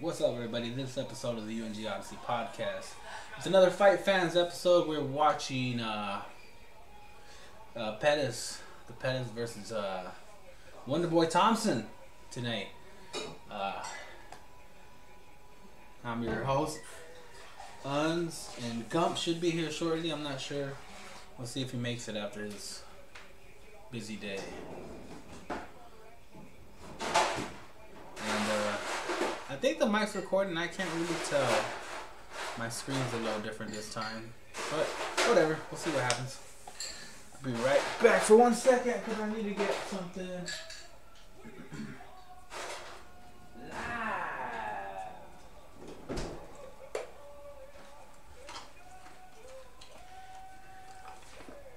What's up, everybody? This episode of the UNG Odyssey podcast. It's another Fight Fans episode. We're watching uh, uh, Pettis, the Pettis versus uh, Wonderboy Thompson tonight. Uh, I'm your host, Uns, and Gump should be here shortly. I'm not sure. We'll see if he makes it after his busy day. And uh, I think the mic's recording. I can't really tell. My screen's a little different this time, but whatever. We'll see what happens. I'll be right back for one second because I need to get something.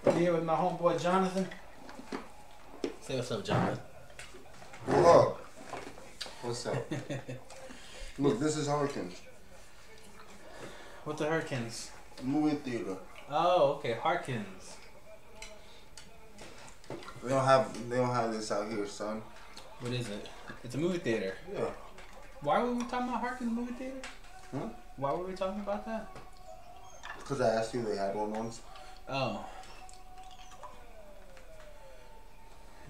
Live. Here with my homeboy Jonathan. Say what's up, Jonathan. Hello. What's up? Look, this is Hurricanes. What the Hurricanes? Movie theater. Oh, okay, Harkins. They don't have they don't have this out here, son. What is it? It's a movie theater. Yeah. Why were we talking about Harkins movie theater? Huh? Why were we talking about that? Because I asked you they had one once. Oh.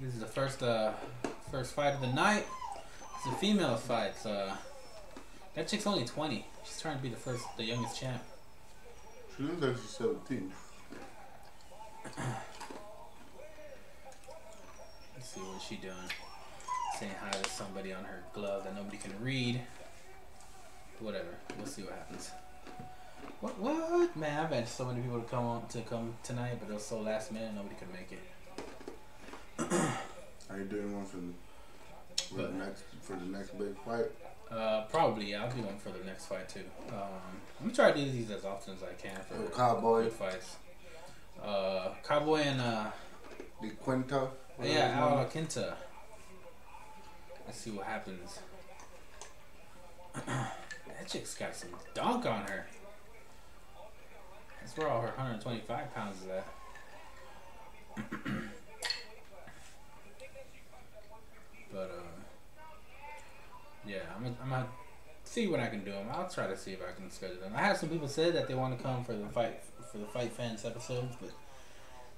This is the first uh first fight of the night. It's a female fight, so uh, that chick's only twenty. She's trying to be the first the youngest champ. She looks like she's 17. Let's see what she doing. Saying hi to somebody on her glove that nobody can read. Whatever. We'll see what happens. What? What? Man, I've had so many people to come on to come tonight, but it was so last minute, nobody could make it. Are you doing one for the, for the next for the next big fight? Uh, probably yeah, I'll do one for the next fight too. Um, I'm gonna try to do these as often as I can for Oh, the Cowboy, good fights. Uh, Cowboy and uh, the Quinta. yeah, Al Quinta. Let's see what happens. that chick's got some dunk on her. That's where all her 125 pounds is at. but um, yeah, I'm gonna, I'm gonna see what I can do. I'll try to see if I can schedule them. I had some people say that they want to come for the fight for the fight fans episodes, but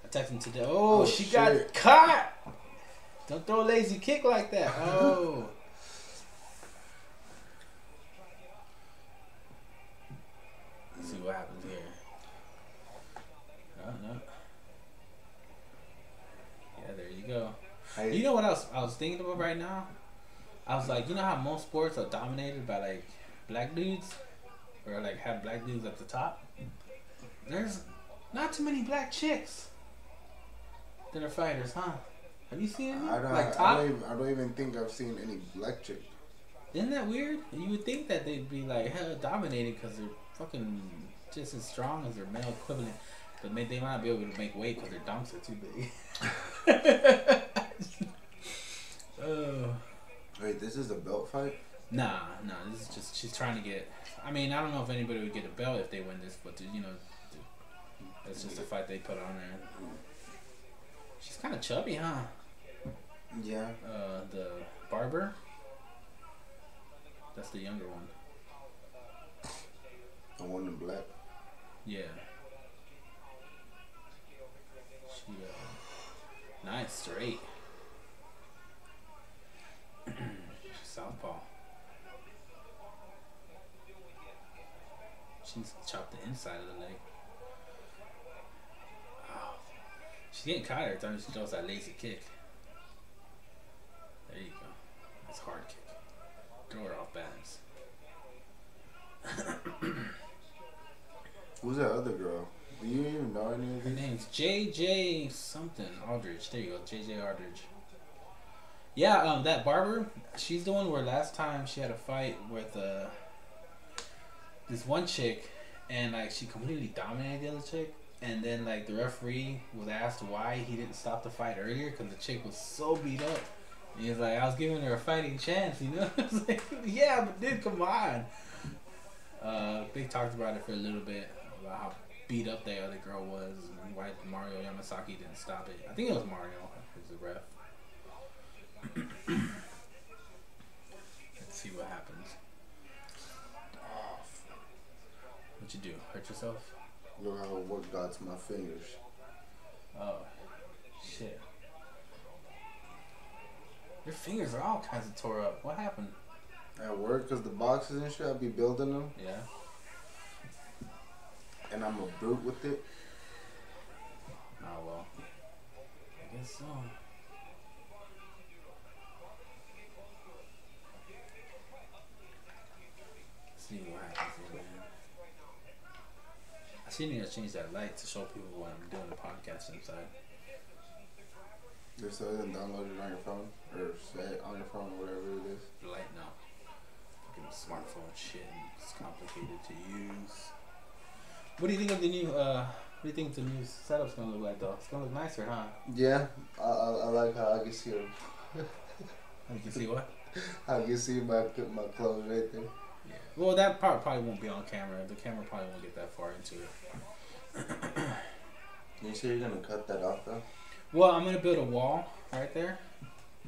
I texted them today. Oh, Oh, she shit. got caught. Don't throw a lazy kick like that. Oh. Let's see what happens here. I don't know. Yeah, there you go. Hey, You know what else I was thinking about right now? I was like, you know how most sports are dominated by like black dudes, or like have black dudes at the top. There's not too many black chicks that are fighters, huh? Have you seen any? I don't, like I, top? don't even, I don't even think I've seen any black chick. Isn't that weird? You would think that they'd be like hell dominated because they're fucking just as strong as their male equivalent, but may, they might not be able to make weight because their donks are too big. oh. Wait, this is a belt fight? Nah, nah. This is just she's trying to get. I mean, I don't know if anybody would get a belt if they win this, but you know, that's just a fight they put on there. She's kind of chubby, huh? Yeah. Uh, the barber. That's the younger one. The one in black. Yeah. She uh, nice straight. Southpaw. She needs to chop the inside of the leg. Oh. She getting caught every time she throws that lazy kick. There you go. That's a hard kick. Throw her off balance. Who's that other girl? Do you even know any of Her these? name's JJ something Aldridge. There you go, JJ Aldridge. Yeah, um, that barber, she's the one where last time she had a fight with uh this one chick, and like she completely dominated the other chick, and then like the referee was asked why he didn't stop the fight earlier because the chick was so beat up. And he's like, I was giving her a fighting chance, you know? It's like, yeah, but dude, come on. Uh, they talked about it for a little bit about how beat up that other girl was and why Mario Yamasaki didn't stop it. I think it was Mario who's the ref. Let's see what happens. What you do? Hurt yourself? Look how it worked out to my fingers. Oh, shit. Your fingers are all kinds of tore up. What happened? At work, because the boxes and shit, I be building them, Yeah. and I'm a brute with it. Oh well. I guess so. See what happens here, man. I still need to change that light to show people when I'm doing the podcast inside. They said and download it on your phone, or say it on your phone, whatever it is. The light now. Fucking smartphone shit. and It's complicated to use. What do you think of the new? uh What do you think the new setup's gonna look like though? It's gonna look nicer, huh? Yeah, I, I, I like how I can see them. You can see what? I can see my my clothes right there. Yeah. Well, that part probably won't be on camera. The camera probably won't get that far into it. You sure you're gonna cut that off though? Well, I'm gonna build a wall right there,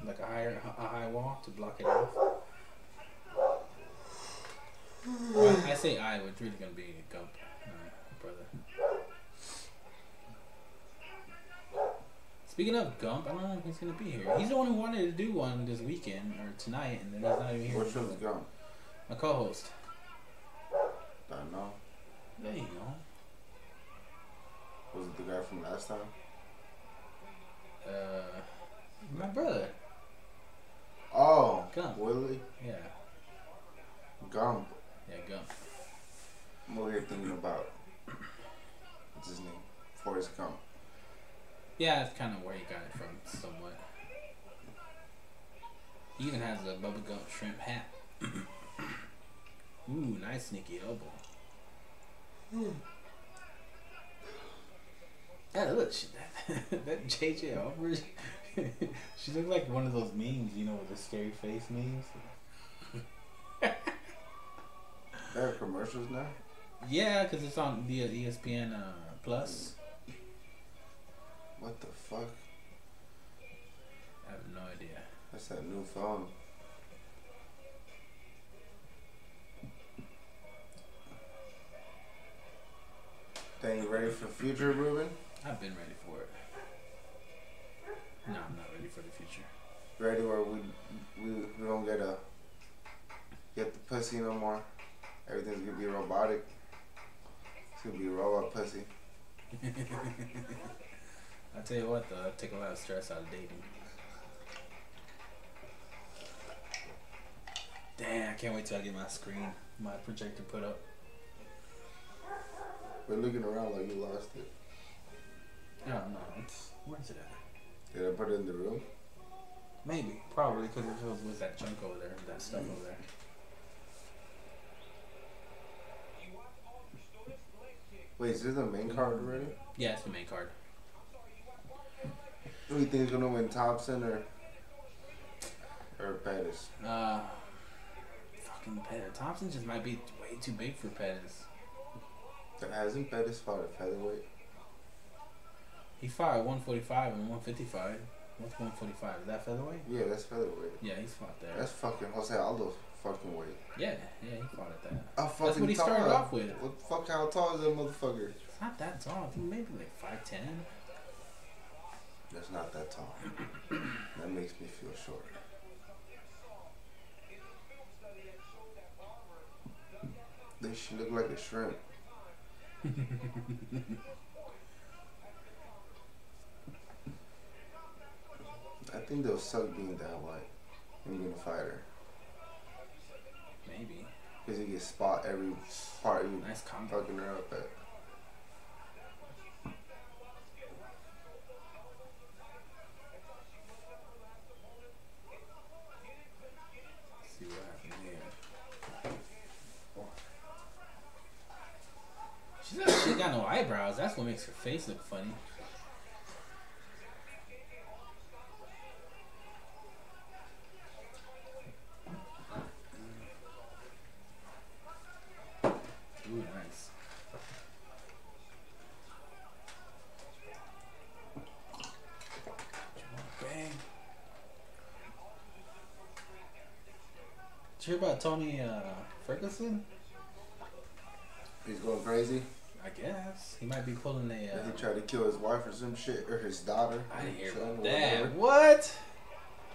like a higher, a high wall to block it off. Well, I say I, but it's really gonna be Gump, uh, brother. Speaking of Gump, I don't know if he's gonna be here. He's the one who wanted to do one this weekend or tonight, and then he's not even here. Which one's gone? My co-host. I don't know. There you go. Was it the guy from last time? Uh, my brother. Oh, Gump. Willie Yeah. Gump. Yeah, Gump. I'm over here thinking about what's his name, Forrest Gump. Yeah, that's kind of where he got it from, somewhat. He even has a bubblegum shrimp hat. Ooh, nice sneaky elbow. Yeah, look, she, that, that JJ Albers, she looked like one of those memes, you know, with the scary face memes. There are commercials now. Yeah, because it's on the ESPN uh, Plus. What the fuck? I have no idea. That's that new phone. Thing you ready for future, Ruben? I've been ready for it. No, I'm not ready for the future. Ready or we we, we don't get a get the pussy no more. Everything's gonna be robotic. It's gonna be robot pussy. I tell you what, though, that take a lot of stress out of dating. Damn, I can't wait till I get my screen, my projector put up. We're looking around like you lost it. I don't know, Oh, it's where's it at? Did I put it in the room? Maybe, probably because it was with that junk over there, that stuff over there. Wait, is this the main card already? Yeah, it's the main card. Who do you think's gonna win, Thompson or or Pettis? Uh, fucking Pettis. Thompson just might be way too big for Pettis. That hasn't Pettis fought a featherweight? He fought at 145 and 155. What's 145? Is that featherweight? Yeah, that's featherweight. Yeah, he's fought there. That's fucking Jose Aldo's fucking weight. yeah, yeah, he fought at that. I fucking That's what he tall. started off with. What the fuck? How tall is that motherfucker? It's not that tall. I think maybe like five ten. That's not that tall. that makes me feel short. This shit look like a shrimp. I think they'll suck being that white and being a fighter. Maybe. Because you get spot every part you Nice combo. fucking her up at. Let's see what happens here. She's not, she got no eyebrows. That's what makes her face look funny. Ooh, nice. Bang. Did you hear about Tony uh, Ferguson? He's going crazy. I guess he might be pulling a. He Uh, tried to kill his wife or some shit, or his daughter. I didn't hear son, about whatever. that. What?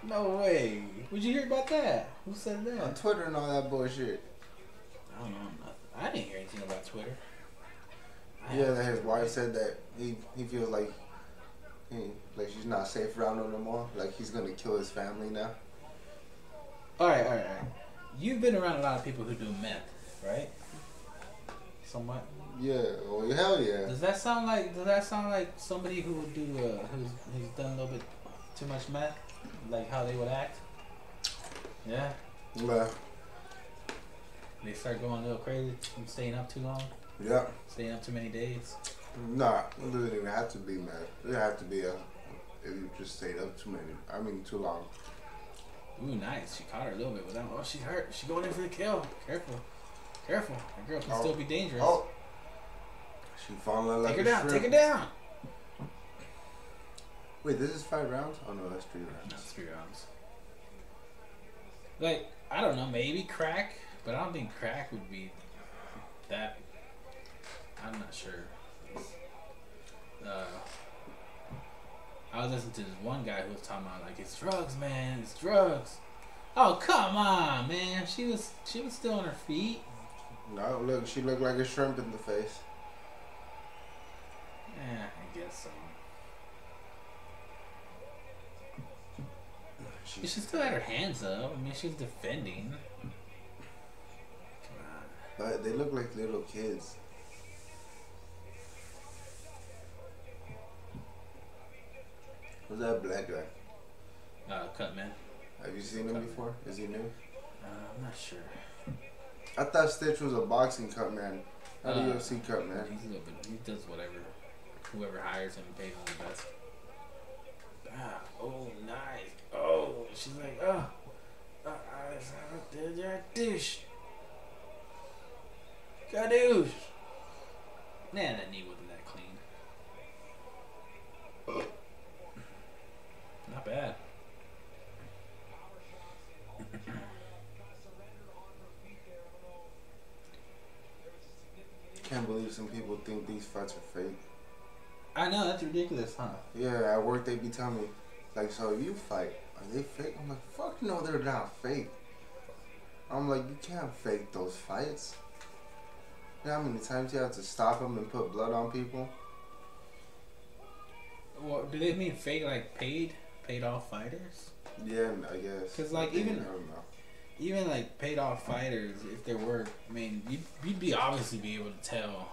No way. Would you hear about that? Who said that? On Twitter and all that bullshit. I don't know. nothing. I didn't hear anything about Twitter. I Yeah, have that his Twitter. wife said that he, he feels like he, like she's not safe around him no more. Like he's gonna kill his family now. All right, all right, all right. You've been around a lot of people who do meth, right? Somewhat. Yeah, well hell yeah. Does that sound like? Does that sound like somebody who would do? Uh, who's who's done a little bit too much meth? Like how they would act? Yeah. But They start going a little crazy from staying up too long, yeah, staying up too many days. nah, it doesn't even have to be mad. It doesn't have to be a if you just stayed up too many. I mean too long. Ooh, nice. She caught her a little bit, but then, oh, she's hurt. She's going in for the kill. Careful, careful. That girl can Oh. still be dangerous. Oh, she falling like take her a down. shrimp. Take her down. Wait, this is five rounds? Oh no, that's three No, it's rounds. three rounds. Like, I don't know, maybe crack, but I don't think crack would be that. I'm not sure. Uh, I was listening to this one guy who was talking about like it's drugs, man, it's drugs. Oh come on, man. She was she was still on her feet. No, look, she looked like a shrimp in the face. Yeah, Eh, I guess so. But She's She still had her hands up. I mean, she was defending. Come on. But uh, they look like little kids. Who's that black guy? Uh, cut, man. Have you seen him before? Is he new? Uh, I'm not sure. I thought Stitch was a boxing cut man, not a Uh, UFC cut Yeah, man. He's a little bit. He does whatever. Whoever hires him pays him the best. Ah, oh, nice. Oh, she's like, oh, uh, I did your douche. Gadoosh. Nah, that knee wasn't that clean. Not bad. Can't believe some people think these fights are fake. I know that's ridiculous, huh? Yeah, at work they be telling me, like, so you fight, are they fake? I'm like, fuck no, they're not fake. I'm like, you can't fake those fights. You know how many times you have to stop them and put blood on people? Well, do they mean fake, like paid, paid off fighters? Yeah, I guess. 'Cause, like, I think- even- I don't know. even like paid off fighters, if there were, I mean, you'd, you'd be obviously be able to tell.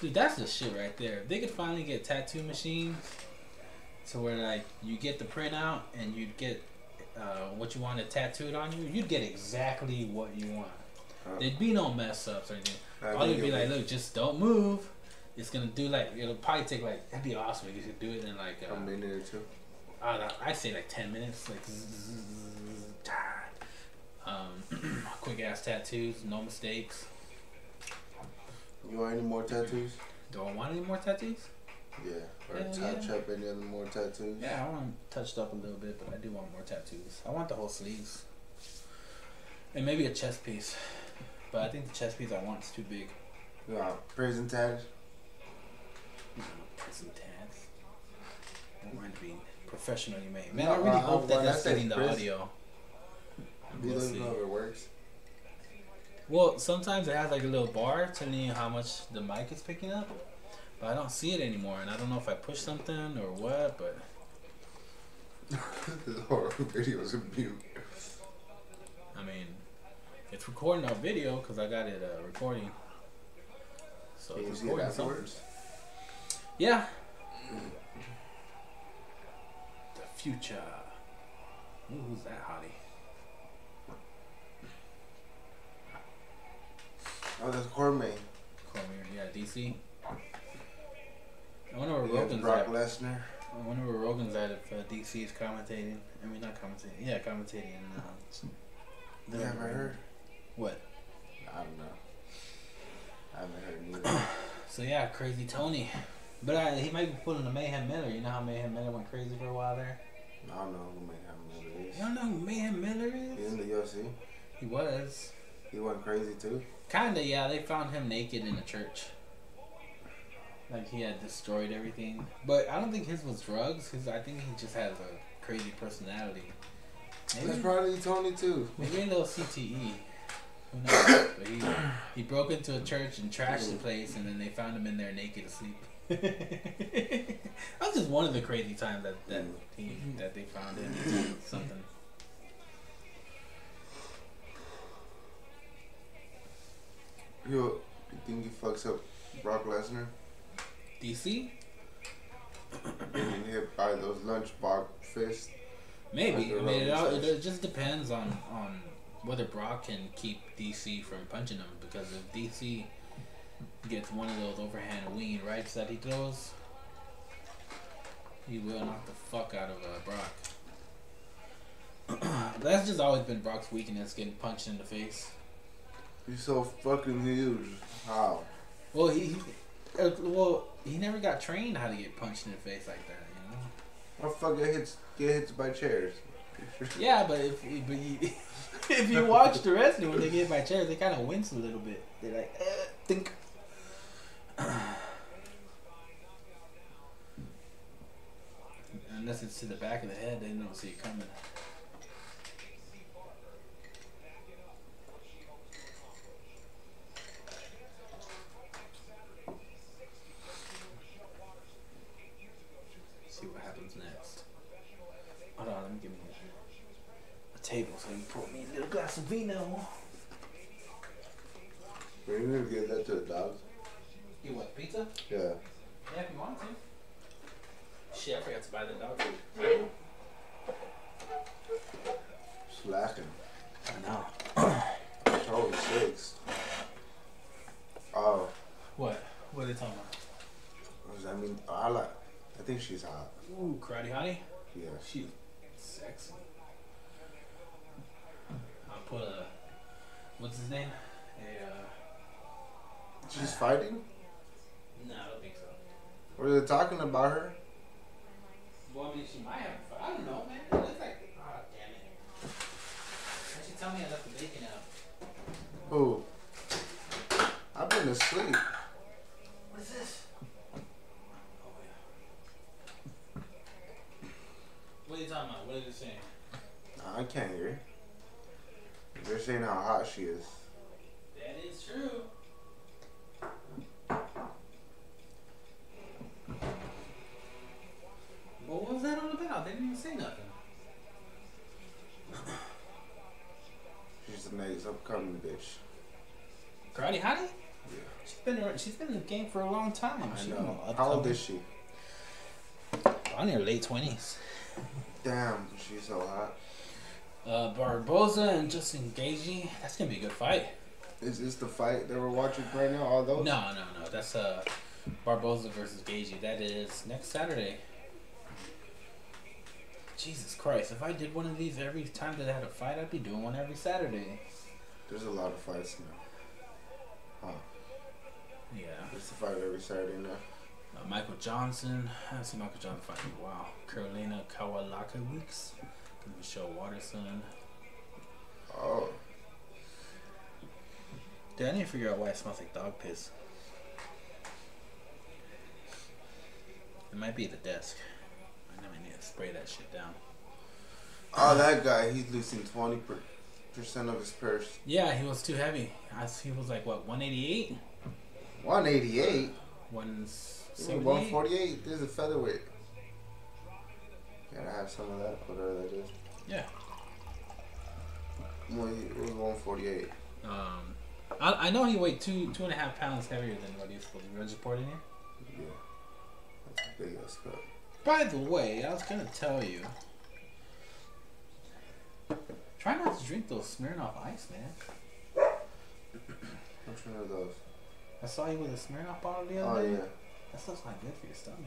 Dude, that's the shit right there. If they could finally get tattoo machines to where like you get the printout and you'd get uh, what you wanted tattooed on you, you'd get exactly what you want. Huh. There'd be no mess ups or anything. I All think you'd be it'll like, look, just don't move. It's gonna do like it'll probably take like it'd be awesome if you could do it in like a uh, minute or two. I don't know, I'd say like 10 minutes. Like, zzz, zzz, zzz, tah. um, quick ass tattoos, no mistakes. You want any more tattoos? Do I want any more tattoos? Yeah. Or Hell touch yeah. up any other more tattoos? Yeah, I want them touched up a little bit, but I do want more tattoos. I want the whole sleeves. And maybe a chest piece. But I think the chest piece I want is too big. You want prison tat? Prison tats. Don't mind being professionally made. Man, I really Uh, hope that when I that's said getting the prison- audio. You We'll don't see. know if it works. Well, sometimes it has like a little bar telling you how much the mic is picking up, but I don't see it anymore, and I don't know if I pushed something or what. But this horrible videos of you. I mean, it's recording our video because I got it uh, recording. So Can you it's see it recording something. afterwards? Yeah. The future. Ooh, who's that hottie? Oh, that's Cormier. Cormier. Yeah, DC. I wonder where Yeah, Rogan's Brock at. Lesnar. I wonder where Rogan's at if uh, DC is commentating. I mean, not commentating. Yeah, commentating. Uh, You haven't heard? What? I don't know. I haven't heard neither. So yeah, crazy Tony. But uh, he might be pulling the Mayhem Miller. You know how Mayhem Miller went crazy for a while there. I don't know who may have it is. You don't know who Mayhem Miller He's is? in the UFC. He was. He went crazy too. Kinda, yeah. They found him naked in a church. Like he had destroyed everything, but I don't think his was drugs. His, I think he just has a crazy personality. That's Maybe, probably Tony too. maybe a little CTE. Who knows? But he, he broke into a church and trashed the place, and then they found him in there naked asleep. that was just one of the crazy times that that he, that they found him doing something. Yo, you think he fucks up Brock Lesnar? DC? Getting hit by those lunchbox fists. Maybe. I Under mean, it, all, it, Roman's eyes. it just depends on on whether Brock can keep DC from punching him. Because if DC gets one of those overhand wing rights that he throws, he will knock the fuck out of uh, Brock. That's just always been Brock's weakness, getting punched in the face. He's so fucking huge. How? Well, he, he uh, well he never got trained how to get punched in the face like that, you know. Motherfucker get hits get hits by chairs. Yeah, but if but you, if you watch the wrestling when they get by chairs, they kind of wince a little bit. They're like, eh, think. Unless it's to the back of the head, they don't see it coming. See what happens next. Hold on, let me give me a table so you pour me a little glass of vino. We're gonna give that to the dogs. You want pizza? Yeah. Yeah, if you want to. Shit, I forgot to buy the dog food. Slacking. I know. Totally six. Oh, What? What are they talking about? does that mean Ala? I think she's hot. Ooh, karate honey. Yeah. She's sexy. I'll put a. What's his name? A. Uh, She's fighting? no, I don't think so. Were they talking about her? Well, I mean, she might have. I don't know, man. It looks like. Ah, damn it. Why'd you tell me I left the bacon out? Who? I've been asleep. What is this? Oh, yeah. What are you talking about? What are they saying? I can't hear. They're saying how hot she is. That is true. Well, what was that all about? They didn't even say nothing. She's the next upcoming bitch. Karate Hottie? Yeah. She's been ar- she's been in the game for a long time. I She's know. How old is she? On her late twenties. Damn, she's so hot. Uh, Barboza and Justin Gagey. That's gonna be a good fight. Is this the fight that we're watching right now? All No, those? no, no. That's uh, Barboza versus Gagey. That is next Saturday. Jesus Christ! If I did one of these every time that I had a fight, I'd be doing one every Saturday. There's a lot of fights now. Yeah. There's a fight every Saturday now. Uh, Michael Johnson. I haven't seen Michael Johnson fight in a while. Carolina Kawalaka Weeks. Michelle Waterson. Oh. Dude, I need to figure out why it smells like dog piss. It might be the desk. I know I need to spray that shit down. Oh, that guy, he's losing 20% of his purse. Yeah, he was too heavy. I, s- he was like, what, 188? 188? Ooh, 178? 148? There's a featherweight. Gotta have some of that, whatever that is. Yeah. Well, it was 148. Um, I, I know he weighed two two and a half pounds heavier than what he was supposed to be reported here. Yeah. That's a big ass cup. By the way, I was gonna tell you. Try not to drink those Smirnoff Ice, man. Which one of those? I saw you with a Smirnoff bottle the Oh, other day. yeah. That stuff's not good for your stomach.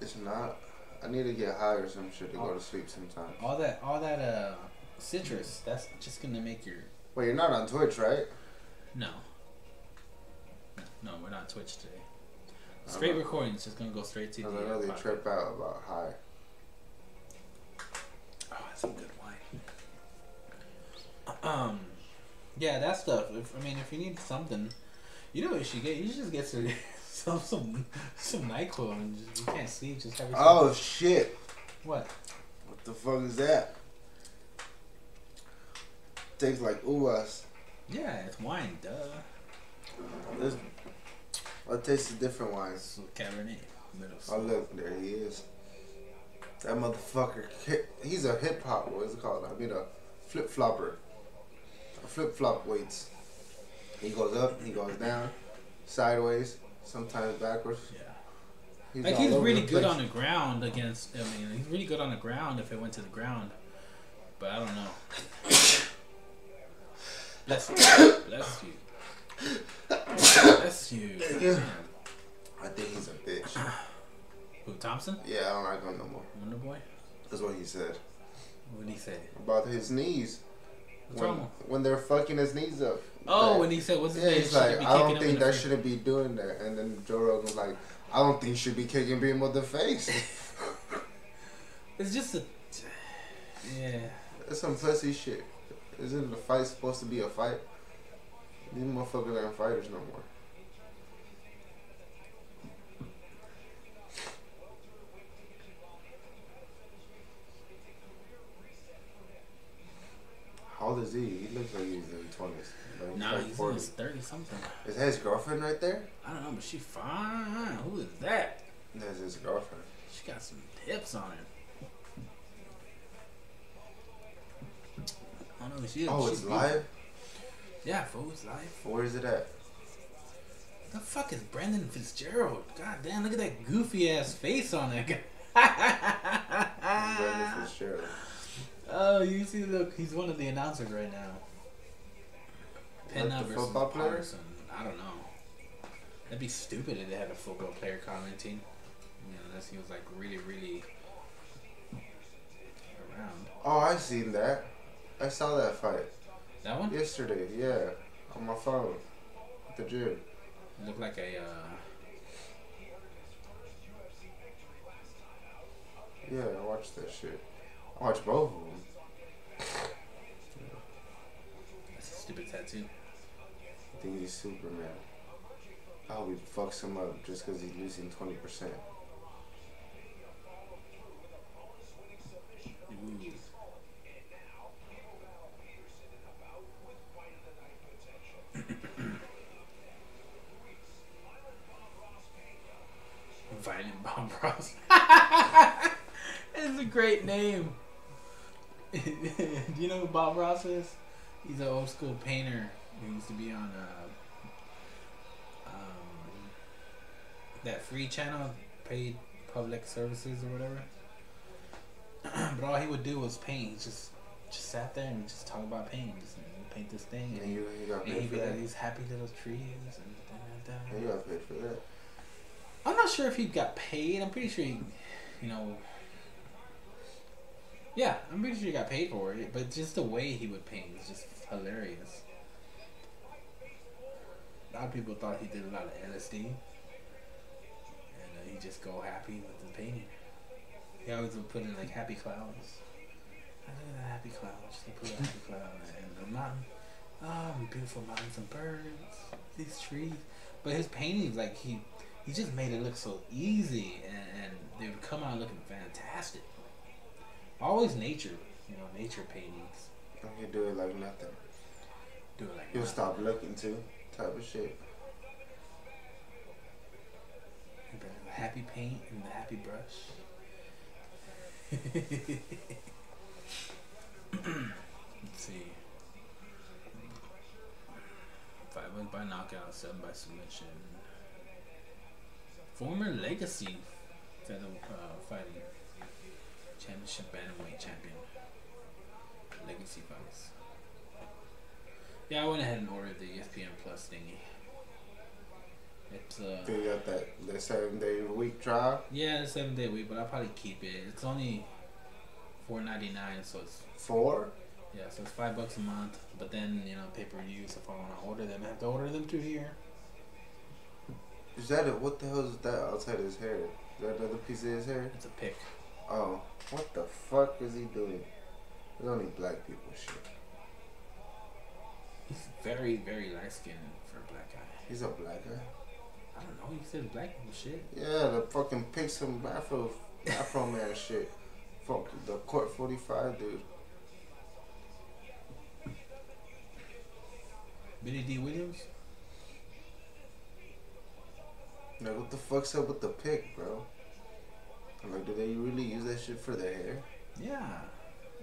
It's not. I need to get high or some shit to Oh. go to sleep sometime. All that, all that uh, citrus. That's just gonna make your Wait, you're not on Twitch, right? no. No, we're not Twitch today. Straight recording. It's just gonna go straight to the. Because I uh, know they podcast. trip out about high. Oh, that's some good wine. Um, Yeah, that stuff. If, I mean, if you need something, you know what you should get. You should just get some some some, some Nyquil and just, you can't sleep. Just have yourself. Oh shit! What? What the fuck is that? Tastes like uvas. Yeah, it's wine, duh. This, it tastes a different wine. It's a Cabernet. Middle Oh look, there he is. That motherfucker. hi- He's a hip hop. What is it called? I mean a flip flopper. A flip flop weights. He goes up. He goes down. Sideways. Sometimes backwards. Yeah. He's Like all he's over really the good place. on the ground against. I mean, he's really good on the ground if it went to the ground. But I don't know. Bless you. Bless you. Bless you. Yeah. I think he's a bitch. Who Thompson? Yeah, I don't like him no more. Wonder Boy. That's what he said What did he say? about his knees. What's When, wrong? when they're fucking his knees up. Oh, Like- when he said, "What's his Yeah, name?" he's Shouldn't like, be I kicking don't him in think the that face." shouldn't be doing that. And then Joe Rogan's like, I don't think you should be kicking people in the face. It's just a. Yeah. That's some pussy shit. Isn't the fight supposed to be a fight? These motherfuckers aren't fighters no more. How old is he? He looks like he's in his 20s. Like, he's Nah, like he's 40. almost thirty something. Is that his girlfriend right there? I don't know, but she fine. Who is that? That's his girlfriend. She got some hips on her. I don't know. She. Oh, she it's beautiful. live? Yeah, fool's life. Where is it at? The fuck is Brendan Fitzgerald? God damn, look at that goofy ass face on that Brandon guy. Fitzgerald. oh, you see, look, he's one of the announcers right now. Penn Like the versus football player? Patterson. I don't know. That'd be stupid if they had a football player commenting. You know, unless he was like really, really around. Oh, I seen that. I saw that fight That one yesterday. Yeah, on my phone at the gym. looked like a. Uh, Yeah, I watched that shit. I watched both of them. that's a stupid tattoo. I think he's Superman. I hope he fucks him up just because he's losing twenty percent. Ooh. Violent Bomb Bros. it's a great name. Do you know who Bob Ross is? He's an old school painter who used to be on uh, um, that free channel, paid public services or whatever. but all he would do was paint. He just just sat there and just talk about painting. Just paint this thing, And and, you, you got and he'd paid for be that. like these happy little trees and da, da, da. And you got paid for that. I'm not sure if he got paid. I'm pretty sure he, you know. Yeah, I'm pretty sure he got paid for it, but just the way he would paint is just hilarious. A lot of people thought he did a lot of LSD, and uh, he just go happy with the painting. He always would put in like happy clouds. I look at that happy cloud. Just to put a happy cloud and the mountain. Oh, beautiful mountains and birds. These trees. But his paintings, like he, he just made it look so easy, and, and they would come out looking fantastic. Always nature, you know, nature paintings. And he do it like nothing. Do it like You'll that. stop looking too. Type of shit. the happy paint and the happy brush. Let's see. Five wins by knockout, seven by submission. Former legacy feather uh, fighting championship bantamweight champion. Legacy fights. Yeah, I went ahead and ordered the E ESPN Plus thingy. It's uh. They got that that seven day a week trial. Yeah, it's seven day a week, but I'll probably keep it. It's only four ninety nine, so it's Four. yeah, so it's five bucks a month. But then you know, pay per views. If I want to order them, I have to order them through here. Is that a, what the hell is that outside his hair? Is that another piece of his hair? It's a pick. Oh, what the fuck is he doing? It's only black people shit. He's very, very light skinned for a black guy. He's a black guy. I don't know. He said black people shit. Yeah, the fucking picks and afro, afro man shit. Fuck the court forty five dude. Billy D. Williams. Like what the fuck's up with the pick, bro? I'm like, do they really use that shit for their hair? Yeah.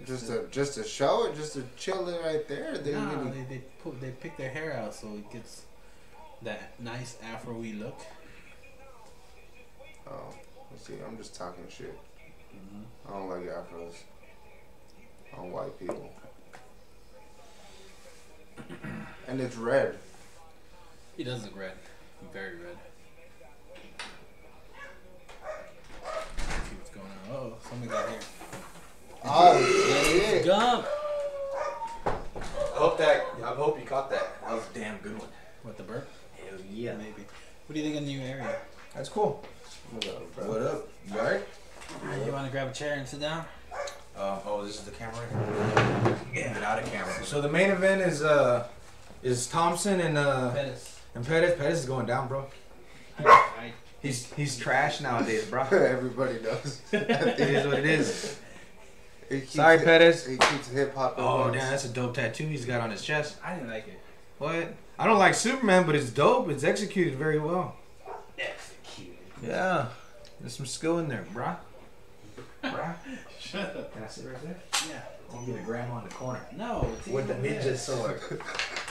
Just to just to show it, just to chill it right there. They nah, really they they, put, they pick their hair out so it gets that nice afro-y look. Oh, let's see. I'm just talking shit. Mm-hmm. I don't like afros. On white people. and it's red. He does look red, very red. Let's see what's going on. Oh, something got here. Oh shit! Gump. I hope that. I hope you caught that. That was a damn good one. What the burp? Hell yeah. Maybe. What do you think of the new area? That's cool. What up, bro? What up? You alright? You want to grab a chair and sit down? Um, oh, this is the camera. Yeah. Get out of camera. So the main event is uh, is Thompson and uh Pettis. and Pettis. Pettis is going down, bro. I, He's he's trash nowadays, bro. it Everybody does. is what it is. He keeps Sorry, hip- Pettis. He keeps hip hop. Oh damn, that's a dope tattoo he's got on his chest. I didn't like it. What? I don't like Superman, but it's dope. It's executed very well. Executed. Yeah. There's some skill in there, bruh. Bruh. Shut up. Can I sit right there? Yeah. I'm gonna be the grandma in the corner. No. it's With the even ninja there. sword.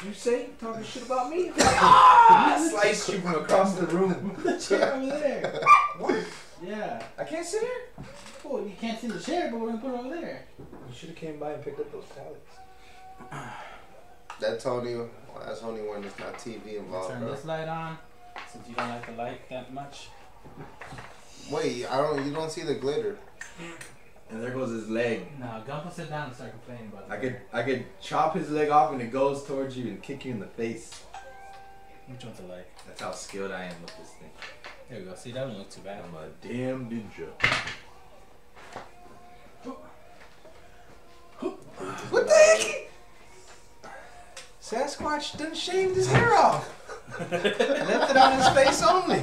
You say talking shit about me? ah! I sliced you from across the room. The chair over there. What? Yeah. I can't sit here? Well, you can't see the chair, but we're gonna put it over there. You should have came by and picked up those pallets. That's only. Well, that's only when there's not TV involved, Turn bro. this light on. Since you don't like the light that much. Wait, I don't. You don't see the glitter. And there goes his leg. No, Gump will sit down and start complaining about I the could hair. I could chop his leg off and it goes towards you and kick you in the face. Which one's the light? That's how skilled I am with this thing. There we go. See, that one look too bad. I'm a damn ninja. What the heck? Sasquatch done shaved his hair off. Left it on his face only.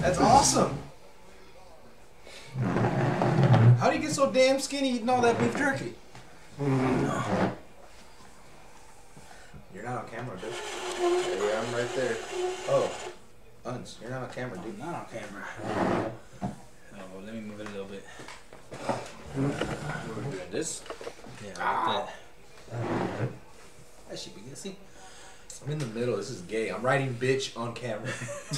That's awesome. How do you get so damn skinny eating all that beef jerky? You're not on camera, dude. Yeah, I'm right there. Oh, Uns, you're not on camera, dude. I'm not on camera. Oh, well, let me move it a little bit. This? Yeah, Ah. like that. That should be good. See, I'm in the middle. This is gay. I'm writing bitch on camera.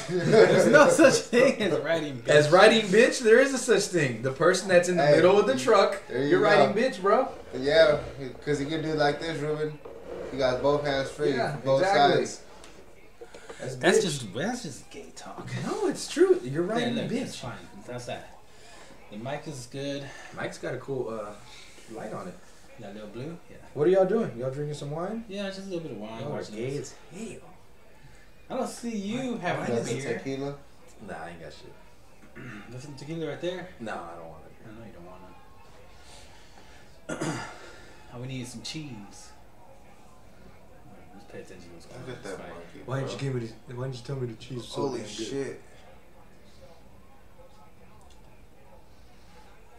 there's no such thing as writing. Bitch. As riding bitch, there is a such thing. The person that's in the Hey. middle of the truck, There you you're go. riding bitch, bro. Yeah, because you can do like this, Ruben. You got both hands free, Yeah, both exactly. sides. That's, That's bitch. just that's just gay talk. no, it's true. You're Right, riding look, it's bitch. fine. That's that. The mic is good. Mike's got a cool uh, light on it. That little blue. Yeah. What are y'all doing? Y'all drinking some wine? Yeah, just a little bit of wine. Y'all are watching gay this. as hell. I don't see you having a That's the beer. tequila. Nah, I ain't got shit. There's some tequila right there. No, I don't want I know you don't want to. Oh, we need some cheese. Let's pay attention to what's going on. Look at It's that fine. monkey. Why bro. didn't you give me? The, why didn't you tell me the cheese was so Holy damn good? shit.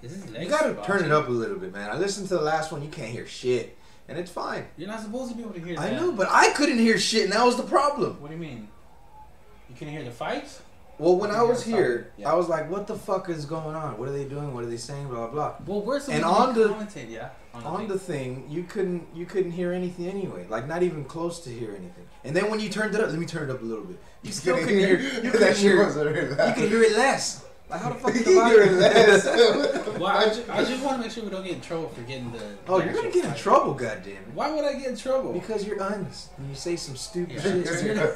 This is You legs gotta boxing. turn it up a little bit, man. I listened to the last one. You can't hear shit, and it's fine. You're not supposed to be able to hear I that. know, but I couldn't hear shit, and that was the problem. What do you mean? You can hear the fights? Well, when I Yeah, was something. here, Yeah. I was like, "What the fuck is going on? What are they doing? What are they saying? Blah blah." Well, we're supposed And to on the- commentate, yeah. blah. On the thing, you couldn't you couldn't hear anything anyway. Like not even close to hear anything. And then when you turned it up, let me turn it up a little bit. You still couldn't hear. You that could shit hear. was really You loud. could hear it less. Like how the fuck You do I could hear it less. What the Well, I fuck? ju- I just want to make sure we don't get in trouble for getting the. Oh, the you're gonna actual get in fight. trouble, goddamn it! Why would I get in trouble? Because you're uns and you say some stupid Yeah. shit. Turn it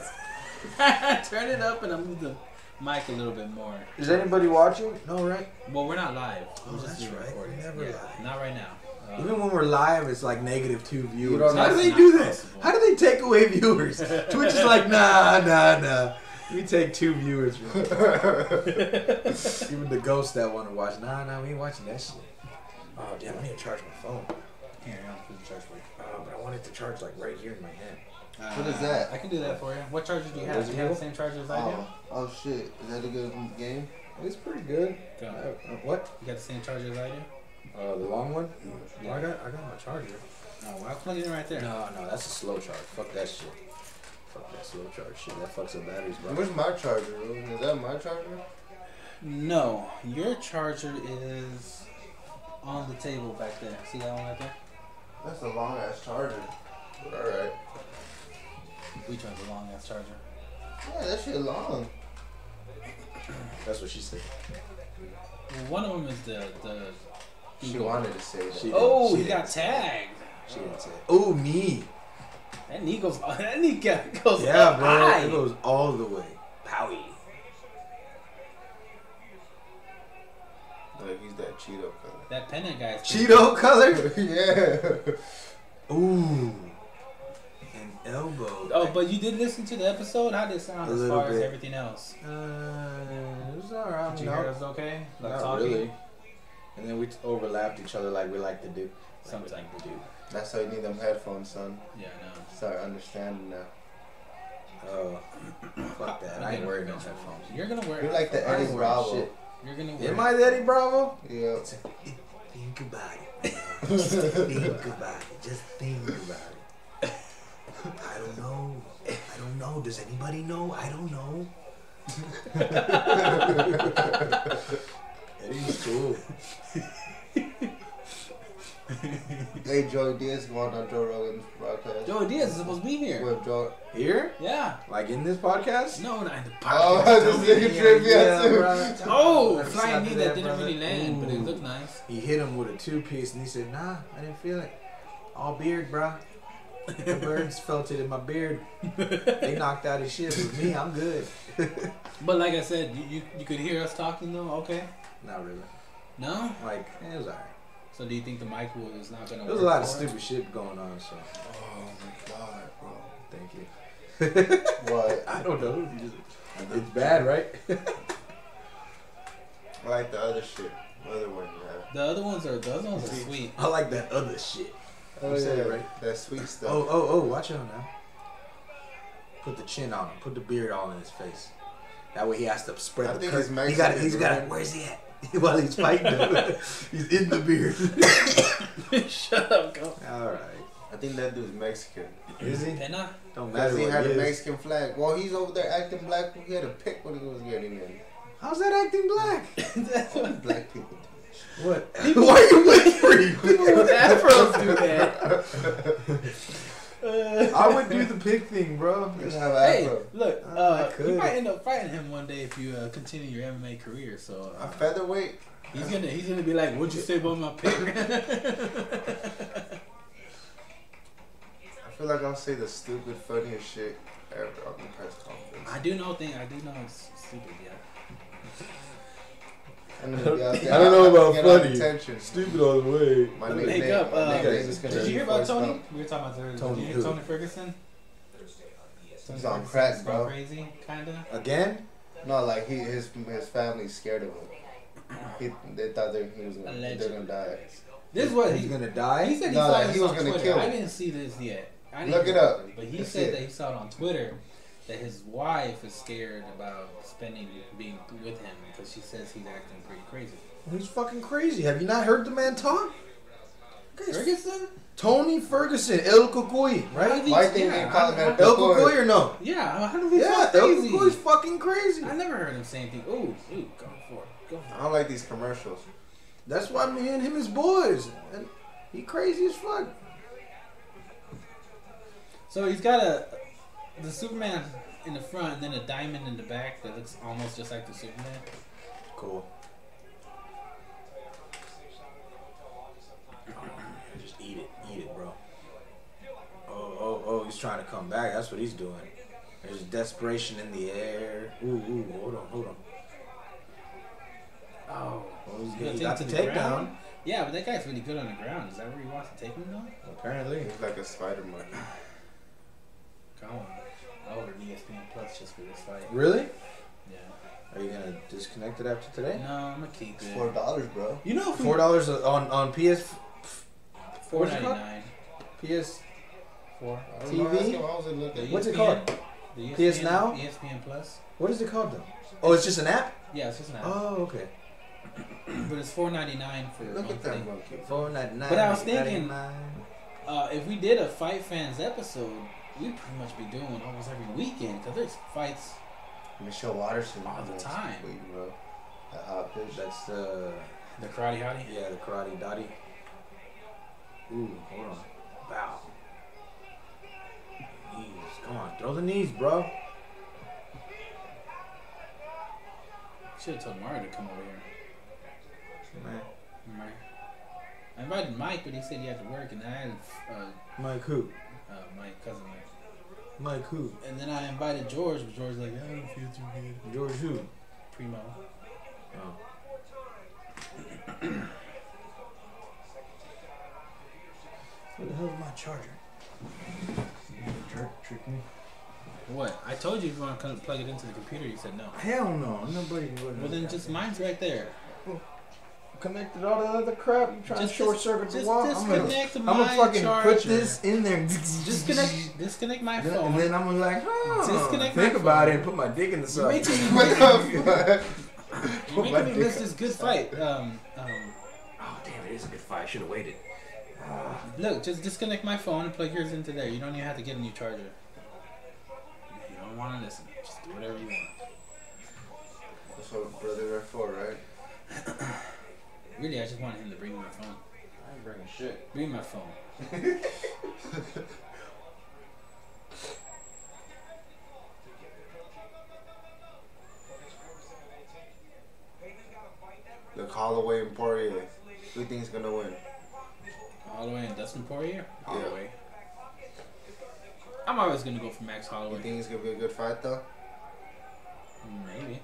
up. Turn it up and I'll move the mic a little bit more. Is anybody watching? No, right? Well, we're not live. Oh, we're just that's doing right. recordings. We're never yeah, live. Not right now. Uh, Even when we're live, it's like negative two viewers. don't How know. do It's they not do that? possible. How do they take away viewers? Twitch is like, nah, nah, nah. We take two viewers. Bro. Even the ghosts that want to watch, nah, nah, we ain't watching that shit. Oh damn, I need to charge my phone. here, I'll put the charge for you. Uh, but I want it to charge like right here in my hand. What is that? I can do that for you. What charger do you have? Those Do you have the people? same charger as I do? Oh, oh shit! Is that a good game? It's pretty good. Go. Uh, uh, what? You got the same charger as I do? Uh, the long one? No, I got I got my charger. Oh, well, I'll plug it in right there. No, no, that's a slow charge. Fuck that shit. Fuck that slow charge shit. That fucks up batteries, bro. Where's my charger? bro? Is that my charger? No, your charger is on the table back there. See that one right there? That's a long ass charger. But all right. We charge a long ass charger. Yeah, that shit long. That's what she said. Well, one of them is the the. She wanted to say that. She- Oh, he Shit. got tagged. She didn't say. Oh me. That knee goes. That knee go- goes. Yeah, up bro. high. It goes all the way. Powie. Like he's that Cheeto color. That pennant guy's Cheeto color. yeah. Ooh. An elbow. Oh, but you did listen to the episode. How did it sound A as little far as bit. everything else? Uh, it was Did alright. you hear us okay? Like Not talking? really. And then we t- overlapped each other like we like to do. Sometimes. Like we like to do. That's how you need them headphones, son. Yeah, no. Start understanding now. Oh, fuck that. I ain't worried about headphones. You're gonna wear. You're like the headphones. Eddie Shit. Bravo. You're gonna wear. Am I the Eddie Bravo? Yeah. Think about it. Just think about it. Just think about it. I don't know. I don't know. Does anybody know? I don't know. Eddie's cool. Hey, Joey Diaz going on Joe Rogan's broadcast. Joe Diaz is supposed to be here. With Joe. Here? Yeah. Like in this podcast? No, not in the Oh, podcast. this nigga tripped me out too. Oh, Never flying stopped knee at that didn't brother. really land, but it Ooh. looked nice. He hit him with a two piece and he said, Nah, I didn't feel it. All beard, bruh. The birds felt it in my beard. They knocked out his shit. With me, I'm good. But like I said, you, you, you could hear us talking though. Okay. Not really. No. Like, it was alright. So do you think the mic will is not gonna? There was a work lot of for it? stupid shit going on, so Oh my god, bro. thank you. What? I don't know. It's bad, right? I like the other shit. The other one, yeah. The other ones are those ones are sweet. I like that other shit. Oh, You said yeah. it right. That sweet stuff. Oh, oh, oh, watch out now. Put the chin on him. Put the beard all in his face. That way he has to spread I the think cur- he's He got Mexican, he's got right? where's he at? While he's fighting him. he's in the beard. Shut up, go. Alright. I think that dude's Mexican. Is he? Penna. Don't matter Because he what had he a is. Mexican flag. Well, he's over there acting black. He had a pick when he was getting in. How's that acting black? Only black people What? Why are you whispering? With afros do that. Uh, I would do the pig thing, bro. do. Just have an hey, afro. look. I Uh, you could. might end up fighting him one day if you uh, continue your MMA career. So A uh, featherweight. he's gonna he's gonna be like, "What'd you say about my pick?" I feel like I'll say the stupid, funniest shit ever on the press I conference. do know thing. I do know it's stupid. Yeah. And then the other thing, I don't know I'll get about all the funny. attention. Stupid all the way. My Let me nickname. pick up, my uh, nickname is gonna Did you be hear about voiced Tony? up. We were talking about Thursday. Tony Did you who? hear Tony Ferguson? He's on crack, Ferguson's bro. gone Crazy, kinda. Again? No, like he, his his family's scared of him. He, they thought they, he was gonna, they're gonna Allegedly. die. This is what He's he, gonna die? he said. He No, saw like, this he was on gonna Twitter. kill I him. didn't see this yet. I didn't Look hear it up. about But he That's said it. that he saw it on Twitter that his wife is scared about spending being with him because she says he's acting pretty crazy. He's fucking crazy. Have you not heard the man talk? Ferguson? Tony Ferguson, El Cucuy, How right? did he- Why think yeah, they call him how- El El Cucuy. Cucuy or no? Yeah, how do we Yeah, sound El crazy? Cucuy's fucking crazy. I never heard him say anything. Ooh, ooh, go for it, go for I don't like these commercials. That's why me and him is boys. And he crazy as fuck. it. So he's got a the Superman in the front, and then a diamond in the back that looks almost just like the Superman. Cool. Just eat it. Eat it, bro. Oh, oh, oh, he's trying to come back. That's what he's doing. There's desperation in the air. Ooh, ooh, hold on, hold on. Oh, Oh, he's You he gotta got the take him to the takedown. ground? yeah, but that guy's really good on the ground. Is that where he wants to take him though? Apparently. He's like a spider monkey. Come on, I ordered E ESPN Plus just for this fight. Really? Yeah, Are you gonna disconnect it after today? no, I'm gonna keep It's four it. dollars, bro. You know, if we Four dollars on on PS four what's it ninety called? nine. PS before. I don't know, TV? that's what I was looking. E What's it ESPN? called? The E ESPN, PS Now? ESPN Plus. What is it called though? Oh, it's just an app. Yeah, it's just an app. Oh, okay. but it's four ninety nine for Look at monthly. that monkey. Four ninety nine. But I was thinking- Uh, if we did a fight fans episode, we'd pretty much be doing almost every weekend because there's fights. Michelle Watterson. All the That's time. sweet, bro. That hot bitch. That's uh, The karate hottie. yeah, the karate dotty. Ooh, hold on. Bow. Knees. Come on, throw the knees, bro. Should have told Mario to come over here. Man. Mario. I invited Mike, but he said he had to work, and then I had uh, Mike who? uh, my cousin Mike. Mike who? And then I invited George, but George was like, I don't feel too good. George who? Primo. Oh. Where the hell is my charger? Jerk, trick me. What? I told you if you want to come plug it into the computer, you said no. Hell no, nobody can go to Well, then just mine's right there. connected all the other crap. You trying Just to short circuit the Just wall? I'm gonna, disconnect I'm my gonna fucking charger. put this in there. Just connect. Disconnect my And then- and phone. then I'm gonna be like, huh, Disconnect think my about phone. it and put my dick in You're the socket. making me, What the you're my making me dick miss this good fight. Um, um, Oh damn, it is a good fight. I should have waited. Ah. look, just disconnect my phone and plug yours into there. You don't even have to get a new charger. If You don't want to listen. Just do whatever you want. fuck? That's what brother right for, right? Really, I just wanted him to bring me my phone. I ain't bringing shit. Bring me my phone. Look, Holloway and Poirier. Who you think's gonna win? All the way in Dustin Poirier. All Yeah. the way. I'm always gonna go for Max You Holloway. think it's gonna be a good fight though? Maybe.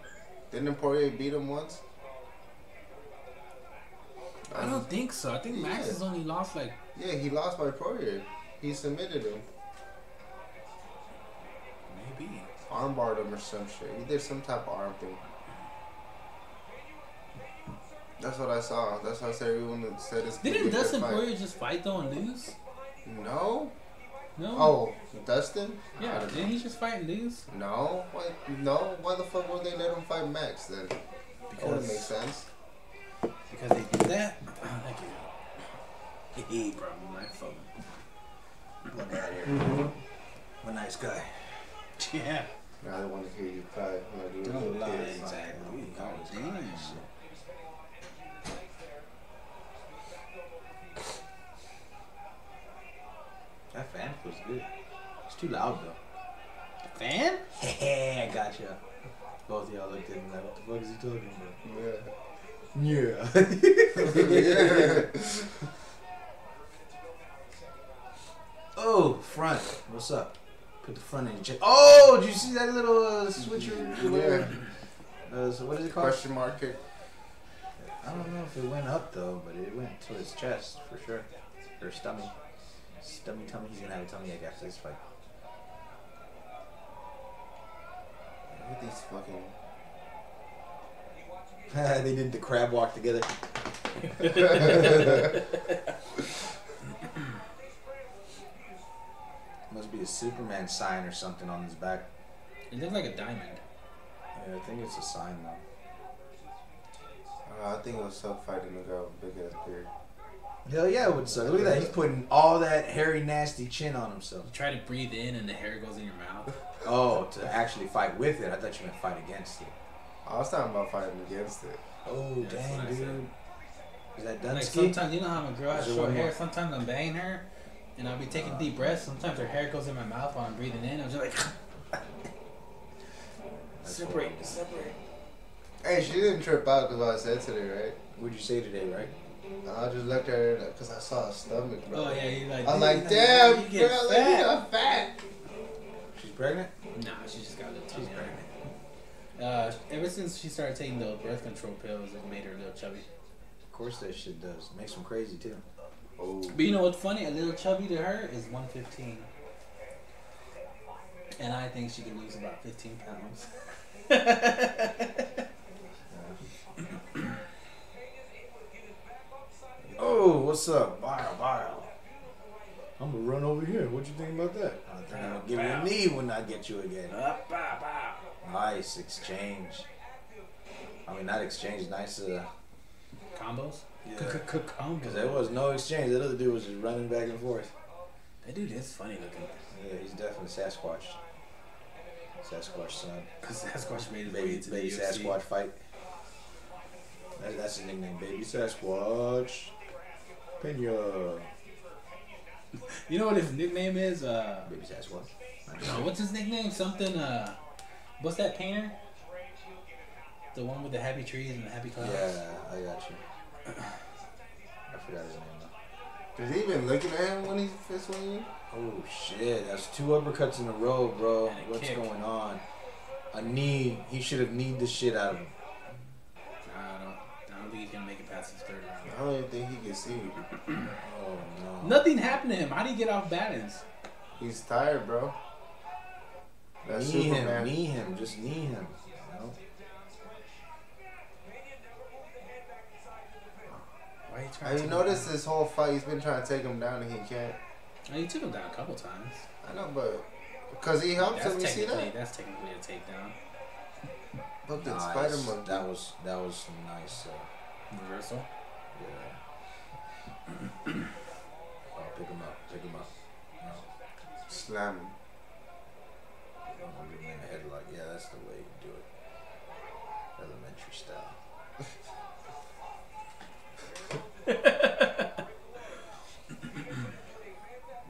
Didn't Poirier beat him once? I don't think so. I think Max has only lost like Yeah, he lost by Poirier. He submitted him, maybe. armbarred him or some shit. He did some type of arm thing. That's what I saw. That's how I said everyone that said it's gonna Didn't be a good Dustin fight. Poirier just fight though and lose? No. No. Oh, Dustin? I Yeah, don't know. didn't he just fight and lose? No, why, no. Why the fuck would they let him fight Max then? That wouldn't make sense. because they do that. Thank you. He brought me my phone. Look out here. I'm a nice guy. Yeah. No, I don't want to hear you cry. Like, you Don't little lie, kids. exactly. God damn. That fan feels good. It's too loud though. Fan? Hey, I gotcha. Both of y'all looked at me like, what the fuck is he talking about? Yeah. Yeah. oh, front. What's up? Put the front in your chest. Oh, did you see that little uh, switcher? yeah. Uh, so what is it called? Question mark kick. I don't know if it went up though, but it went to his chest for sure. Or stomach. Stomach tummy. He's gonna have a tummy ache after this fight. Look at these fucking. they did the crab walk together. Must be a Superman sign or something on his back. It looked like a diamond. Yeah, I think it's a sign though. Uh, I think it was sub fighting the girl with big ass beard. Hell yeah, it would suck. Look at that. He's putting all that hairy, nasty chin on himself. You try to breathe in and the hair goes in your mouth. Oh, to actually fight with it. I thought you meant fight against it. I was talking about fighting against it. Oh, Yeah, that's what dang, I said. dude. Is that Like Dunsky? sometimes you know how my girl has Is it short one hair. more? Sometimes I'm banging her, and I'll be taking deep breaths. Sometimes her hair goes in my mouth while I'm breathing in. I'm just like That's separate, horrible. separate. Hey, she didn't trip out because what I said today, What'd you say today, right? right? I just looked at her because I saw her stomach, bro. Oh yeah, you like. I'm dude, like, you damn, you get girl, like, you fat. got fat. She's pregnant? Nah, she just got a little She's tummy. on pregnant. her. Uh, ever since she started taking the birth control pills, it made her a little chubby. Of course that shit does. Makes them crazy too. Oh, But you know what's funny? A little chubby to her is 115. And I think she could lose about 15 pounds. Oh, what's up? Bile, bile. I'm gonna run over here. What you think about that? I think I'm gonna give you a knee when I get you again. Nice exchange. I mean, not exchange. Nice. Uh, Combos? yeah. Because there Combos. was no exchange. That other dude was just running back and forth. That dude is funny looking. Yeah, he's definitely Sasquatch. Sasquatch son. Because Sasquatch made his way Baby, into baby the UFC. Sasquatch fight. That, that's his nickname, Baby Sasquatch. Pena. You know what his nickname is? Uh, Baby Sasquatch. no, what's his nickname? Something, uh, what's that painter? The one with the happy trees and the happy clouds? Yeah, I got you. I forgot his name. though. Is he even looking at him when he's fist swinging? you? Oh shit! That's two uppercuts in a row, bro. And a What's kick. going on? A knee. He should have kneed the shit out of him. Nah, I don't, I don't think he's going to make it past his third round. I don't even think he can see me. Oh no. Nothing happened to him. How did he get off balance? He's tired, bro. That's knee Superman. him. Knee him. Just knee him. You know? Why are you trying Have to you take noticed this whole fight? He's been trying to take him down and he can't. him down? Oh, you took him down a couple times. I know, but because he helped him, That's you see technically, that? that's technically a takedown. Look at Nice. Spider Man. That was that was nice. Uh, Reversal. yeah. oh, pick him up. Pick him up. No. Slam him. I'm gonna give him a headlock. Yeah, that's the way you do it. Elementary style.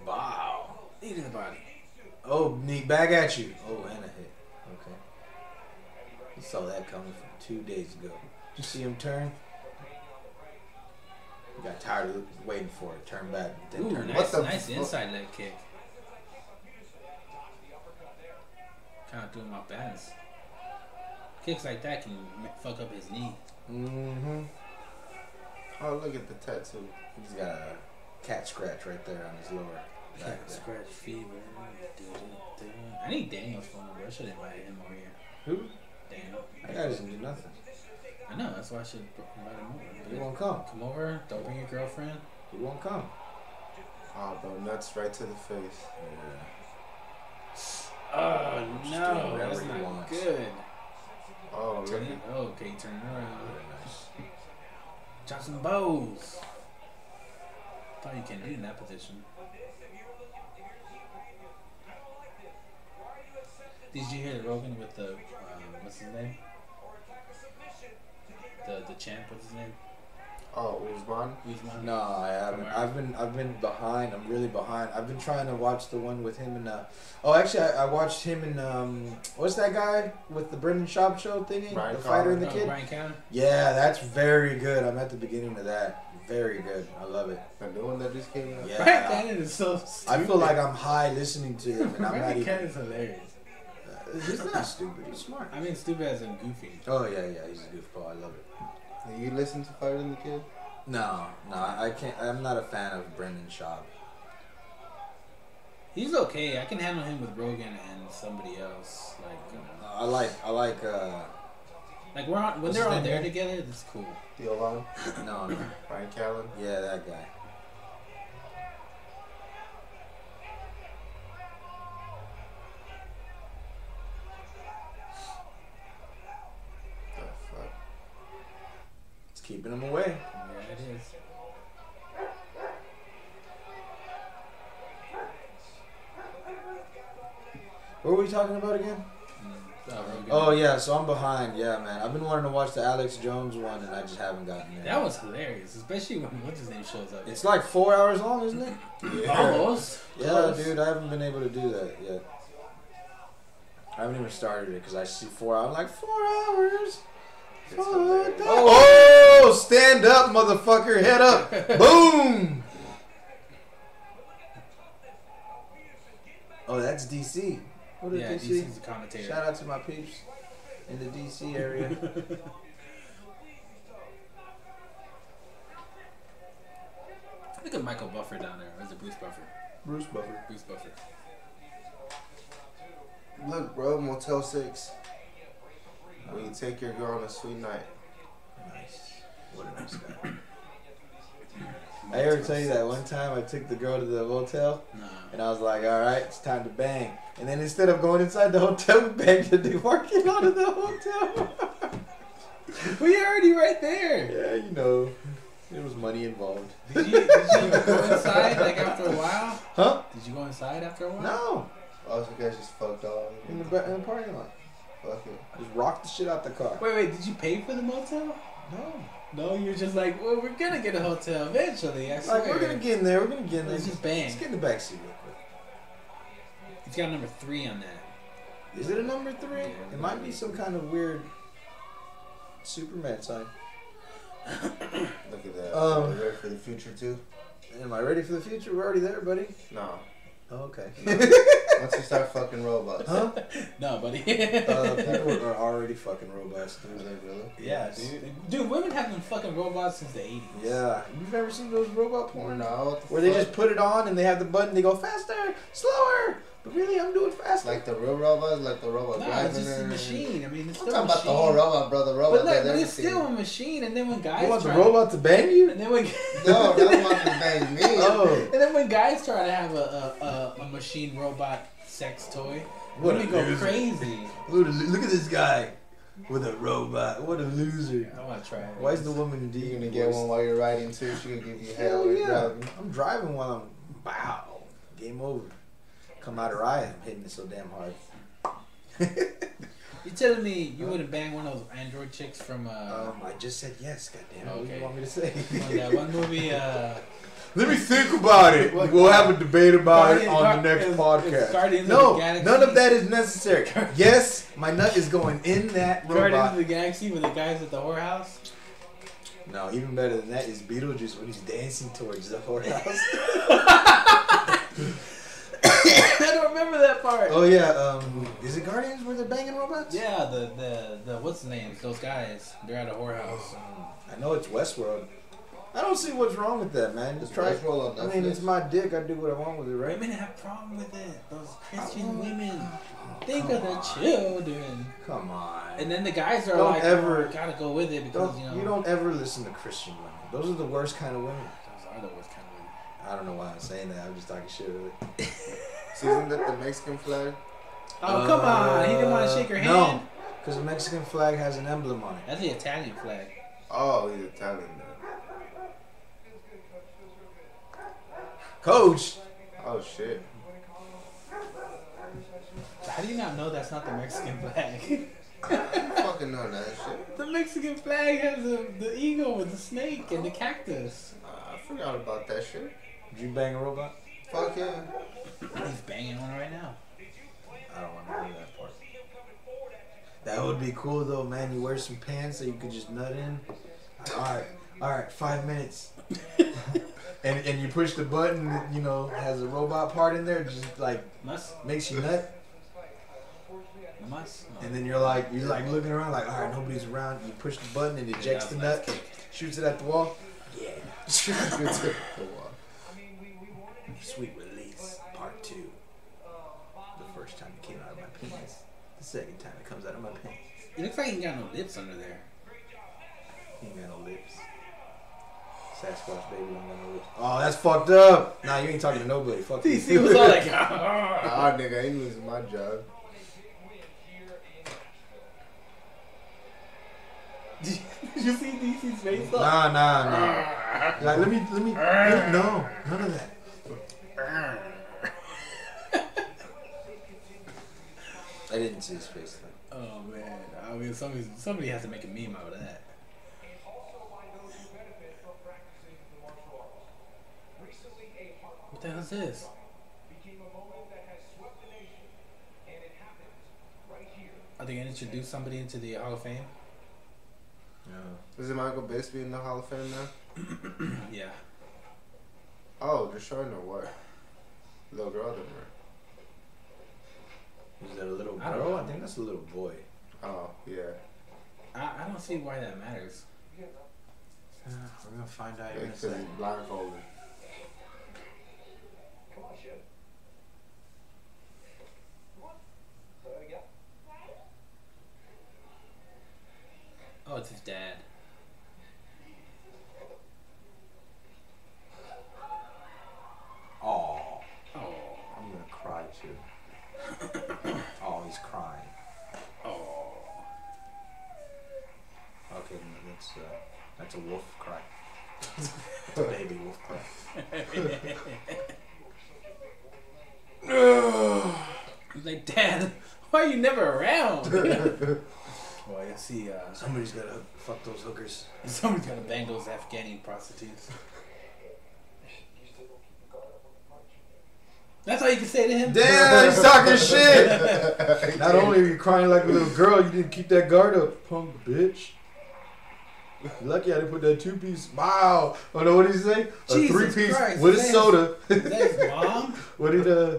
wow. Knee to the body. Oh, knee back at you. Oh, and a hit. Okay. You saw that coming from two days ago. Did you see him turn? You got tired of waiting for it. Turn back. Then Ooh, turn nice, back. the nice fu- inside leg kick. Kind of threw him off balance. Kicks like that can m- fuck up his knee. Mm-hmm. Oh, look at the tattoo. He's got a cat scratch right there on his lower back. there. Scratch fever. I need Daniel's phone number. I should invite him over here. Who? Daniel. That guy doesn't do nothing. I know. That's why I should invite him over. He won't come. Come over. Don't bring your girlfriend. He won't come. Oh, bro, nuts right to the face. Oh Just doing no, whatever that's he not wants. good. Oh, look Turn it. at Oh, okay, turn it around. Very nice. Johnson Bowes. Thought you can do in that position. Did you hear Rogan with the um, what's his name? The the champ, what's his name? Oh, Usman. Usman. No, I haven't. Kamara. I've been I've been behind. I'm really behind. I've been trying to watch the one with him and uh oh actually I, I watched him and um what's that guy with the Brendan Schaub show thingy? Brian the fighter and the Oh, kid? Brian Cowan. Yeah, that's very good. I'm at the beginning of that. Very good. I love it. The new one that just came out. Yeah. Brian Cannon is so. Stupid. I feel like I'm high listening to him and I'm not Brian Cannon is even hilarious. uh, he's not stupid, he's smart. I mean, stupid as in goofy. Oh yeah, yeah, he's a goofball, I love it. Have you listened to Fighter and the Kid? No, no, I can't I'm not a fan of Brendan Schaub. He's okay. I can handle him with Rogan and somebody else. Like, you know. I like I like uh like we're on when What's they're his on name there again? together. It's cool. The Alarm. no no Ryan Callen. Yeah, that guy. The fuck? It's keeping him away. Yeah, it is. What were we talking about again? Uh, Rogan. Oh yeah, so I'm behind. Yeah, man. I've been wanting to watch the Alex Jones one, and I just haven't gotten there. that was hilarious, especially when what's his name shows up. It's like four hours long, isn't it? almost. Yeah, dude. I haven't been able to do that yet. I haven't even started it because I see four. I'm like four hours. It's Four hilarious. hours. Oh, stand up, motherfucker. Head up. Boom. Oh, that's DC. What did Yeah, DC? DC's a commentator. Shout out to my peeps in the DC area. Look at Michael Buffer down there. Or is it Bruce Buffer? Bruce Buffer. Bruce Buffer. Look, bro, Motel 6. When you take your girl on a sweet night. Nice. What a nice guy. Muay I ever Thai tell you sucks. that one time I took the girl to the hotel Nah. and I was like, all right, it's time to bang. And then instead of going inside the hotel, we banged the dude working out of the hotel. We already right there. yeah, you know, there was money involved. Did you, did you go inside like after a while? Huh? Did you go inside after a while? No, Also, Oh, guys just fucked off. in the, ba- in the parking lot. Fuck it. I just rocked the shit out the car. Wait, wait. Did you pay for the motel? No. No, you're just like, well, we're gonna get a hotel eventually. I swear. Like, we're gonna get in there. We're gonna get in there. Let's just bang. Let's get in the back seat real quick. It's got number three on that. Is it a number three? Yeah, it might be some kind of weird Superman sign. Look at that. Um, Are you ready for the future too? Am I ready for the future? We're already there, buddy. No. Oh, okay. Once you start fucking robots. huh? No, buddy. Uh, people are already fucking robots, Is dude. that really? yeah, dude. Dude, women have been fucking robots since the '80s. Yeah. You've never seen those robot Or porn? no. What the Where they fuck? just put it on and they have the button, they go faster, slower. But really, I'm doing faster. like the real robots, like the robot Nah, driving it's just a her. machine. I mean, it's I'm talking still a about machine. the whole robot, brother. Robot. But like, does but it's everything. still a machine. And then when guys you want the try, robot to bang you? and then when No, that want to bang me. Oh. and then when guys try to have a a, a, a machine robot sex toy, What women a go loser. crazy. Look at, look at this guy with a robot. What a loser. I want to try. it. Why is the woman You digging gonna to get one while you're riding too? She gonna give you hell. Hell when you're yeah. driving. I'm driving while I'm. Wow. Game over. Come out of riot. I'm hitting it so damn hard. You telling me you wouldn't bang one of those android chicks from uh Um, I just said yes, goddammit. What do Okay. you want me to say? from that one movie uh Let me think about it. What- We'll have a debate about it Guardian- Gar- on the next is- is podcast. Guardians of no, the Galaxy- none of that is necessary. yes, my nut is going in that Guardians of robot. the Galaxy with the guys at the whorehouse? No, even better than that is Beetlejuice when he's dancing towards the whorehouse. I don't remember that part. oh yeah, um, is it Guardians where they're banging robots? Yeah, the, the the what's the name? Those guys. They're at a whorehouse. I know it's Westworld. I don't see what's wrong with that, man. Just try. Let's roll on I mean, it's Netflix. my dick. I do what I want with it, right? Women have problem with it. Those Christian women. Think of the children. Come on. And then the guys are Don't like, ever- "Oh, gotta go with it because don't, you you, know don't ever listen to Christian women. Those are the worst kind of women. those are the worst kind of women. I don't know why I'm saying that. I'm just talking shit. Really. So isn't that the Mexican flag? Oh come on, he didn't want Uh, to shake her hand. no. Because the Mexican flag has an emblem on it. That's the Italian flag. Oh, he's Italian. Then. Coach, Oh shit. How do you not know that's not the Mexican flag? I fucking know that shit. the Mexican flag has the, the eagle with the snake and the cactus. Uh, I forgot about that shit. did you bang a robot? Fuck yeah. He's banging one right now. I don't want to hear that part. That would be cool though, man. You wear some pants that you could just nut in. All right, all right, five minutes. and and you push the button. that, You know, has a robot part in there. Just like Must, makes you nut. must. And then you're like you're like looking around like all right, nobody's around. You push the button and ejects the nut, shoots it at the wall. Yeah. Sweet release, part two. The first time it came out of my pants. The second time it comes out of my pants. It looks like he ain't got no lips under there. He ain't got no lips. Sasquatch baby don't got no lips. Oh, that's fucked up. Nah, you ain't talking to nobody. Fuck you. DC was all like, Nah, nigga, I ain't losing my job. Did you see DC's face? though? Nah, nah, nah. Like, let me, let me, let me- no, none of that. I didn't see his face though. Oh man, I mean, somebody, somebody has to make a meme out of that. What the hell is this? Are they gonna introduce somebody into the Hall of Fame? No. Is it Michael Bisping in the Hall of Fame now? yeah. Oh, they're showing her what? Little girl didn't wear. Is that a little I don't girl? know. I, think that's a little boy. Oh, yeah. I, I don't see why that matters. Uh, we're gonna find out in a Because he's second. blindfolded. Oh, it's his dad. oh, Oh, It's uh, a wolf cry. it's a baby wolf cry. He's like, Dad, why are you never around? well, you see, uh, Somebody's gotta fuck those hookers. someone's gonna bang those Afghani prostitutes. That's all you can say to him. Damn, he's talking shit. Not Not only are you crying like a little girl, you didn't keep that guard up, punk bitch. You're lucky I didn't put that two piece. Wow. Oh no, what did he say? A Jesus three piece Christ, with a man. soda. That's mom. What did uh?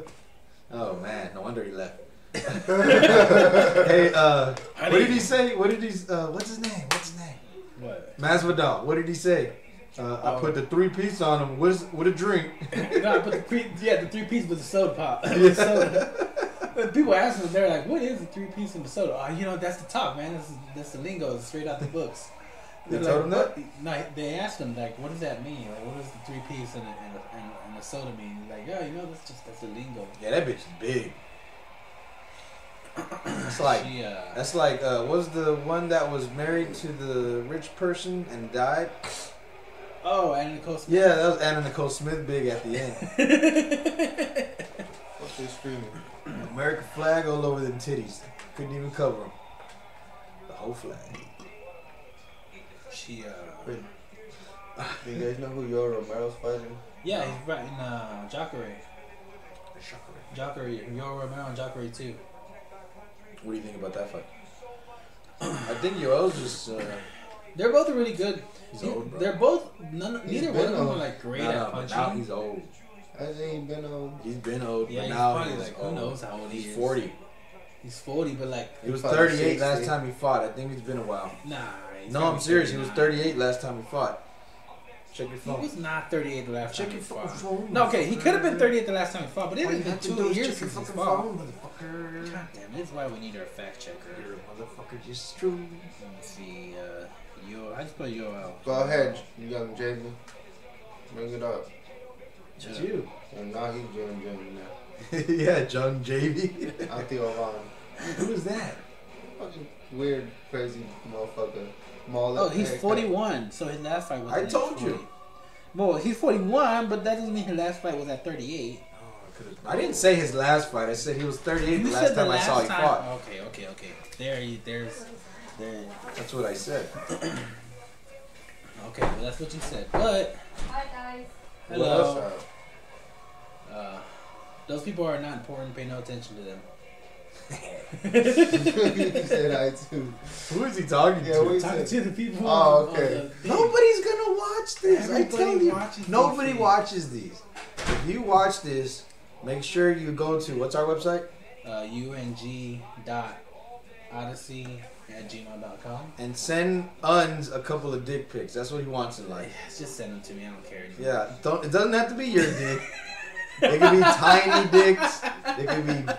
Oh man, no wonder he left. hey, uh, what did he say? What did he? Uh, what's his name? What's his name? What? Masvidal. What did he say? Uh, I Oh. put the three piece on him with with a drink. No, I put the three, yeah, the three piece with the soda pop. With soda. When people ask me, they're like, "What is the three piece in the soda?" Oh, you know, that's the top, man. That's, that's the lingo, it's straight out the books. They They're told him like, that? No, they asked him like, "What does that mean? Like, what does the three piece and a, and a, and a- and a soda mean?" He's like, "Yeah, you know, that's just that's the lingo." Yeah, that bitch is big. That's like she, uh, that's like uh, was the one that was married to the rich person and died. oh, Anna Nicole Smith. Yeah, that was Anna Nicole Smith big at the end. What's he screaming? American flag all over them titties. Couldn't even cover them. The whole flag. She, uh, Wait. Do you guys know who Yo Romero's fighting? yeah, he's right in uh, Jacare. Jacare, Yo Romero and Jacare too. What do you think about that fight? I think Yoel's just uh, They're both really good. he's You- old, bro. They're both none, He's neither one of been them old. are like great Nah, at nah, but now punching. he's old. Hasn't he been on? He's been old, Yeah, but he's now probably he's like who old. knows how old he He's is. forty. He's forty, but like He was Probably thirty-eight 60. last time he fought. I think it's been a while. nah. he's No, gotta I'm be serious. He was 39. 38 last time he fought. Check your He phone. was not thirty-eight the last Check time your he fucking fought. phone. No, okay, he could have been thirty-eight the last time he fought, but it All you had been have to do two is years check your since he fucking fought. phone, motherfucker. God damn, that's why we need our fact checker. You're a motherfucker, just true. Let me see. Uh, yo, I just put yo out. Go ahead. You got him, Jaden. Bring it up. Just Yeah. you. And now he's doing Jaden now. yeah, John Javy. Anthony Ovan. Who is that? Fucking weird, crazy motherfucker. Mall Oh, he's forty-one. So his last fight was. I at told 40. you. Well, he's forty-one, but that doesn't mean his last fight was at thirty-eight. Oh, I could've- I didn't say his last fight. I said he was 38 You the said last the time I saw he last fought. Okay, okay, okay. There, you, there's, there. That's what I said. Okay, well that's what you said. But Hi guys. hello, uh, those people are not important. Pay no attention to them. he said I too. Who is he talking Yeah, to? we said. Talking to the people. Uh, Oh, on okay. the thing. Nobody's gonna watch this. I Everybody tell you, watches nobody these things. watches these. If you watch this, make sure you go to what's our website? Uh, UNG dot Odyssey at gmail.com. and send Uns a couple of dick pics. That's what he wants in life. Just send them to me. I don't care. anymore. Yeah, don't it doesn't have to be your dick. They could be tiny dicks. They could be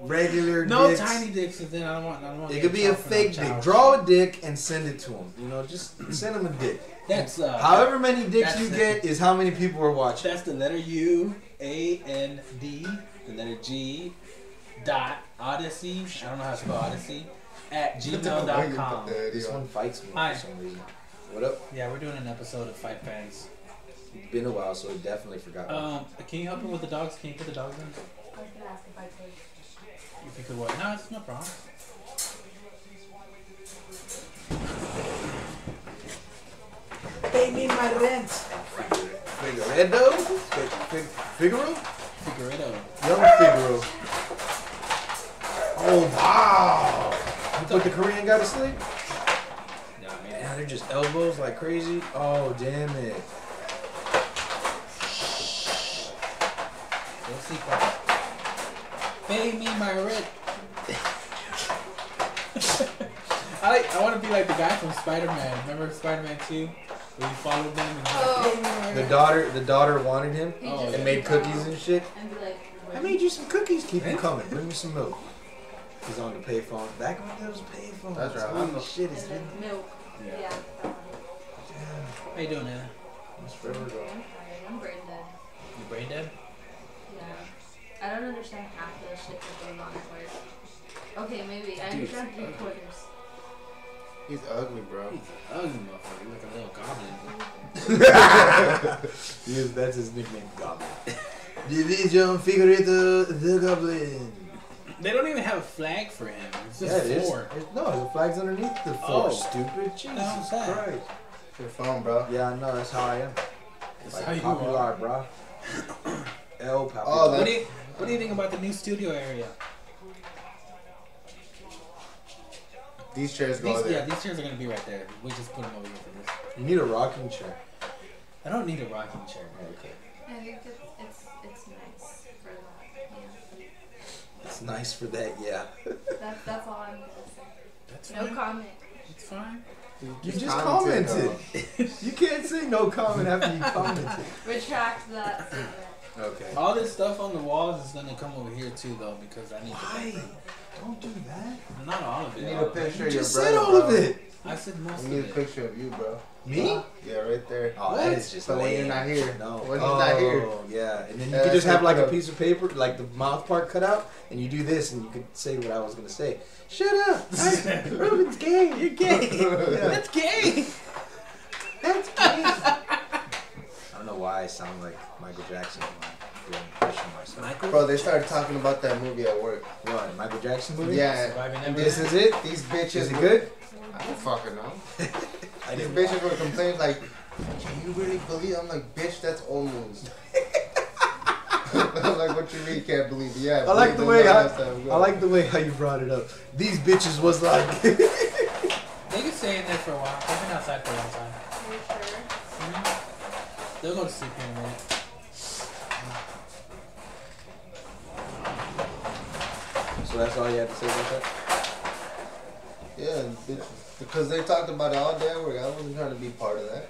regular No dicks. tiny dicks. 'cause Then I don't want. I don't want. It could be a fake dick. Draw a dick and send it to him. You know, just send him a dick. That's uh. However many dicks That's you it. get is how many people are watching. That's the letter U, A, N, D, the letter G, dot Odyssey. I don't know how to spell Odyssey. At gmail.com. This one fights me Hi. for some reason. What up? Yeah, we're doing an episode of Fight Fans. It's been a while, so I definitely forgot. Um, can you help me with the dogs? Can you put the dogs in? I was gonna ask if I could. If you could what? No, it's no problem. Pay me my rent. Figueredo? Fig- Fig- Figaro? Figueredo. Young Figaro. Oh wow! You put the Korean guy to sleep? No, I mean, Yeah, they're just elbows like crazy. Oh damn it! go sleep on. Pay me my rent. I like, I want to be like the guy from Spider Man. Remember Spider Man 2? Where you followed them and Oh. The daughter, the daughter wanted him He Oh, just yeah. and would made go cookies and shit. And be like, I "Where?" made you some cookies. Keep them coming. Bring me some milk. He's on the payphone. Back when there was payphones. That's right. Holy shit! And It's been. then milk. Yeah. Yeah. that one. Oh. How you doing, Anna? It's forever ago. I'm sorry, I'm brain dead. You brain dead? Yeah. I don't understand half the shit that's going on at work. Okay, maybe I Dude. understand three quarters. He's ugly, bro. He's an ugly motherfucker. He's like a little goblin. Yes, that's his nickname, Goblin. Division Figurito the Goblin. They don't even have a flag for him. It's Yeah, just it is. four. It- No, the flag's underneath the Oh. four. Stupid Jesus How's that? Christ. Your phone, bro. Yeah, I know. That's how I am. That's Like how you popular, are. bro. El popular. Oh, What that- do you What do you think about the new studio area? These chairs go These, yeah, there. these chairs are gonna be right there. We just put them over here for this. you need a rocking chair. I don't need a rocking chair. Oh, Okay. I think that it's it's nice for that. Yeah. It's nice for that, yeah. That, that's all I'm gonna That's say. No comment. It's fine. You just commented. you can't say no comment after you commented. Retract that statement. Okay. All this stuff on the walls is gonna come over here too, though, because I need. Why? Don't do that. To, not all of You it. need all a of it. picture You of your just brother, said all bro. of it. I said most We need a of it. picture of you, bro. Me? Yeah, right there. Oh, What? that is just But when you're lame. not here. No. When he's not here. Uh, Oh, Yeah, and then you Yeah, could just that's have like a fucked up. piece of paper, like the mouth part cut out, and you do this, and you could say what I was gonna say. Shut up! I- Ruben's gay. You're gay. yeah. That's gay. That's gay. I don't know why I sound like Michael Jackson when I'm doing an impression of myself. Michael. Bro, they started talking about that movie at work. What? Michael Jackson movie? Yeah. Surviving Neverland. This is it. These Is bitches. it good? I don't fucking know. I These didn't. bitches were complaining like, "Can you really believe?" I'm like, "Bitch, that's old news." I'm like, "What you mean? Can't believe?" Yeah. I believe like the it way I, last time, bro. I like the way how you brought it up. These bitches was like. They can stay in there for a while. They've been outside for a long time. Are you sure? Mhm. They'll go to sleep here in a minute. so that's all you had to say about that. Yeah, bitch, because they talked about it all day at work. I wasn't trying to be part of that.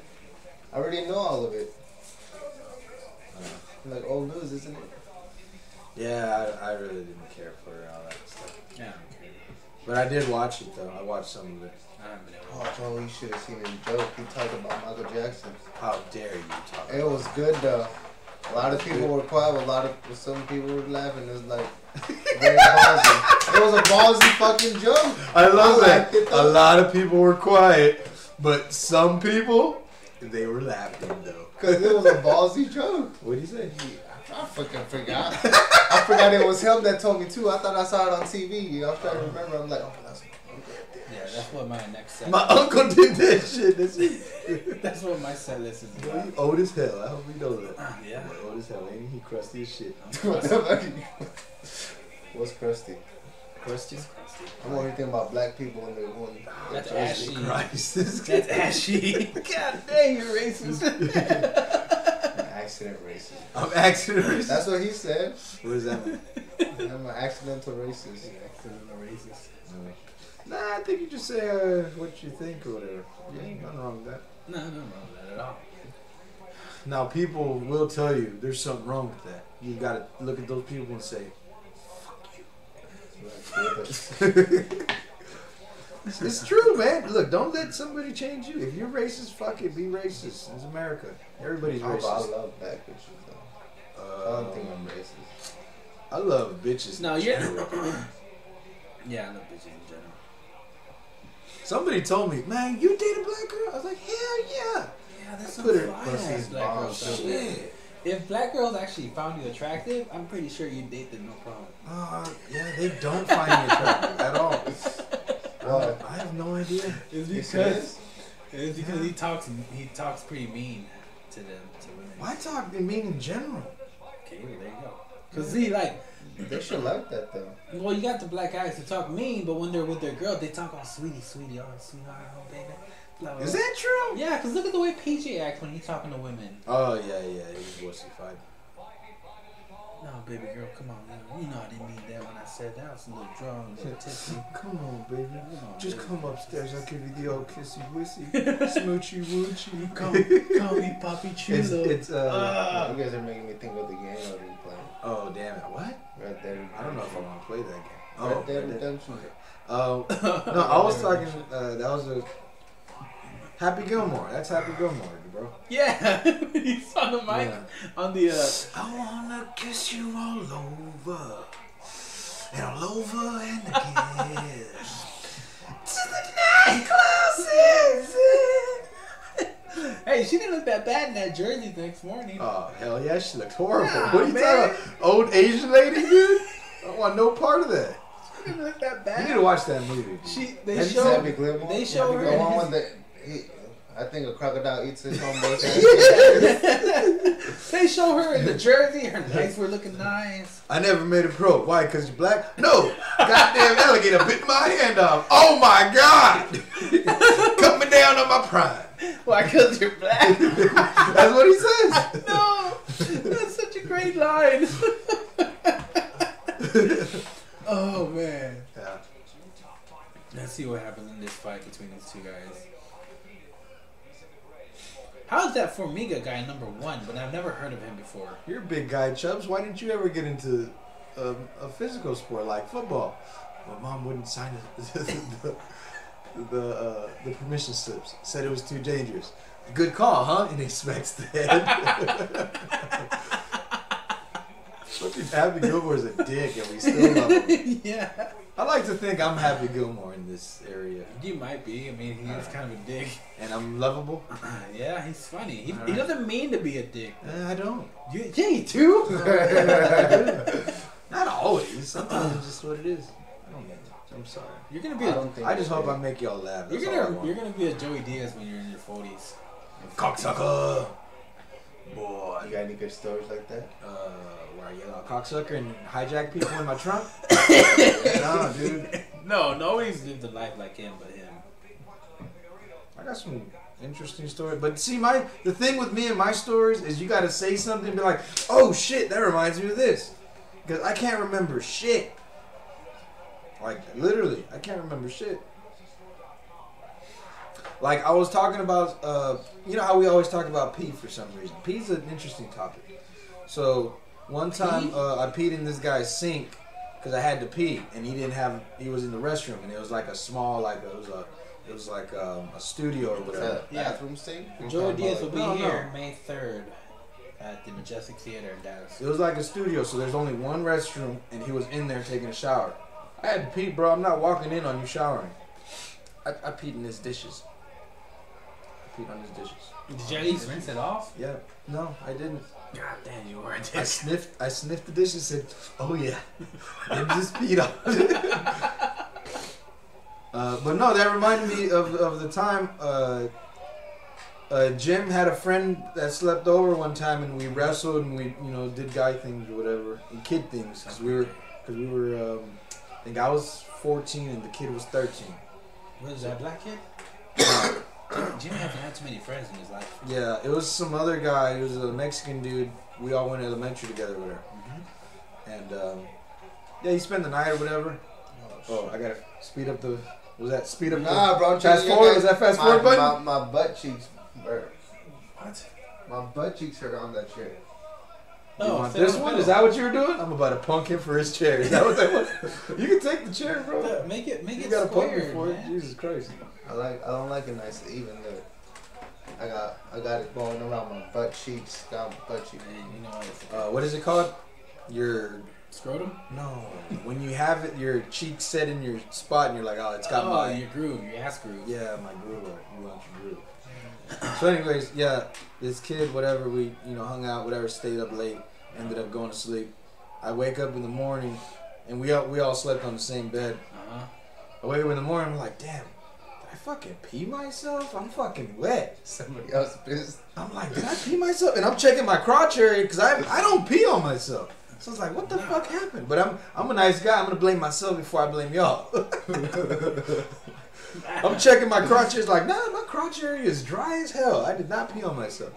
I already know all of it. Like old news, isn't it? Yeah, I, I really didn't care for all that stuff. Yeah, I don't care. But I did watch it though. I watched some of it. I haven't been able. Oh, Joe, you should have seen him joke. He talked about Michael Jackson. How dare you talk? It was good though. A lot of people were quiet. A lot of some people were laughing. It was like very ballsy. It was a ballsy fucking joke. I love I that. liked it, A though. lot of people were quiet, but some people they were laughing though. Cause it was a ballsy joke. What do you say? I fucking forgot. I forgot it was him that told me too. I thought I saw it on TV. You know, I was trying to remember. I'm like, oh, that's Yeah, that's what my next set. My uncle did that shit. That's it. that's what my set list is He about. old as hell. I hope you know that. Ah, Yeah. He Old as hell. Ain't he crusty as shit? what the fuck. are you- What's crusty? Crusty. I'm only thinking about black people when they're one. That's Jesus ashy. Christ. This guy- That's ashy. God dang, you're racist. Accident racist. I'm accident racist. That's what he said. What does that mean? I'm an accidental racist. racist. Nah, I think you just say uh, what you think or whatever. Yeah, ain't nothing wrong with that. No, no, no, not at all. Now, people will tell you there's something wrong with that. You gotta look at those people and say, "It's true, man. Look, don't let somebody change you. If you're racist, fuck it. Be racist. It's America. Everybody's Oh, I racist. love black bitches though. I Uh, don't think I'm racist. I love bitches. No, in you're- general. Yeah, I love bitches in general. Somebody told me, man, you date a black girl. I was like, hell yeah. Yeah, that's some Put her fly pussies ass black girls. bombs. out there. Oh, Shit. If black girls actually found you attractive, I'm pretty sure you'd date them no problem. Uh, yeah, they don't find me attractive at all. Uh, Why? I have no idea. It's You serious? it's because he talks he talks pretty mean to them to women. Why talk to mean in general? Okay, well, there you go. Cause see, like, They should like that though. well, you got the black guys who talk mean, but when they're with their girl, they talk all sweetie, sweetie, oh, sweetheart, oh, baby. Blah, blah, Is blah. that true? Yeah, cause look at the way PJ acts when he's talking to women. Oh yeah, yeah, it was wussified. No, baby girl, come on, man. You know I didn't mean that when I said that. I was a little drunk, a little tipsy. Come on, baby. Come on, Just baby. come upstairs. I'll give you the old kissy wissy, smoochy woochy. Call me, call me Papi It's, Chulo. it's uh. Ah. You guys are making me think of the game I've been playing. Oh damn it! What? Red Dead. I don't know if I want to play that game. Red Oh. Dead Red Dead. Redemption. Oh no! I was talking. Uh, that was a Happy Gilmore. That's Happy Gilmore, bro. yeah, he's on the mic Yeah. on the. Uh, I wanna kiss you all over and all over and again. to the night clouds is it? Hey, she didn't look that bad in that jersey the next morning. Oh hell yeah, she looked horrible. Nah, what are you man. talking about? Old Asian lady, dude? I don't want no part of that. She didn't look that You bad. need to watch that movie. dude. She they Have you showed seen Happy Gilmore? they show The her one in with his, the he, I think a crocodile eats his homeboy's they show her in the jersey. Her legs were looking nice. I never made a pro. Why? Cause you're black? No. Goddamn alligator bit my hand off. Oh my god. Coming down on my prime. Why? Cause you're black. That's what he says. no, that's such a great line. oh man. Yeah. Let's see what happens in this fight between these two guys. How is that Formiga guy number one? But I've never heard of him before. You're a big guy, Chubbs. Why didn't you ever get into a, a physical sport like football? My mom wouldn't sign the the, the, uh, the permission slips. Said it was too dangerous. Good call, huh? And he smacks the head. Look at Happy Gilmore's a dick, and we still love him. yeah, I like to think I'm Happy Gilmore in this area, you might be. I mean, he is kind of a dick. and I'm lovable. yeah, he's funny. He, he Alright. doesn't mean to be a dick. Eh, I don't. You, yeah, you too. Not always. Sometimes it's just what it is. I don't know. I'm sorry. You're gonna be. I A, don't think. I just hope I make y'all laugh. you're That's all I gonna. want. You're gonna be a Joey Diaz when you're in your forties. cocksucker, You boy. got any good stories like that? Uh, why you a cocksucker and hijack people in my trunk? no, dude. No, nobody's lived a life like him but him. I got some interesting stories, but see, my the thing with me and my stories is you got to say something, and be like, oh shit, that reminds me of this, because I can't remember shit. Like literally, I can't remember shit. Like I was talking about, uh, you know how we always talk about pee for some reason. Pee's an interesting topic. So one time Pee? uh, I peed in this guy's sink because I had to pee, and he didn't have. He was in the restroom, and it was like a small, like it was a, it was like um, a studio or What's whatever. that? Yeah. Bathroom sink? Joey Diaz will be No, no. here May third at the Majestic Theater in Dallas. It was like a studio, so there's only one restroom, and he was in there taking a shower. I had to pee, bro. I'm not walking in on you showering. I, I peed in his dishes. I peed on his dishes. Did you at least rinse it off? Yeah. No, I didn't. God damn, you were a I dick. sniffed. I sniffed the dishes. and Said, "Oh yeah, and just peed on." uh, but no, that reminded me of, of the time uh, uh, Jim had a friend that slept over one time, and we wrestled and we you know did guy things or whatever and kid things because we were because we were um, I think I was 14 and the kid was 13. What is that black kid? Jimmy hasn't had too many friends in his life. Yeah, it was some other guy. He was a Mexican dude. We all went to elementary together, or whatever. And um, yeah, he spent the night or whatever. Oh, I gotta speed up the. Was that speed up? Nah, bro. I'm Fast telling you, forward? guys, Is that fast my- forward button? My, my butt cheeks hurt. What? My butt cheeks hurt on that chair. The, you No, want sit on this the one? middle. Is that what you were doing? I'm about to punk him for his chair. Is that what that was? you can take the chair, bro. Yeah, Make it, make You it gotta punk square, him for it. man. Jesus Christ. I like. I don't like it nice and even though. I got. I got it going around my butt cheeks. Got my butt cheeks. And you know what? It's Uh, what is it called? Your scrotum. no. When you have it, your cheek set in your spot, and you're like, oh, it's got oh, my. your groove, your ass groove. Yeah, my groove. You want your groove. so, anyways, yeah, this kid, whatever, we you know hung out, whatever, stayed up late, ended up going to sleep. I wake up in the morning, and we all we all slept on the same bed. Uh-huh. I wake up in the morning, I'm like, damn, did I fucking pee myself? I'm fucking wet. Somebody else pissed. I'm like, did I pee myself? And I'm checking my crotch area because I I don't pee on myself. So I was like, what the fuck happened? But I'm I'm a nice guy. I'm gonna blame myself before I blame y'all. I'm checking my crotch area. It's like, nah, my crotch area is dry as hell. I did not pee on myself.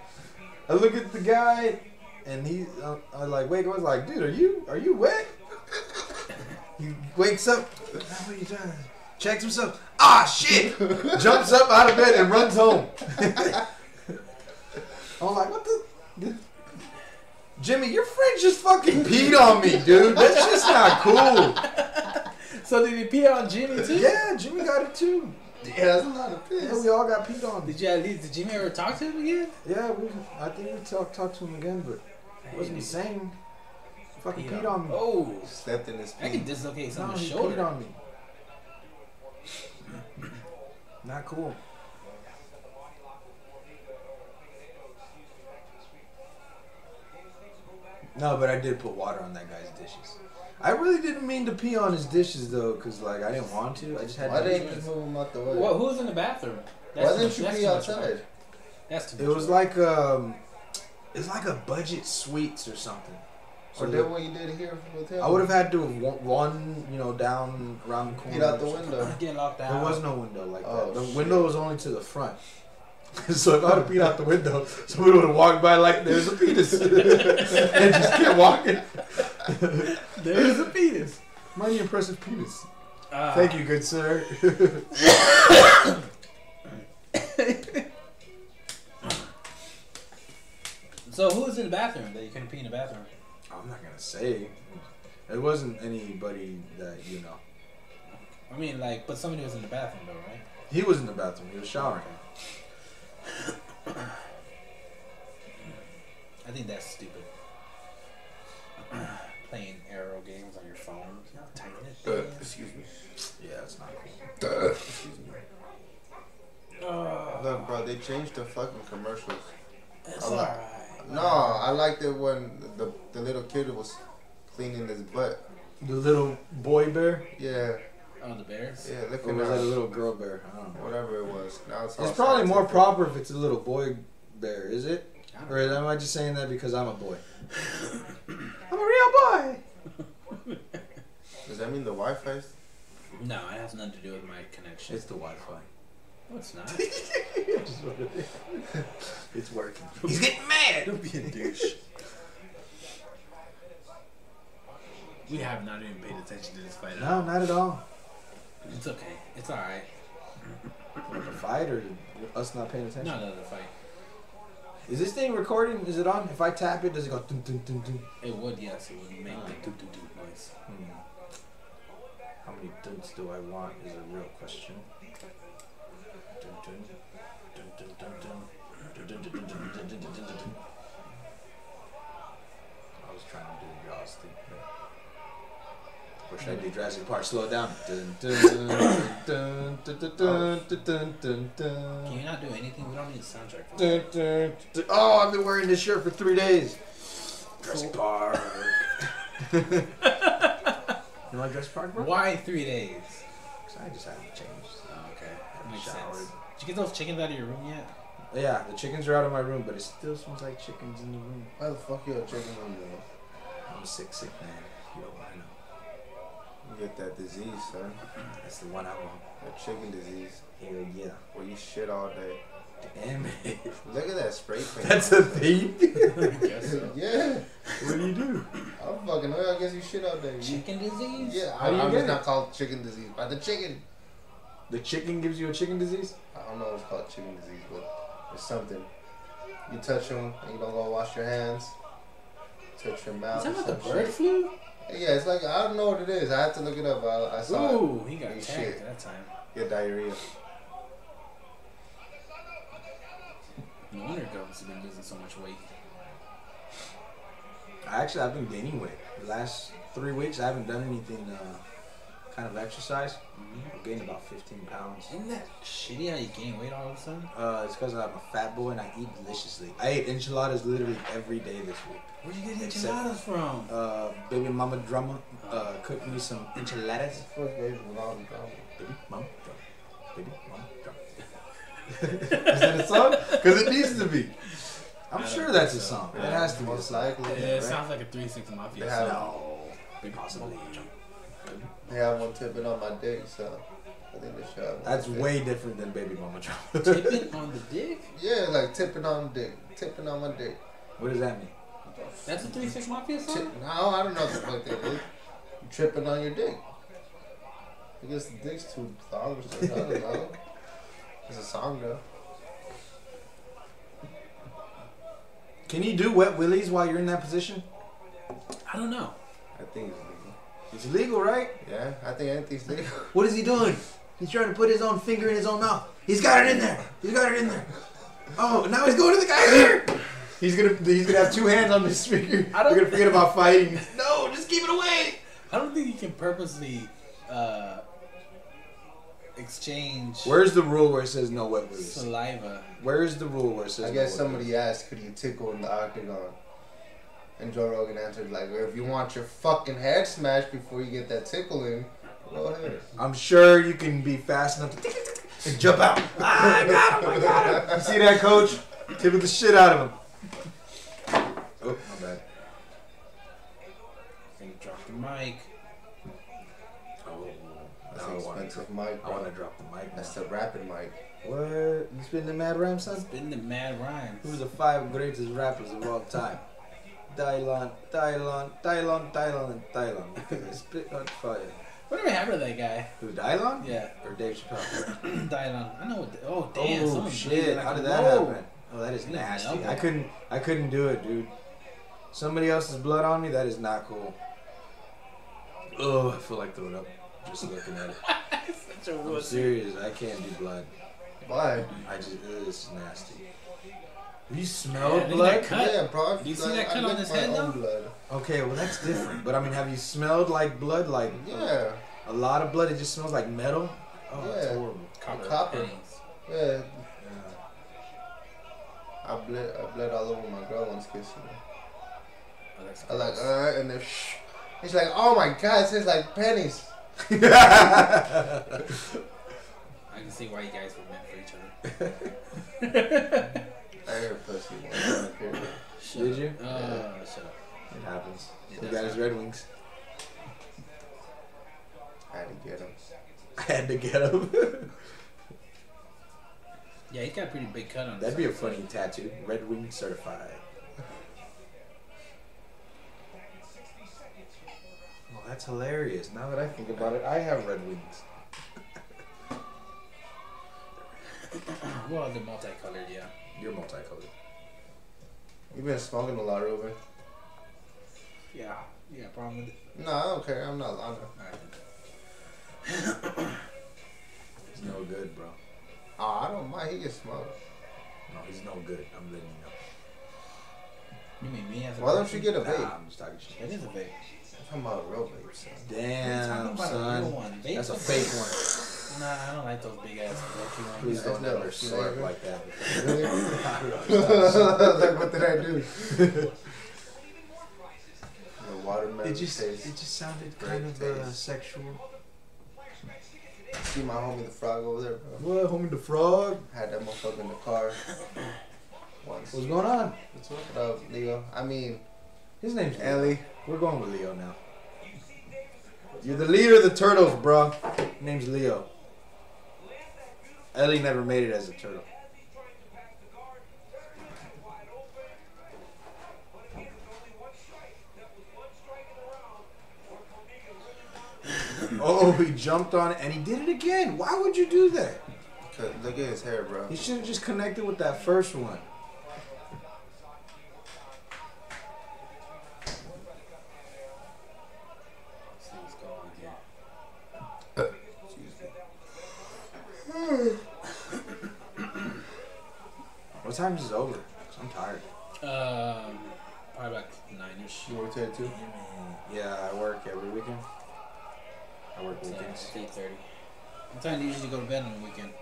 I look at the guy, and he, uh, I like wake up. I was like, dude, are you are you wet? He wakes up. "Nah, What are you doing? Checks himself. Ah, shit! Jumps up out of bed and runs home. I'm like, what the? Jimmy, your friend just fucking peed on me, dude. That's just not cool. So did he pee on Jimmy too? Yeah, Jimmy got it too. Yeah, that's a lot of Yeah, piss. we all got peed on. Did you at least? Did Jimmy ever talk to him again? Yeah, we, I think we talked talked to him again, but it wasn't the same. Fucking peed on me. Oh, Stepped in his I can feet. dislocate No, someone's he peed shoulder. on me. Not cool. No, but I did put water on that guy's dishes. I really didn't mean to pee on his dishes though, cause like I didn't want to. I just had Why to. didn't you just move him out the way? Well, who's in the bathroom? Why didn't too you much- be too much work. outside? That's too It much was work. like um, it's like a budget sweets or something. So Or the- did what you did here with him? I would have had to have wa- run, you know, down around the corner. Get out the or something. window. getting locked out. There was no window like Oh, that. The shit. window was only to the front. so if I'd have peed out the window, somebody would have walked by like there's a penis and just kept walking. There's a penis. Mighty impressive penis. Uh, Thank you, good sir. So who was in the bathroom that you couldn't pee in the bathroom? I'm not gonna say. It wasn't anybody that you know. I mean, like, but somebody was in the bathroom though, right? He was in the bathroom. He was showering. I think that's stupid. Playing arrow games on your phone. Tighten it. Uh, excuse me. Yeah, it's not cool. Uh, excuse me. Uh, Look, bro, they changed the fucking commercials. it's I'm not- alright. No, I liked it when the the little kid was cleaning his butt. The little boy bear, Yeah, Oh, the bears. yeah, or looking was that a at little girl bear? I don't know. whatever it was. Now it's, all It's probably more scientific. proper if it's a little boy bear, is it? Or am I just saying that because I'm a boy? I'm a real boy. Does that mean the Wi-Fi? No, it has nothing to do with my connection. It's the Wi-Fi. no, it's not. it's working. He's getting mad. Don't be a douche. We have not even paid attention to this fight. at all. No, not at all. It's okay. It's alright. What, the fight or us not paying attention? No, no, the fight. Is this thing recording? Is it on? If I tap it, does it go? Dun, dun, dun, dun? It would, yes, it would make the doo doo doo noise. Hmm. How many duns do I want? Is a real question. Dun, dun. Dun, dun, dun, dun. Dun, dun, dun, dun, dun, dun, dun, dun, dun, dun. I was trying to do the Jaws thing. but- Or should I do Jurassic Park? Slow it down. Dun, dun, dun, dun, dun, dun, dun, dun, dun, dun. Can you not do anything? We don't need a soundtrack for Dun, that. dun, dun. Oh, I've been wearing this shirt for three days. Dress Park. you like Dress Park, bro? Why three days? Because I just haven't changed. Oh, okay. That makes Showered. sense. Did you get those chickens out of your room yet? Yeah, the chickens are out of my room, but it still smells like chickens in the room. Why the fuck you a chicken on though? I'm a sick, sick man. Yo, I know. You get that disease, son. That's the one I want. That chicken disease. Hell yeah. Where you shit all day. Damn it. Look at that spray paint. That's a thing? I guess so. yeah. what do you do? I'm fucking. I guess you shit all day. You- Chicken disease? Yeah, How do you I'm get just it? not called chicken disease by the chicken. The chicken gives you a chicken disease? I don't know if it's called chicken disease, but it's something. You touch them and you don't go wash your hands. Touch your You mouth. talking or about the some bird shit. flu? Yeah, it's like I don't know what it is. I have to look it up. I, I saw it. Ooh, he got Hey, attacked shit. that time. Yeah, diarrhea. No wonder Gov's has been losing so much weight. I actually, I've been gaining weight. The last three weeks, I haven't done anything uh, kind of exercise. Mhm. I gained about 15 pounds. Isn't that shitty how you gain weight all of a sudden? Uh, it's because I'm a fat boy and I eat deliciously. I ate enchiladas literally every day this week. Where'd you get Except- enchiladas from? Uh, baby mama drummer uh, cooked me some enchiladas. First baby with all the problems. Baby mama drum. Baby mama drum. Is that a song? Because it needs to be. I I'm don't sure think that's a so. song. Yeah, It has to be. a most song. likely. Yeah, it right? sounds like a 3 6 Mafia. They have- No. Big Possibly. They have one tipping on my dick, so I think they should. have one That's tip. way different than baby mama drum. Tipping on the dick? Yeah, like tipping on dick, tipping on my dick. what does that mean? That's a 3 6 Mafia Tip, song? no, I don't know what that is. You tripping on your dick. I guess the dick's too long or something. I don't know. It's a song though. Can you do wet willies while you're in that position? I don't know. I think it's It's illegal, right? legal. Yeah, I think anything's legal. What is he doing? He's trying to put his own finger in his own mouth. He's got it in there. He's got it in there. Oh, now he's going to the guy there. He's gonna he's gonna have two hands on this finger. I don't- We're gonna forget about fighting. No, just keep it away. I don't think you can purposely uh, exchange Where's the rule where it says no wet willies? saliva. Where's the rule where it says? I guess somebody asked, could you tickle in the octagon? And Joe Rogan answered like, "If you want your fucking head smashed before you get that tickle in, go ahead." I'm sure you can be fast enough to and jump out. Ah, I got him! I got him! You see that, coach? Tipping the shit out of him. Oh, my bad. And drop the mic. Oh, That's now an I want to. expensive mic, I want to bro. drop the mic. That's Now. the rapid mic. What? You spitting the mad rhyme, son? Spin the mad rhymes. Who's the five greatest rappers of all time? Dylan, Dylan, Dylan, Dylan, and Dylan. Because they spit on fire. Whatever happened to that guy? Who, Dylan? Yeah, Or Dave Chappelle? Dylon. I know what. The, oh damn! oh someone shit! blew How like did a that load. happen? Oh, that is Hit his nasty. elbow. I couldn't, I couldn't do it, dude. Somebody else's blood on me. That is not cool. Oh, I feel like throwing up just looking at it. Such a I'm wussy. serious. I can't do blood. Why? I just, ugh, it's nasty. Have you Yeah, smelled isn't blood? that Cut. Yeah, bro. Do you see Like, that I cut on lick his my head, own though? Blood. Okay, well that's different. But I mean, have you smelled like blood? Like Yeah, a lot of blood. It just smells like metal. Oh, it's Yeah. horrible. Copper. Oh, Copper. pennies. yeah. Yeah. I bled, I bled all over my girl once kissing her. Oh, that's I like, gross. uh, and then shh. He's like, oh my god, it tastes like pennies. I can see why you guys were meant for each other. I heard pussy once. I don't care. Shut Did up. you? Uh, Shut up. It happens. It He does got his happen. Red Wings. I had to get him. I had to get him. Yeah, he got a pretty big cut on. his That'd be a side. funny tattoo. Red Wing certified. Well, that's hilarious. Now that I think about it, I have Red Wings. Well, the multicolored, yeah. You're multicolored. You've been smoking a lot, Ruben. Yeah. You got a problem with it? No, I don't care. I'm not lying. Alright. then. He's no good, bro. Oh, I don't mind. He can smoke. No, he's no good. I'm letting you You mean me as a Why don't you person? get a know. vape? Nah, I'm just talking shit. That is a vape. I'm talking about a real vape, son. You're Damn, talking about a real son. one. Vape That's a is- fake one. Nah, I don't like those big ass bulky ones. Please don't That's not ever a slurp flavor. like that. Really? I like, what did I do? don't- The watermelon It just, it taste. just sounded Great kind of uh, taste. sexual. See my homie the frog over there, bro. What, homie the frog? Had that motherfucker in the car once. What's going on? What's up, Leo? I mean, His name's Ellie. We're going with Leo now. You're the leader of the turtles, bro. Name's Leo. Ellie never made it as a turtle. oh, he jumped on it and he did it again. Why would you do that? Cause look at his hair, bro. He should have just connected with that first one. Let's see what's going on here. What time is this over? 'Cause I'm tired. Um, probably about nine-ish. You work there too? Yeah, I work every weekend. I work So weekends. it's eight thirty. What time do you usually go to bed on the weekend?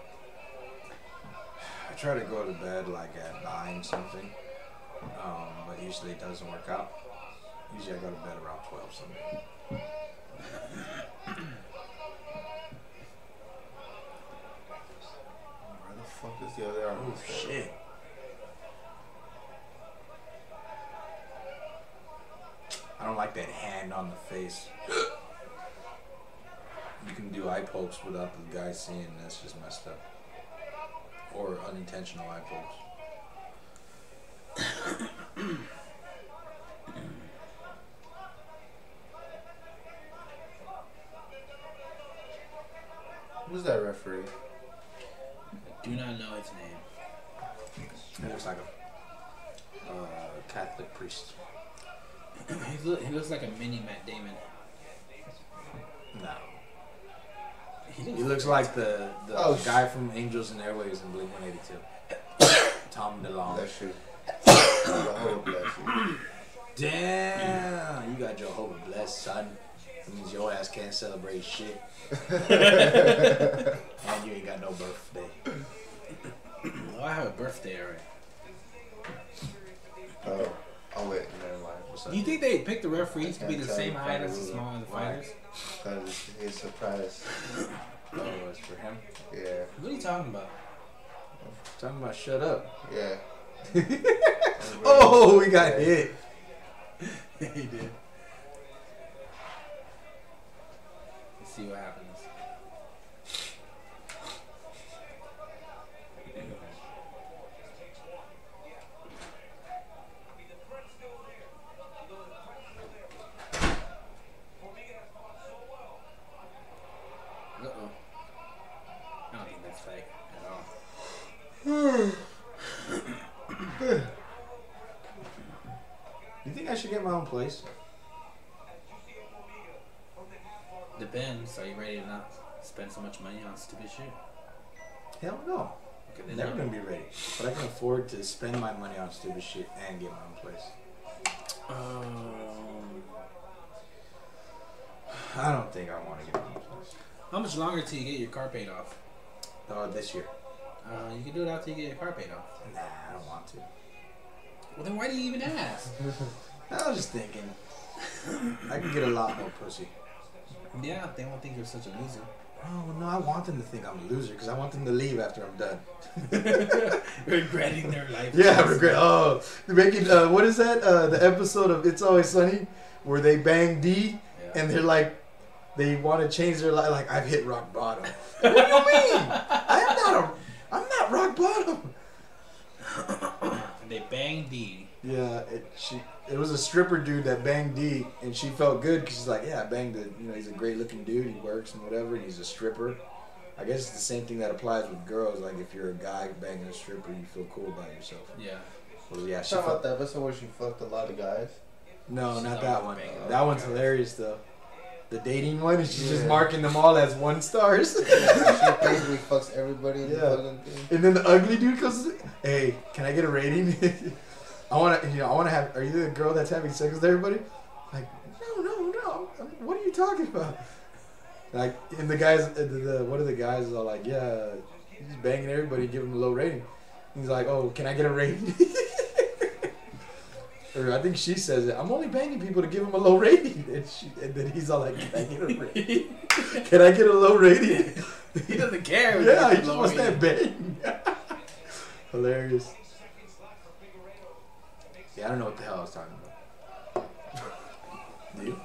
I try to go to bed like at nine something, um, but usually it doesn't work out. Usually I go to bed around twelve something. Where the fuck is the other arm? shit! I don't like that hand on the face. you can do eye pokes without the guy seeing. That's just messed up. Or unintentional eye pokes. Who's that referee? I do not know its name. He looks like a uh, Catholic priest. he, look, he looks like a mini Matt Damon. No. He He looks, looks like the, the Oh, sh- guy from Angels and Airways in Blink 182. Tom DeLonge. Bless you. Jehovah bless you. Damn! You got Jehovah blessed, son. That means your ass can't celebrate shit. and you ain't got no birthday. oh, I have a birthday already. Oh, oh wait, never mind. What's Do you think they picked the referees to be the same height as the small as the Why? fighters? Because he's surprised. Oh, it was for him. Yeah, What are you talking about? Talking about shut up. yeah. Oh, we got hit. he did. Let's see what happens. Uh-oh. I don't think that's fake at all. You think I should get my own place? Depends. Are you ready to not spend so much money on stupid shit? Hell no. Okay, I'm then never no. gonna be ready. But I can afford to spend my money on stupid shit and get my own place. Um, I don't think I want to get my own place. how much longer till you get your car paid off? Oh, this year. Uh, you can do it after you get your car paid off. Nah, I don't want to. Well, then why do you even ask? I was just thinking. I could get a lot more pussy. yeah, they won't think you're such a loser. Oh no, I want them to think I'm a loser because I want them to leave after I'm done. Regretting their life. Yeah, I regret. Oh, they're making uh, what is that? Uh, the episode of It's Always Sunny where they bang D Yeah. and they're like, they want to change their life. Like I've hit rock bottom. what do you mean? I'm not a, I'm not rock bottom. And they bang D. Yeah, it, she. It was a stripper dude that banged D, and she felt good because she's like, yeah, I banged the. You know, he's a great looking dude. He works and whatever, and he's a stripper. I guess it's the same thing that applies with girls. Like if you're a guy banging a stripper, you feel cool about yourself. Yeah. Well, yeah, she Talking felt about that episode where she fucked a lot of guys. No, She's not not that a one. banger. That one's hilarious though. The dating one, she's just Yeah. marking them all as one stars. she basically fucks everybody in Yeah. the fucking thing. and then the ugly dude comes. Hey, can I get a rating? I want to. You know, I want to have. Are you the girl that's having sex with everybody? Like, no, no, no. I'm- I'm- What are you talking about? Like, and the guys, uh, the, the one of the guys is all like, yeah, he's banging everybody, give him a low rating. He's like, oh, can I get a rating? or I think she says it. I'm only banging people to give him a low rating. And, she, and then he's all like, can I get a rating? he Can I get a low rating? doesn't care. Yeah, he He's just wants lonely. that bang. Hilarious. Yeah, I don't know what the hell I was talking about. Do you?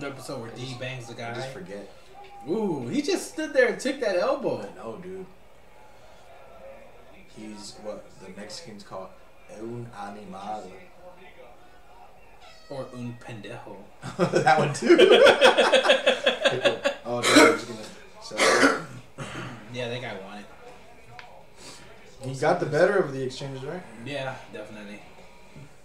The episode where D bangs the I just guy. forget. Ooh, he just stood there and took that elbow. know, dude. He's what the Mexicans call un animal. Or un pendejo. that one too. oh, no, I was gonna. So, Yeah, that guy won it. he got the better of the exchanges, right? Yeah, definitely.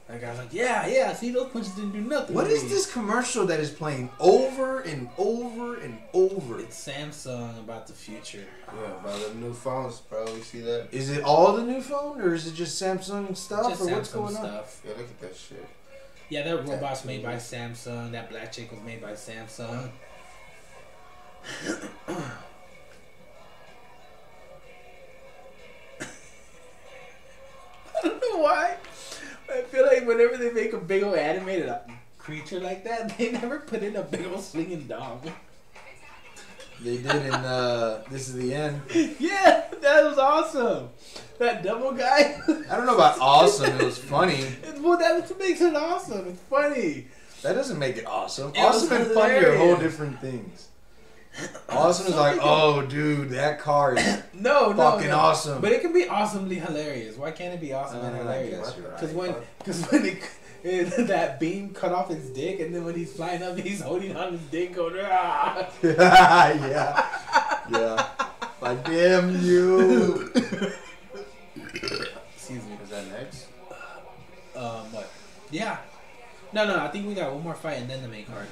That guy's like, yeah, yeah. See, those punches didn't do nothing. What to is me." this commercial that is playing over and over and over? It's Samsung about the future. Yeah, about the new phones, bro. You see that? Is it all the new phone, or is it just Samsung stuff, Just or Samsung Oh, what's going on? stuff. Yeah, look at that shit. Yeah, that robot's made by Samsung. That black chick was made by Samsung. I don't know why. I feel like whenever they make a big old animated uh, creature like that, they never put in a big old swinging dong. They did in uh, This Is the End. yeah, that was awesome. That double guy. I don't know about awesome. It was funny. well, that's what makes it awesome. It's funny. That doesn't make it awesome. It was awesome and funny are whole hilarious. different things. Awesome is like, oh, dude, that car is. No, no, Fucking no. awesome. But it can be awesomely hilarious. Why can't it be awesome and Uh, I hilarious? guess you're Because right. when, because when it, it- that beam cut off his dick, and then when he's flying up, he's holding on his dick, going, "Ah." "Rah!" yeah, yeah. Like, damn you. Excuse me. Is that next? Um, but yeah, no, no. I think we got one more fight, and then the main card.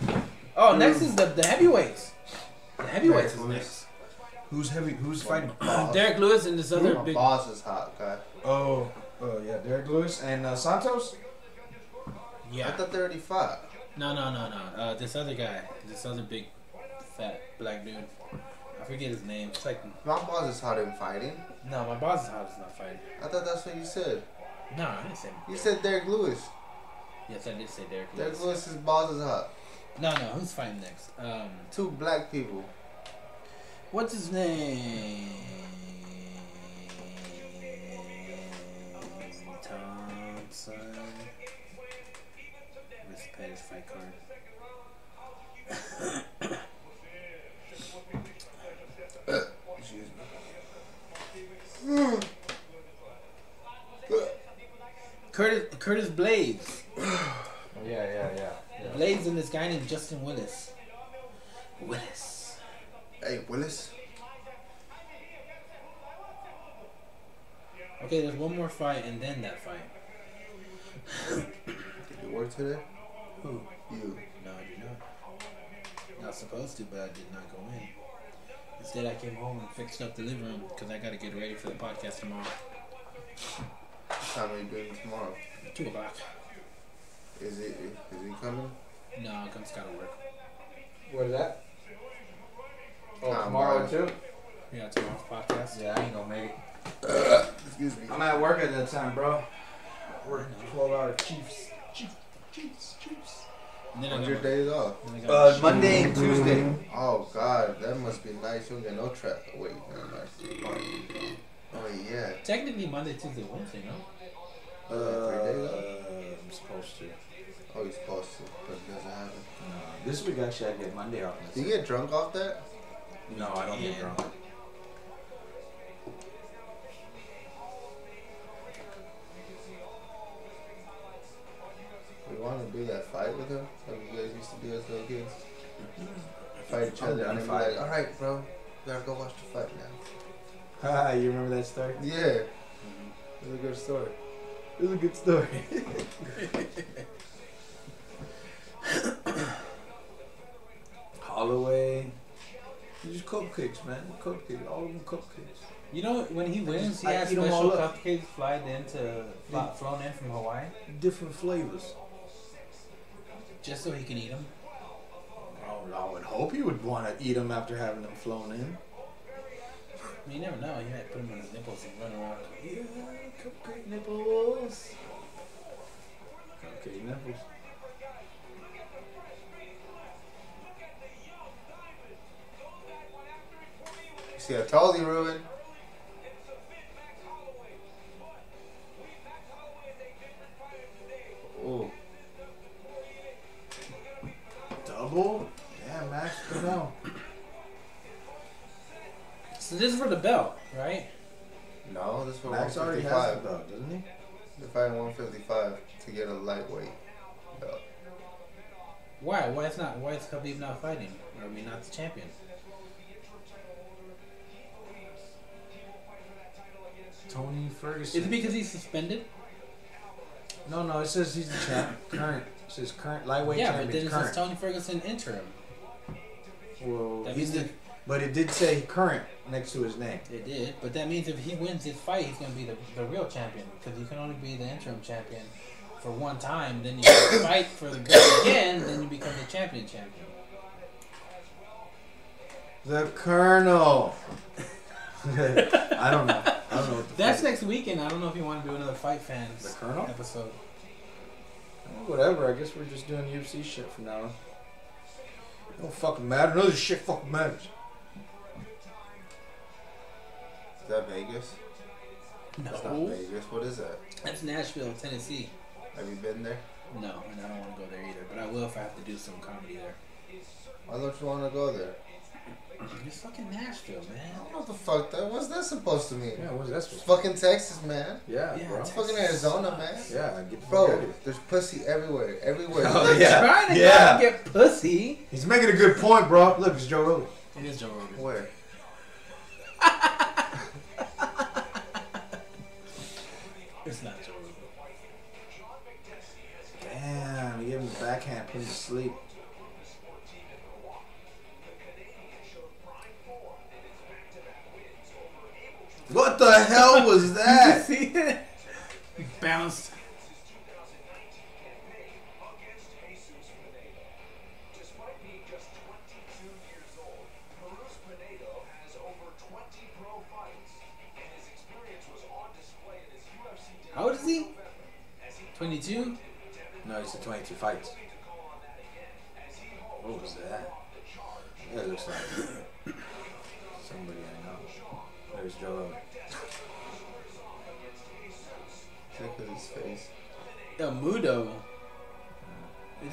Oh, next is the the heavyweights. The heavyweights is Derek next. Who's heavy? Who's fighting? Derek Lewis and this other My big. boss is hot, guy. Oh, oh yeah, Derek Lewis and uh, Santos. I Yeah. thought they already fought. No, no, no, no. Uh, this other guy, this other big, fat black dude. I forget his name. It's like My boss is hot in fighting. No, my boss's house is not fighting. I thought that's what you said. No, I didn't say. You said Derek Lewis. Yes, I did say Derek Derek Lewis. Lewis's balls is hot. No, no, who's fighting next? Um, Two black people. what's his name? Thompson. Where's Pettis fight card? Excuse me. Curtis, Curtis Blades. Yeah, Oh, yeah, yeah. yeah. Blades and this guy named Justin Willis. Willis. Hey, Willis. Okay, there's one more fight and then that fight. Did you work today? Who? You. No, I did not. Not supposed to, but I did not go in. Instead, I came home and fixed up the living room because I got to get ready for the podcast tomorrow. What time are you doing tomorrow? Two o'clock. Is it? Is he coming? No, comes got to work. What is that? Oh, Nah, tomorrow mine. too? Yeah, tomorrow's podcast. Yeah, I ain't gonna make it. Excuse me. I'm at work at that time, bro. Working 12 hour Chiefs. Chiefs. Chiefs. Chiefs. And then I When's got your my- days off? then I got my Uh, shit. Monday and Tuesday. Oh God, that must be nice. You don't get no trap. Wait, never mind. Oh yeah. Technically, Monday, Tuesday, Wednesday, no? Uh, I'm supposed to. Oh, you're supposed to, but it doesn't happen. No, this week actually I get Monday off. Do you get drunk off that? no, I don't get Yeah. drunk. We want to do that fight with him, like you guys used to do as little kids. Fight each other and Oh, I'm then be fine. like, all right, bro, you gotta go watch the fight now. Ah, you remember that story? Yeah. Mm-hmm. It's a good story. It was a good story. Holloway. You just cupcakes, man. Cupcakes. All of them cupcakes. You know, when he wins, he I has eat 'em special all up. cupcakes fly in to, fly, flown in from Hawaii Different flavors. just so he can eat them. Oh, I would hope you would want to eat them after having them flown in. I mean, you never know. He might put them on his nipples and run around. Yeah, cupcake nipples. Cupcake nipples. See, I told you, Ruben. Ooh. Double? Yeah, Max Pavell. So this is for the belt, right? No, this one Max already has the 155. belt, doesn't he? They're fighting 155 to get a lightweight belt. Why? Why it's not? Why is Khabib not fighting? Or, I mean, not the champion? Tony Is Ferguson. it because he's suspended? No, no, it says he's the champ. current. It says current lightweight yeah, champion. but then it current. says Tony Ferguson interim. well, That he's means the, but it did say current next to his name. It did, but that means if he wins his fight, he's gonna be the, the real champion because you can only be the interim champion for one time. Then you fight for the belt again, then you become the champion champion. The Colonel. I don't know. I don't know. What the That's fuck- next weekend. I don't know if you want to do another fight the fans Colonel. episode. Well, Whatever. I guess we're just doing UFC shit from now on. Don't fucking matter. None of this shit fucking matters. Is that Vegas? That's not No, Vegas. What is that? that's Nashville, Tennessee. Have you been there? No, and I don't want to go there either. But I will if I have to do some comedy there. Why don't you want to go there? It's fucking Nashville, man. I don't know what the fuck that. What's that supposed to mean? Yeah, what's that It's supposed? fucking Texas, man. Yeah, Yeah, bro. It's fucking Arizona, man. Yeah, get the fuck out of Bro, here. there's pussy everywhere. Everywhere. Oh, I'm yeah. trying to go Yeah. out and get pussy. He's making a good point, bro. Look, it's Joe Rogan. It is Joe Rogan. Where? It's not Joe Rogan. Damn, he gave him the backhand, put him to sleep. What the hell was that? see it? Bounced. How old is he? 22? No, he said 22 fights. What was that? That looks like somebody I know. There's Joe. Look at his face. The Mudo.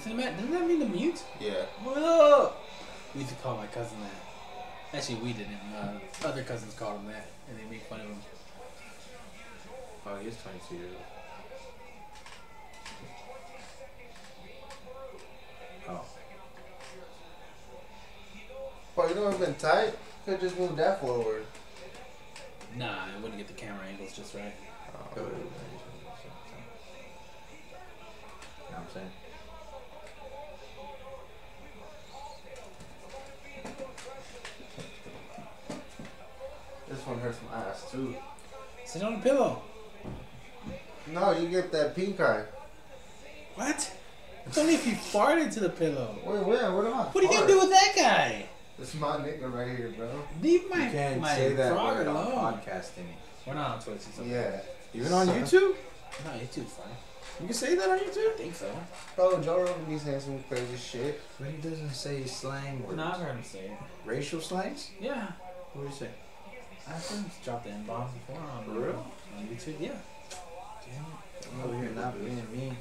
Isn't that, doesn't that mean the mute? Yeah. Mudo! We used to call my cousin that. Actually, we didn't. Uh, other cousins called him that, and they make fun of him. Oh, he is 22 years old. Oh. Oh, you know what's been tight? Could just move that forward. Nah, I wouldn't get the camera angles just right. Go to the- You know what I'm saying? This one hurts my ass too. Sit on a pillow. No, you get that pink eye. What? It's only if you fart into the pillow. Wait, wait, what am I? What are you gonna do with that guy? It's my nigga right here, bro. Leave You my can't my say that frog word on alone. podcasting. We're not on Twitch. It's okay. Yeah. Even on YouTube? No, YouTube's fine. You can say that on I YouTube? think so. Bro, Joe Rogan be saying some crazy shit. But he doesn't say slang words. No, I've heard him say it. Racial slangs? Yeah, What do you say? I've heard him drop the N bomb before on, For real? on YouTube. Yeah. Damn it. I'm Oh, over here not being mean.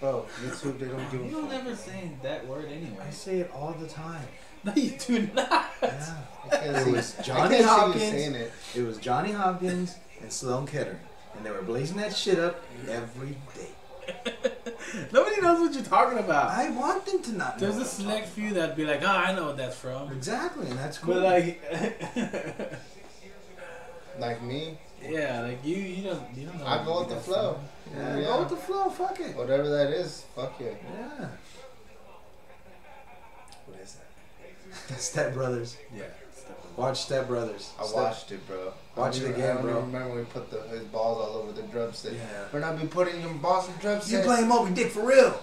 Bro, YouTube, they don't give You a don't fuck. ever say that word anyway. I say it all the time. No, you do not. Yeah. I can't It see- was I Johnny can't see you Hopkins. saying it. It was Johnny Hopkins and Sloan Kettering. And they were blazing that shit up every day. Nobody knows what you're talking about. I want them to not know There's a what I'm select talking few that'd be like, oh, I know what that's about. from. Exactly, and that's cool. But like, Like me, yeah, like you, you don't, Oh, you don't know. I go with the that's flow. from. yeah, Yeah. go with the flow, fuck it. Whatever that is, fuck yeah. Yeah. What is that? Step Brothers. Yeah. it's definitely- Watch Step Brothers. I Step- watched it, bro. Watch I it don't even- again, I don't bro. even remember we put the, his balls all over the drumstick. Yeah. We're not be putting your balls in drumsticks. You playing Moby Dick for real?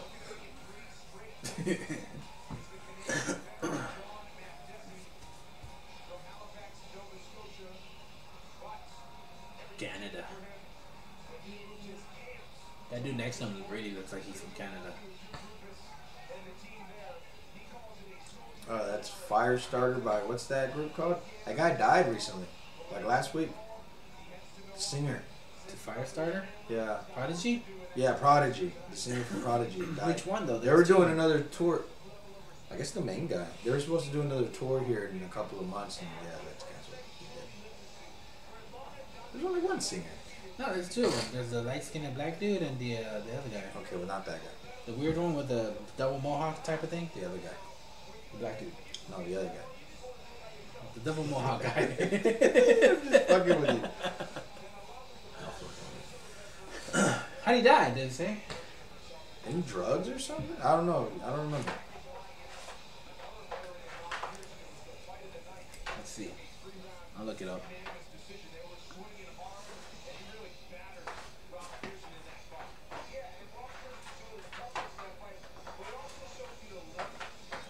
Canada. That dude next to him really looks like he's from Canada. Oh, that's Firestarter by what's that group called? That guy died recently, like last week. Singer. The Firestarter? Yeah. Prodigy? Yeah, Prodigy. The singer for Prodigy died. Which one though? They were There's two. doing another tour. I guess the main guy. They were supposed to do another tour here in a couple of months, and yeah, that's canceled. There's only one singer. No, there's two of them. There's the light skinned black dude and the uh, the other guy. Okay, well, not that guy. The weird one with the double mohawk type of thing. The other guy. The black dude. No, the other guy. The double mohawk guy. Fucking with you. How'd he die, did it say? Any drugs or something? I don't know. I don't remember. Let's see. I'll look it up.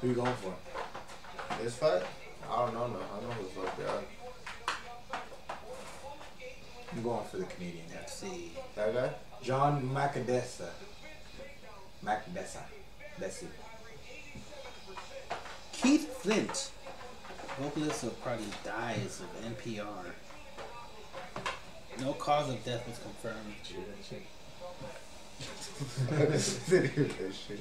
Who you going for? This fight? I don't know, no. I know who's up there. I'm going for the Canadian guy. Let's see. That guy? John Macadessa. Macadessa. That's it. Keith Flint, vocalist of Prodigy, dies of NPR. No cause of death was confirmed. That shit.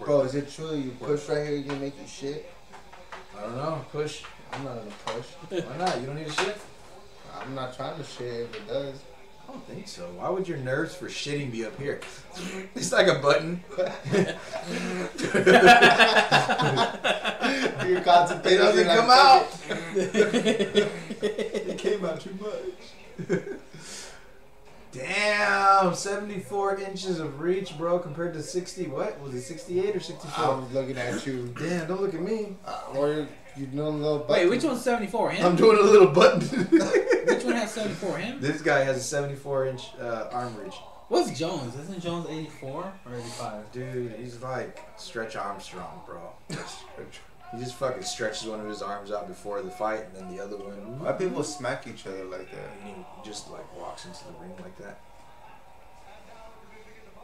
Bro, is it true you push right here, you can make you shit? I don't know. Push. I'm not gonna push. Why not? You don't need a shit? I'm not trying to shit if it does. I don't think so. Why would your nerves for shitting be up here? It's like a button. You're constipated. It doesn't you're come like, out. it came out too much. Damn, 74 inches of reach, bro, compared to 60. What was it, 68 or 64? I was looking at you. Damn, don't look at me. Uh, or you're, you're doing a little butt. Wait, which one's 74? I'm Him? doing a little button. Which one has 74? Him? this guy has a 74 inch uh, arm reach. What's Jones? Isn't Jones 84 or 85? Dude, he's like Stretch Armstrong, bro. He just fucking stretches one of his arms out before the fight, and then the other one. Why people smack each other like that? And he just like walks into the ring like that.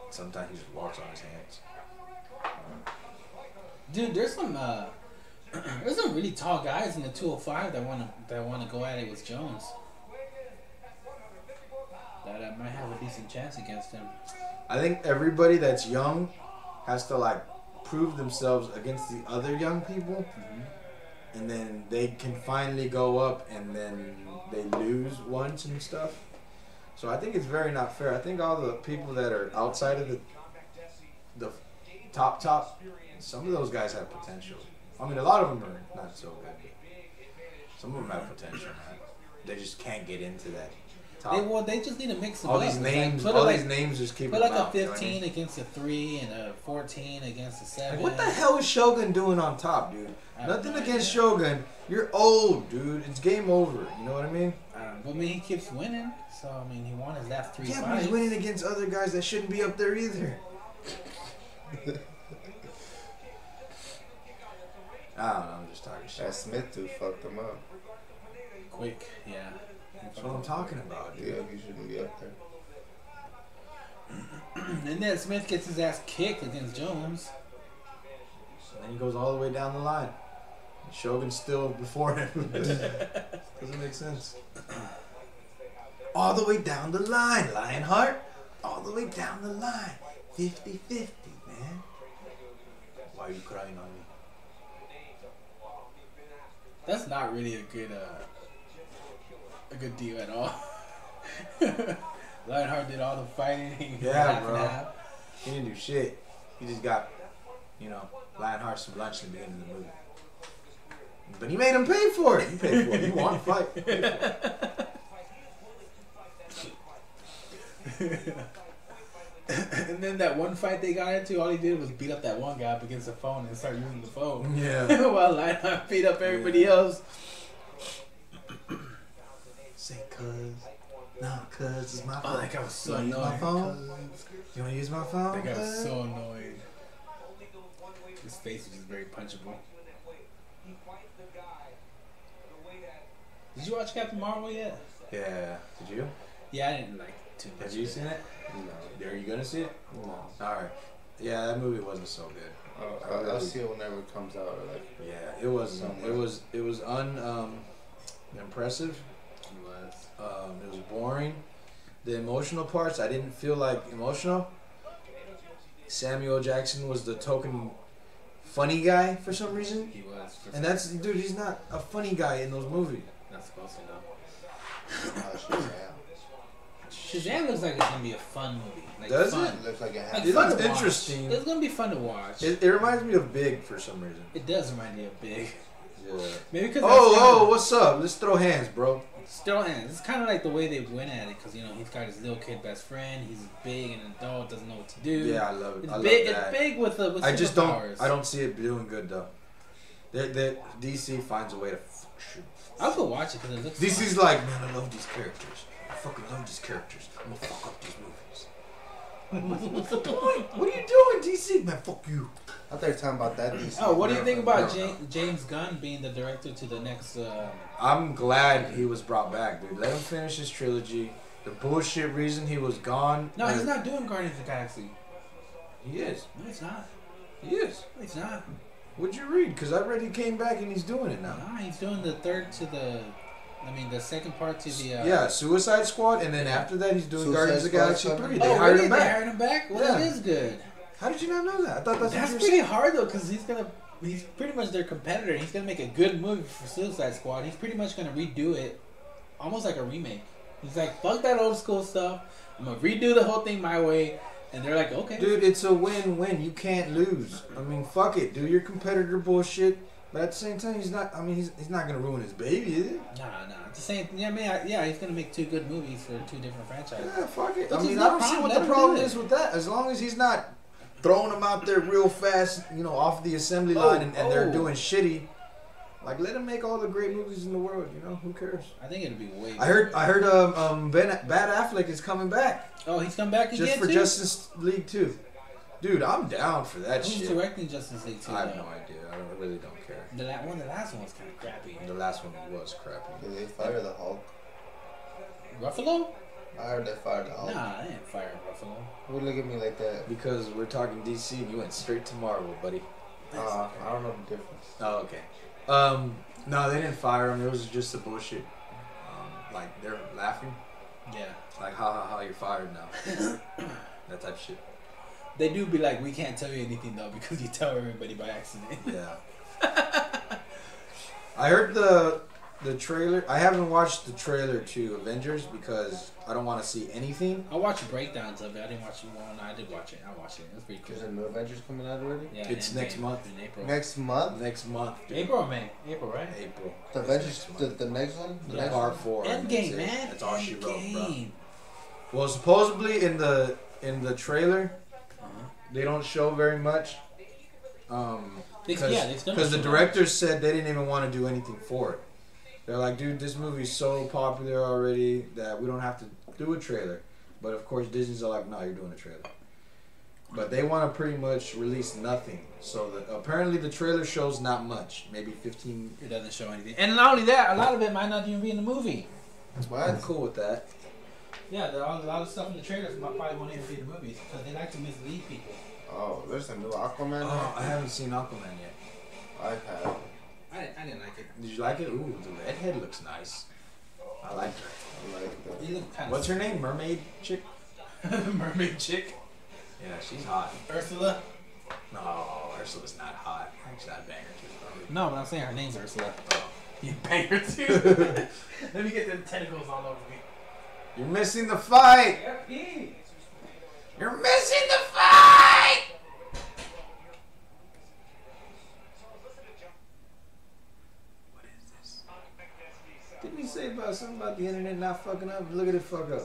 Sometimes he just walks on his hands. Dude, there's some uh, there's some really tall guys in the 205 that wanna that wanna go at it with Jones. That I might have a decent chance against him. I think everybody that's young has to like prove themselves against the other young people, Mm-hmm. and then they can finally go up, and then they lose once and stuff. So I think it's very not fair. I think all the people that are outside of the the top top, some of those guys have potential. I mean, a lot of them are not so good. Some of them have potential. Man. They just can't get into that top. They well, they just need to mix them Oh. all up. these It's like, names, put all a, like, these names just keep. put like them a out, you know what I 15 mean? against a three and a 14 against a Like, seven. what the hell is Shogun doing on top, dude? I have Nothing no against idea. Shogun. You're old, dude. It's game over. You know what I mean? Um, but I mean, he keeps winning, so I mean, he won his last three Yeah, but fights. he's winning against other guys that shouldn't be up there either. I don't know. I'm just talking shit. That Smith dude fucked him up. Quick, yeah. That's what I'm talking about, dude. Yeah, he shouldn't be up there. And then Smith gets his ass kicked against Jones. And then he goes all the way down the line. And Shogun's still before him. Doesn't make sense. All the way down the line, Lionheart. All the way down the line. 50 50, man. Why are you crying on me? That's not really a good uh, a good deal at all. Lionheart did all the fighting. he was Yeah, half and bro. half. He didn't do shit. He just got, you know, Lionheart some lunch in the beginning of the movie. But he made him pay for it. You paid for it. You want to fight. Pay for it. and then that one fight they got into, all he did was beat up that one guy up against the phone and start using the phone. Yeah. While Lionheart beat up everybody else. Say cuz. No, cuz it's my phone. Oh, that guy was so you wanna use my annoying. phone? You wanna use my phone? That guy was cuz? so annoyed. His face was just very punchable. Did you watch Captain Marvel yet? Yeah. Did you? Yeah, I didn't like too much. Have you seen it? No, Are you gonna see it? no. Alright. Yeah, that movie wasn't so good. Oh, I'll, I'll see it whenever it comes out. Or like, Yeah, it was. Somewhat. It was. It was un um, impressive. He was. Um, it was boring. The emotional parts, I didn't feel like emotional. Samuel Jackson was the token funny guy for some reason, He was. For and that's dude. He's not a funny guy in those movies. not supposed to know. oh, shit, Shazam looks like it's gonna be a fun movie. Like, Does fun. it looks like it Like, happened. It fun looks to watch. interesting. It's gonna be fun to watch. It, It, it reminds me of Big for some reason. does remind me of Big. Yeah. Maybe because Oh, oh, what's up? Let's throw hands, bro. Still ends. It's kind of like the way they went at it, because you know he's got his little kid best friend. He's big and an adult, doesn't know what to do. Yeah, I love it. it's I love big. that. It's big with the. With I just don't. superpowers. I don't see it doing good though. They, they, DC finds a way to. f- shoot. I could watch it because it looks. fun. DC's like, man, I love these characters. I fucking love these characters. I'm gonna fuck up these movies. What's the point? What are you doing, DC? Man, fuck you. I thought you were talking about that. DC. Oh, what do you No, think no, about no. Ja- James Gunn being the director to the next? Uh, I'm glad he was brought back, dude. Let him finish his trilogy. The bullshit reason he was gone. no, he's uh, not doing Guardians of the Galaxy. He is. No, he's not. He is. No, he's not. What'd you read? Because I read he came back and he's doing it now. Nah, he's doing the third to the, I mean the second part to the. Uh, Yeah, Suicide Squad, and then after that he's doing Suicide Guardians of the Squad, Galaxy something. three. They Oh, hired really? him They back. hired him back. Well, Yeah. that is good. How did you not know that? I thought that's, That's what you were pretty saying. hard though, because he's gonna, he's pretty much their competitor. He's gonna make a good movie for Suicide Squad. He's pretty much gonna redo it, almost like a remake. He's like, fuck that old school stuff. I'm gonna redo the whole thing my way, and they're like, okay. Dude, it's a win-win. You can't lose. I mean, fuck it. Do your competitor bullshit. But at the same time, he's not. I mean, he's, he's not gonna ruin his baby, is it? Nah, nah. It's the same. Yeah, I mean, I, yeah. He's gonna make two good movies for two different franchises. Yeah, fuck Which it. I is mean, no I don't see problem. what Let the him do problem it. is with that. As long as he's not throwing them out there real fast, you know, off the assembly Oh, line, and, and they're oh. doing shitty. Like, let him make all the great movies in the world. You know, who cares? I think it'd be way. I heard. I heard. Um, um ben, Bad Affleck is coming back Oh, he's come back again just for too. Justice League Two. Dude, I'm down for that Who's shit. directing Justice League Two? I have though? no idea. I don't, I really don't care. The la- one, the last one was kind of crappy. The last one was crappy. Did they fire the Hulk? Ruffalo? I heard that fired the Hulk. Nah, I ain't firing Ruffalo. Who look at me like that? Because we're talking DC and you went straight to Marvel, buddy. Uh, I don't know the difference. Oh, okay. Um, no, they didn't fire him. It was just a bullshit. Um, like they're laughing, Yeah. like ha ha ha, you're fired now. that type of shit. They do be like, we can't tell you anything though because you tell everybody by accident. Yeah. I heard the the trailer. I haven't watched the trailer to Avengers because I don't want to see anything. I watched breakdowns of it. I didn't watch it. Well, no, I did watch it. I watched it. It was pretty cool. Is there no Avengers coming out already? Yeah, It's in next May, month. In April. Next month? Next month, dude. April or May? April, right? April. The It's Avengers, next the, month. the next one? The Yeah. next Part one? four. and Endgame, that's it. man. That's all she wrote, bro. Endgame. Well, supposedly in the in the trailer, Uh-huh. they don't show very much. Um, They- because yeah, they've done because the so directors said they didn't even want to do anything for it. They're like, dude, this movie's so popular already that we don't have to do a trailer. But of course, Disney's all like, no, you're doing a trailer. But they want to pretty much release nothing. So the, apparently, the trailer shows not much, maybe 15. It doesn't show anything. And not only that, a lot of it might not even be in the movie. I'm What? cool with that. Yeah, there are a lot of stuff in the trailers might probably won't even be in the movies because they like to mislead people. Oh, there's a new Aquaman? Oh, I haven't seen Aquaman yet. I have. I, I didn't like it. Did you like it? Ooh, the redhead looks nice. I like her. I like that. It looked kind of. What's her name? Mermaid chick? mermaid chick? Yeah, she's hot. Ursula? No, Ursula's not hot. Actually, I bang her too. No, but I'm saying her name's Ursula. probably. Oh, You bang her too. Let me get them tentacles all over me. You're missing the fight. FP. You're missing the fight. What is this? Didn't he say about something about the internet not fucking up? Look at it fuck up.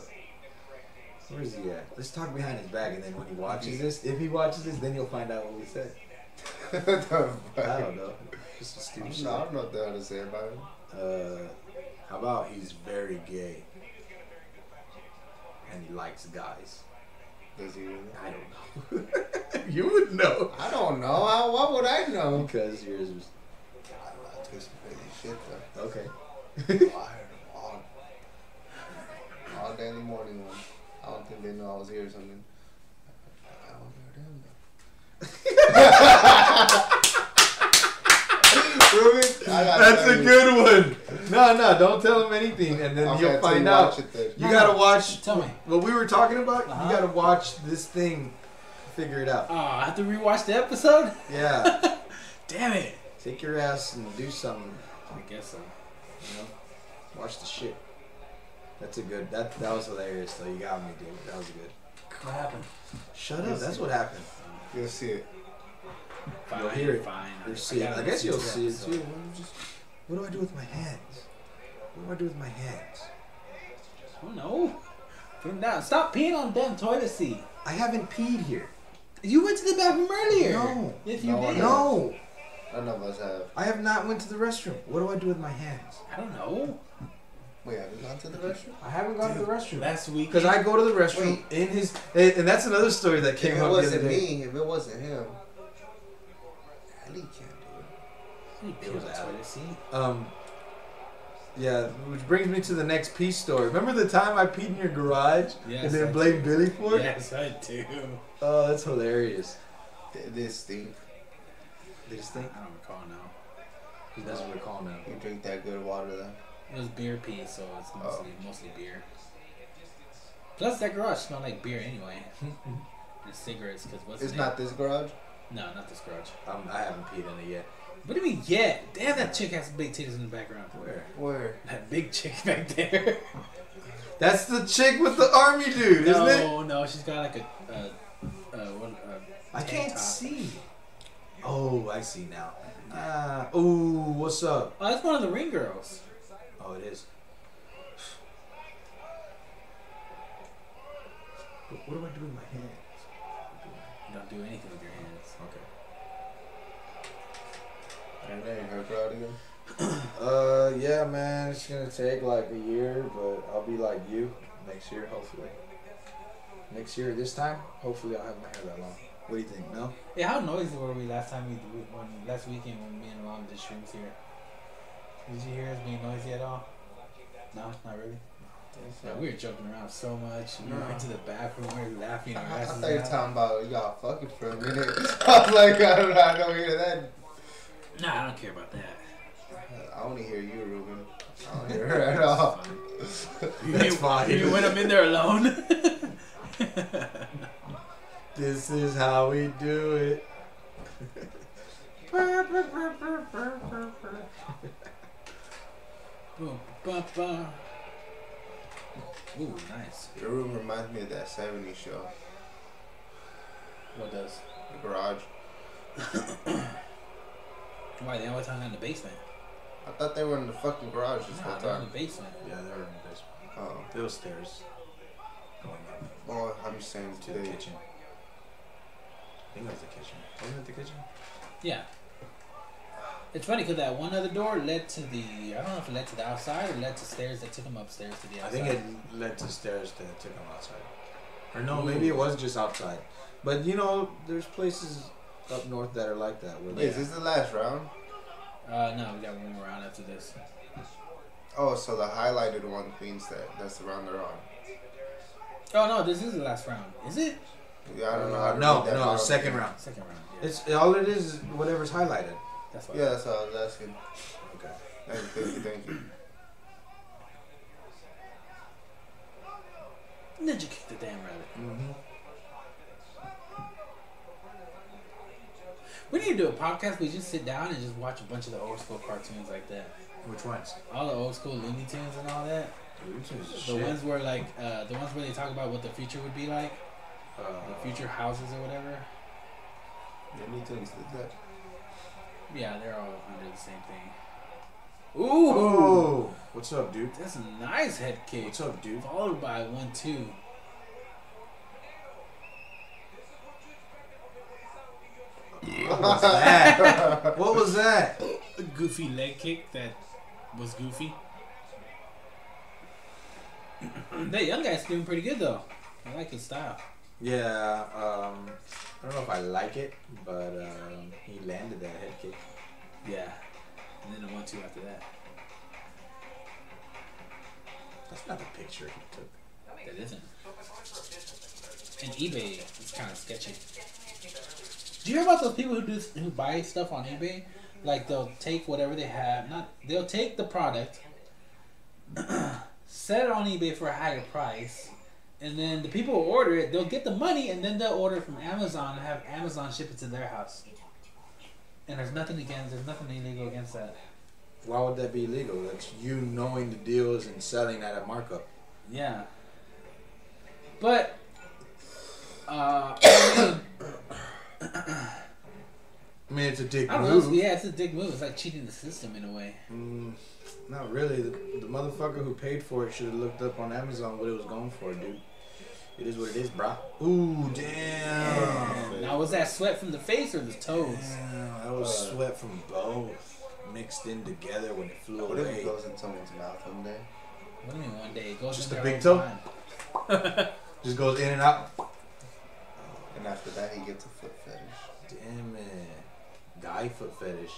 Where is he at? Let's talk behind his back, and then when he watches this, if he watches this, then you'll find out what we said. The fuck? I don't know. Just a I stupid don't shit. know- I don't know what the hell to say about it. Uh, how about he's very gay and he likes guys? Does he really? I don't know. you would know I don't know. I, why would I know? because yours was I don't know. I do some crazy shit though. okay. I heard them all, all day in the morning. One. I don't think they know I was here or something. I don't hear them though. Ruben, I gotta That's tell a you. good one. No, no, don't tell him anything, and then I'm you'll gonna tell find you out. watch it then. You gotta watch. Tell me. What we were talking about. Uh-huh. You gotta watch this thing. to Figure it Oh, out. I have to rewatch the episode? Yeah. Damn it. Take your ass and do something. I guess so. You know, watch the shit. That's a good. That that was hilarious though. You got me, dude. That was good. What happened? Shut up. That's what happened. You'll see it. Fine, You'll hear it. Fine. You'll see it. gotta I guess listen you'll to the see it episode. too. What, do you- what do I do with my hands? What do I do with my hands? Oh no. Put him down. Stop peeing on damn toilet seat. I haven't peed here. You went to the bathroom earlier. No. If you No, I did. don't. No, None of us have. I have not went to the restroom. What do I do with my hands? I don't know. Wait, have you gone to the restroom? I haven't gone to the restroom. Last week. Because I go to the restroom in his, and and that's another story that If came it up the other wasn't day. me, if it wasn't him, Ali can't do it. You pee It was on the Adam. toilet seat. Um, yeah, which brings me to the next pee story. Remember the time I peed in your garage Yes, and then I blamed do. Billy for it? Yes, I do. Oh, that's hilarious. Th- This thing, They just think I don't recall now. he doesn't recall now. you drink that good water then. It was beer pee, so it's Oh. mostly mostly beer. Plus, that garage smelled like beer anyway. and cigarettes, because what's It's it? not this garage. No, not this garage. Um, I haven't peed in it yet. What do you mean, yeah? Damn, that chick has big titties in the background. Where? Where? That big chick back there. That's the chick with the army dude, no, isn't it? no, she's got like a. Uh, uh, what, uh, I tank can't top. see. Oh, I see now. Uh, oh, what's up? Oh, that's one of the ring girls. Oh, it is. What, what do I do with my hands? You don't do anything with your hands. Okay. And then her garage again. Uh, yeah, man, it's gonna take like a year, but I'll be like you next year, hopefully. Next year, this time, hopefully, I'll have my hair that long. What do you think? No. Yeah, how noisy were we last time we when, last weekend when me and Mom did shrooms here? Did you hear us being noisy at all? No, not really. Yeah, we were joking around so much. We No. went to the bathroom. We were laughing our I asses thought you were off. talking about y'all fucking for a minute. I was like, I don't, I don't hear that. Nah, I don't care about that. I only hear you, Ruben. I don't hear her at all. That's fine. You when I'm in there alone. This is how we do it. Boom, bum, bum. Ooh, nice. Your room reminds me of that 70s show, What does? The Garage. Why they always hung out in the basement? I thought they were in the fucking garage this Nah, whole they're in time. the basement. Yeah, they were in the basement. Oh, Those stairs going up well, I'm just saying to the today. kitchen. I think that was the kitchen. Wasn't it the kitchen? Yeah. It's funny because that one other door led to the I don't know if it led to the outside or led to stairs that took them upstairs to the I outside. think it led to stairs that took them outside. Or no, Ooh. maybe it was just outside. But you know, there's places up north that are like that. Where Wait, they, is this the last round? Uh, no, we got one more round after this. Oh, so the highlighted one means that that's the round they're on. Oh no, this is the last round. Is it? Yeah, I don't know how to no, read that no, round. second round. Second round. Yeah. It's all it is is whatever's highlighted. That's what. Yeah, that's what I was asking. Okay. Thank you, thank you, thank you. Ninja kick the damn rabbit. Mm-hmm. We need to do a podcast. We just sit down and just watch a bunch of the old school cartoons like that. Which ones? All the old school Looney Tunes and all that. The ones where like uh, the ones where they talk about what the future would be like, Uh, the future houses or whatever. Looney Tunes did that. Yeah, they're all under the same thing. Ooh, Oh, what's up, dude? that's a nice head kick. What's up, dude? Followed by one two. What was that? what was that? A goofy leg kick that was goofy. that young guy's doing pretty good though. I like his style. Yeah. Um, I don't know if I like it, but um, he landed that head kick. Yeah. And then a one two after that. That's not the picture he took. That isn't. And eBay is kind of sketchy. Do you hear about those people who do who buy stuff on eBay? Like they'll take whatever they have, not they'll take the product, set it on eBay for a higher price, and then the people who order it, they'll get the money and then they'll order from Amazon and have Amazon ship it to their house. And there's nothing against there's nothing illegal against that. Why would that be illegal? That's you knowing the deals and selling at a markup. Yeah. But uh I mean, I mean, it's a dick I don't know. move. it's- Yeah, it's a dick move. It's like cheating the system in a way. Mm, not really. The, the motherfucker who paid for it should have looked up on Amazon what it was going for, dude. It is what it is, brah. Ooh, damn. Now was that sweat from the face or the toes? Damn, that was sweat from both mixed in together when it flew What if it away. goes in someone's mouth one day? What do you mean one day? It goes Just in the there big all toe? time. Just goes in and out. And after that, he gets a foot fetish. Damn it. Guy foot fetish.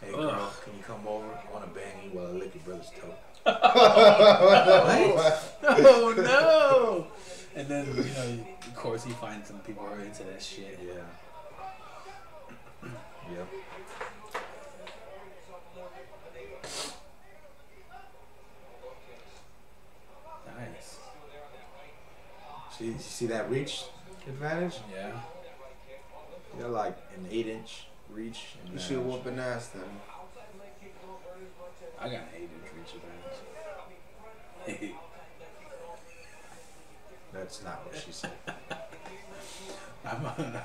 Hey, girl, Ugh. can you come over? I want to bang you while I lick your brother's toe. Oh no! And then you know, of course, you find some people who are into that shit. Yeah. Yep. Nice. See, you see that reach advantage? Yeah. You got like an eight inch reach. and You then- should whoop an ass then. I got an eight inch reach advantage. That's not what she said. I'm on.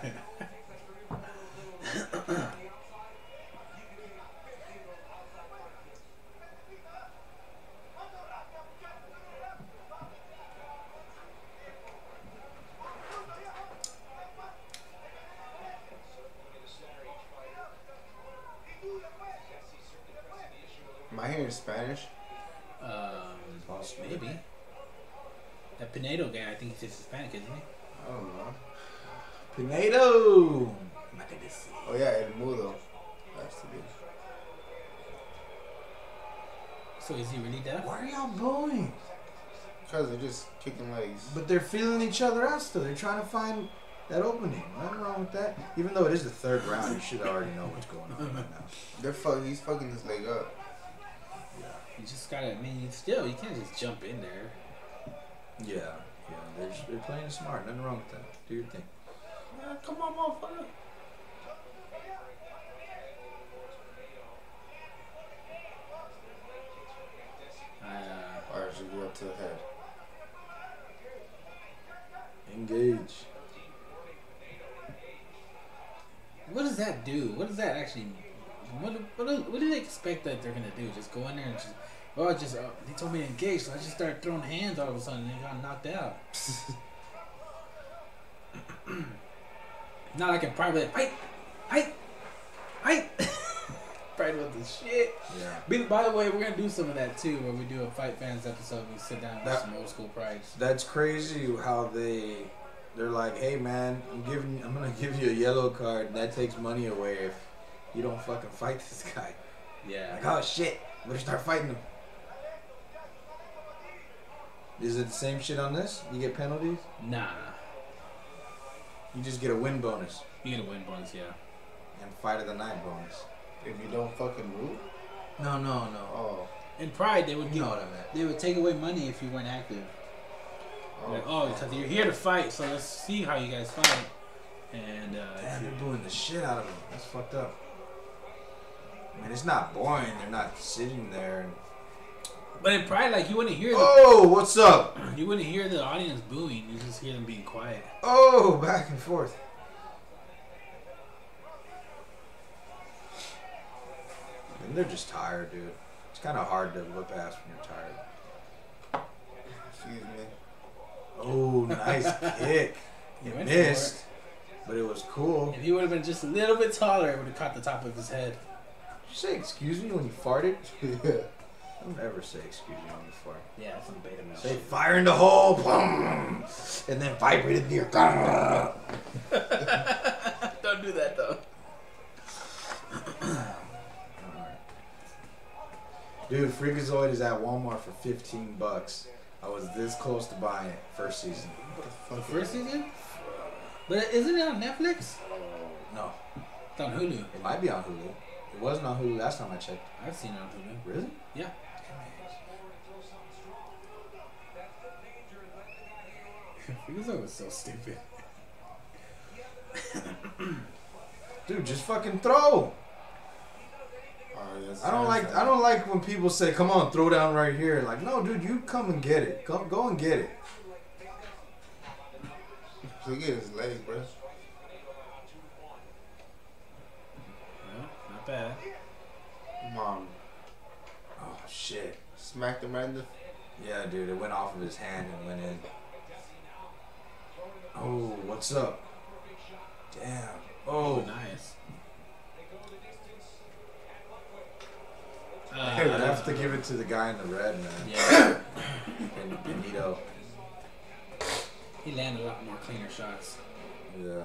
Am I hearing Spanish? Um, Possibly. maybe. That Pinedo guy, I think he's just Hispanic, isn't he? I don't know. Pinedo! Oh yeah, El Mudo. That's the dude. So is he really deaf? Where are y'all going? because they're just kicking legs. But they're feeling each other out still. They're trying to find that opening. Nothing wrong with that. Even though it is the third round, you should already know what's going on right now. They're fuck. He's fucking his leg up. You just gotta. I mean, you still you can't just jump in there. Yeah, yeah. They're, just, they're playing smart. Nothing wrong with that. Do your thing. Yeah, come on, motherfucker. Uh, Or should go up to the head. Engage. what does that do? What does that actually? What what do- what do they expect that they're gonna do? Just go in there and just. Oh, just uh, they told me to engage, so I just started throwing hands all of a sudden and got knocked out. Not like in private. Fight, fight, fight. Pride with the shit. Yeah. By the- by the way, we're gonna do some of that too, where we do a fight fans episode. and We sit down with That- some old school prides. That's crazy how they they're like, hey man, I'm giving I'm gonna give you a yellow card and that takes money away if you don't fucking fight this guy. Yeah, Like, oh shit, better start fighting him. Is it the same shit on this? You get penalties? nah, You just get a win bonus you get a win bonus. Yeah, and fight of the night bonus. If you don't fucking move, No, no, no. oh, in pride they would You give, know what I meant. they would take away money if you weren't active. oh, Like, oh, because you're here to fight, so let's see how you guys fight. And uh, Damn, they're booing the shit out of him. That's fucked up. I mean, it's not boring. They're not sitting there. And, but in pride, like you wouldn't hear the, oh, what's up? you wouldn't hear the audience booing. You just hear them being quiet. Oh, back and forth. I mean, they're just tired, dude. It's kind of hard to look past when you're tired. excuse me. Oh, nice kick. You It went for missed, but it was cool. If he would have been just a little bit taller, it would have caught the top of his head. Did you say excuse me when you farted? yeah. Don't ever say excuse me when you fart. Yeah, some beta male. They fire in the hole, boom, and then vibrated near. Don't do that though. Dude, Freakazoid is at Walmart for 15 bucks. I was this close to buying it first season. The first season? But isn't it on Netflix? No, It's on Hulu. it might be on Hulu. It wasn't on Hulu last time I checked. I've seen it on Hulu. Really? Yeah. Freakazoid was so stupid. Dude, just fucking throw. All right, that's I don't like I don't like when people say, "Come on, throw down right here." Like, no, dude, you come and get it. Come, go and get it. Look at his leg, bro. Well, not bad. Mom Oh shit. smacked him right in the. Yeah, dude, it went off of his hand and went in. Oh, what's up? Damn. Oh, Oh, nice. I'd Uh, have to give it to the guy in the red, man. yeah, And Benito. he landed a lot more cleaner shots. Yeah.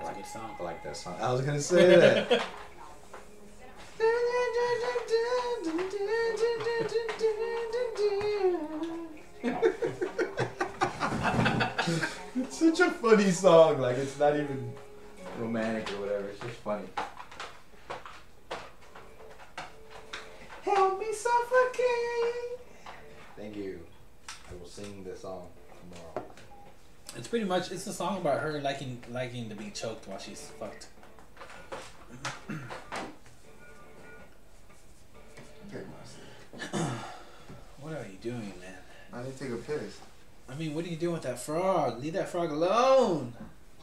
That's a good song. I like that song. I was gonna say that. it's such a funny song. Like it's not even romantic or whatever. It's just funny. Help me suffocate. Thank you. I will sing this song tomorrow. It's pretty much it's a song about her liking liking to be choked while she's fucked. Okay, my- What are you doing, man? I need to take a piss. I mean, what are you doing with that frog? Leave that frog alone.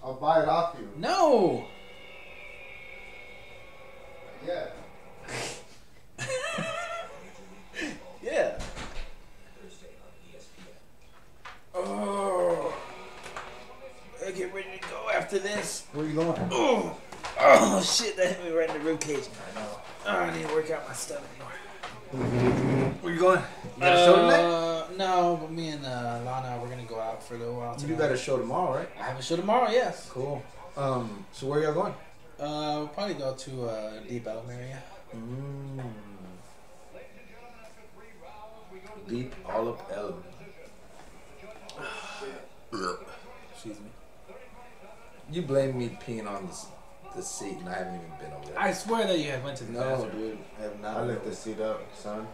I'll buy it off you. No. Yeah. Yeah. Oh. I get ready to go after this. Where are you going? Oh. Oh shit! That hit me right in the rib cage. Oh, I need to work out my stomach more. Where you going? You got a show tonight? Uh, no, but me and uh, Lana, we're gonna go out for Uh, a little while. You do tonight. got a show tomorrow, right? I have a show tomorrow. Yes. Cool. Um, so where y'all going? Uh, we'll probably go to uh, Deep Elm area. Mm. Deep all up elm. Excuse me. You blame me peeing on this the seat, and I haven't even been over there. I swear that you had went to the no, bathroom. dude, I have not. I left the seat up, son.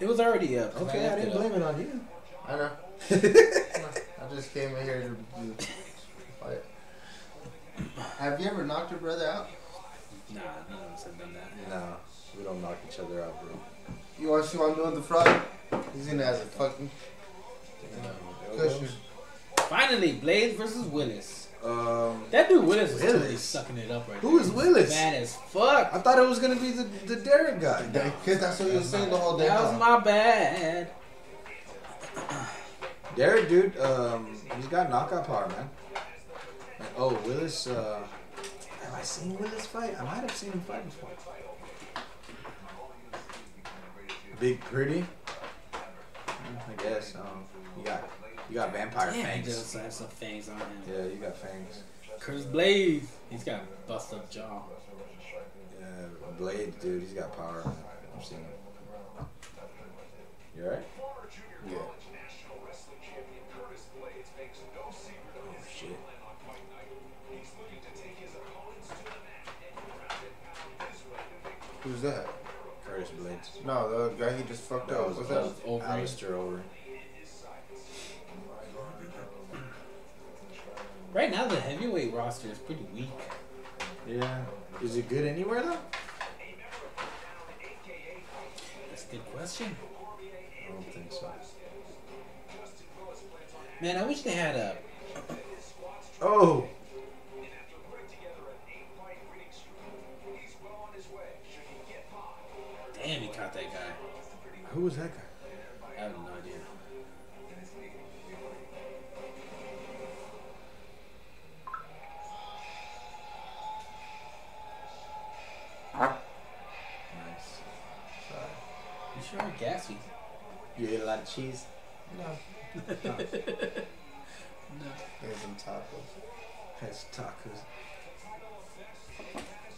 It was already up. 'cause Okay, I left didn't it up. blame it on you. I know. I just came in here to do fight. Have you ever knocked your brother out? Nah, none of us have done that. No, we don't knock each other out, bro. You want to see what I'm doing the Friday? He's gonna have a fucking cushion. Finally, Blades versus Willis. Um, That dude Willis is totally Willis? sucking it up right Who there. is Willis? Bad as fuck. I thought it was gonna be the the Derek guy. Because that's what you were saying the whole day. That was my bad. Derek, dude, um, he's got knockout power, man. And, oh, Willis. Uh, have I seen Willis fight? I might have seen him fight before. Big Pretty. Mm, I guess. Um, you got you got vampire Yeah, he fangs. does have some fangs on him. Yeah, you got fangs. Curtis Blades. He's got a bust up jaw. Yeah, Blade, dude, he's got power. man. I've seen him. You alright? Yeah. Oh shit. Who's that? Curtis Blades. No, the other guy he just fucked That up. was, What's that that? was Over. Alistair over. Right now, the heavyweight roster is pretty weak. Yeah. Is it good anywhere though? That's a good question. I don't think so. Man, I wish they had a. Oh! Damn, he caught that guy. Who was that guy? I have no idea. Nice. You sure are gassy. You ate a lot of cheese? No. No. Here's some tacos. Has tacos.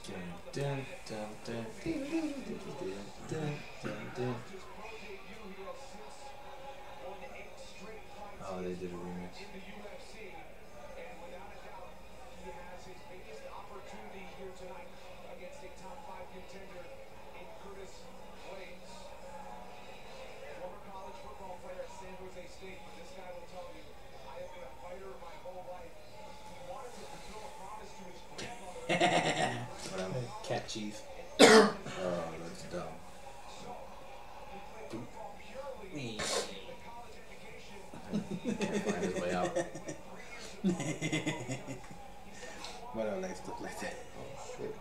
Dun, dun, dun, dun, dun, dun, dun, dun, dun. Oh, they did a remix. Whatever. Cat cheese. Oh, that's dumb. Find his way out. Why do I like stuff like that? Oh, Shit.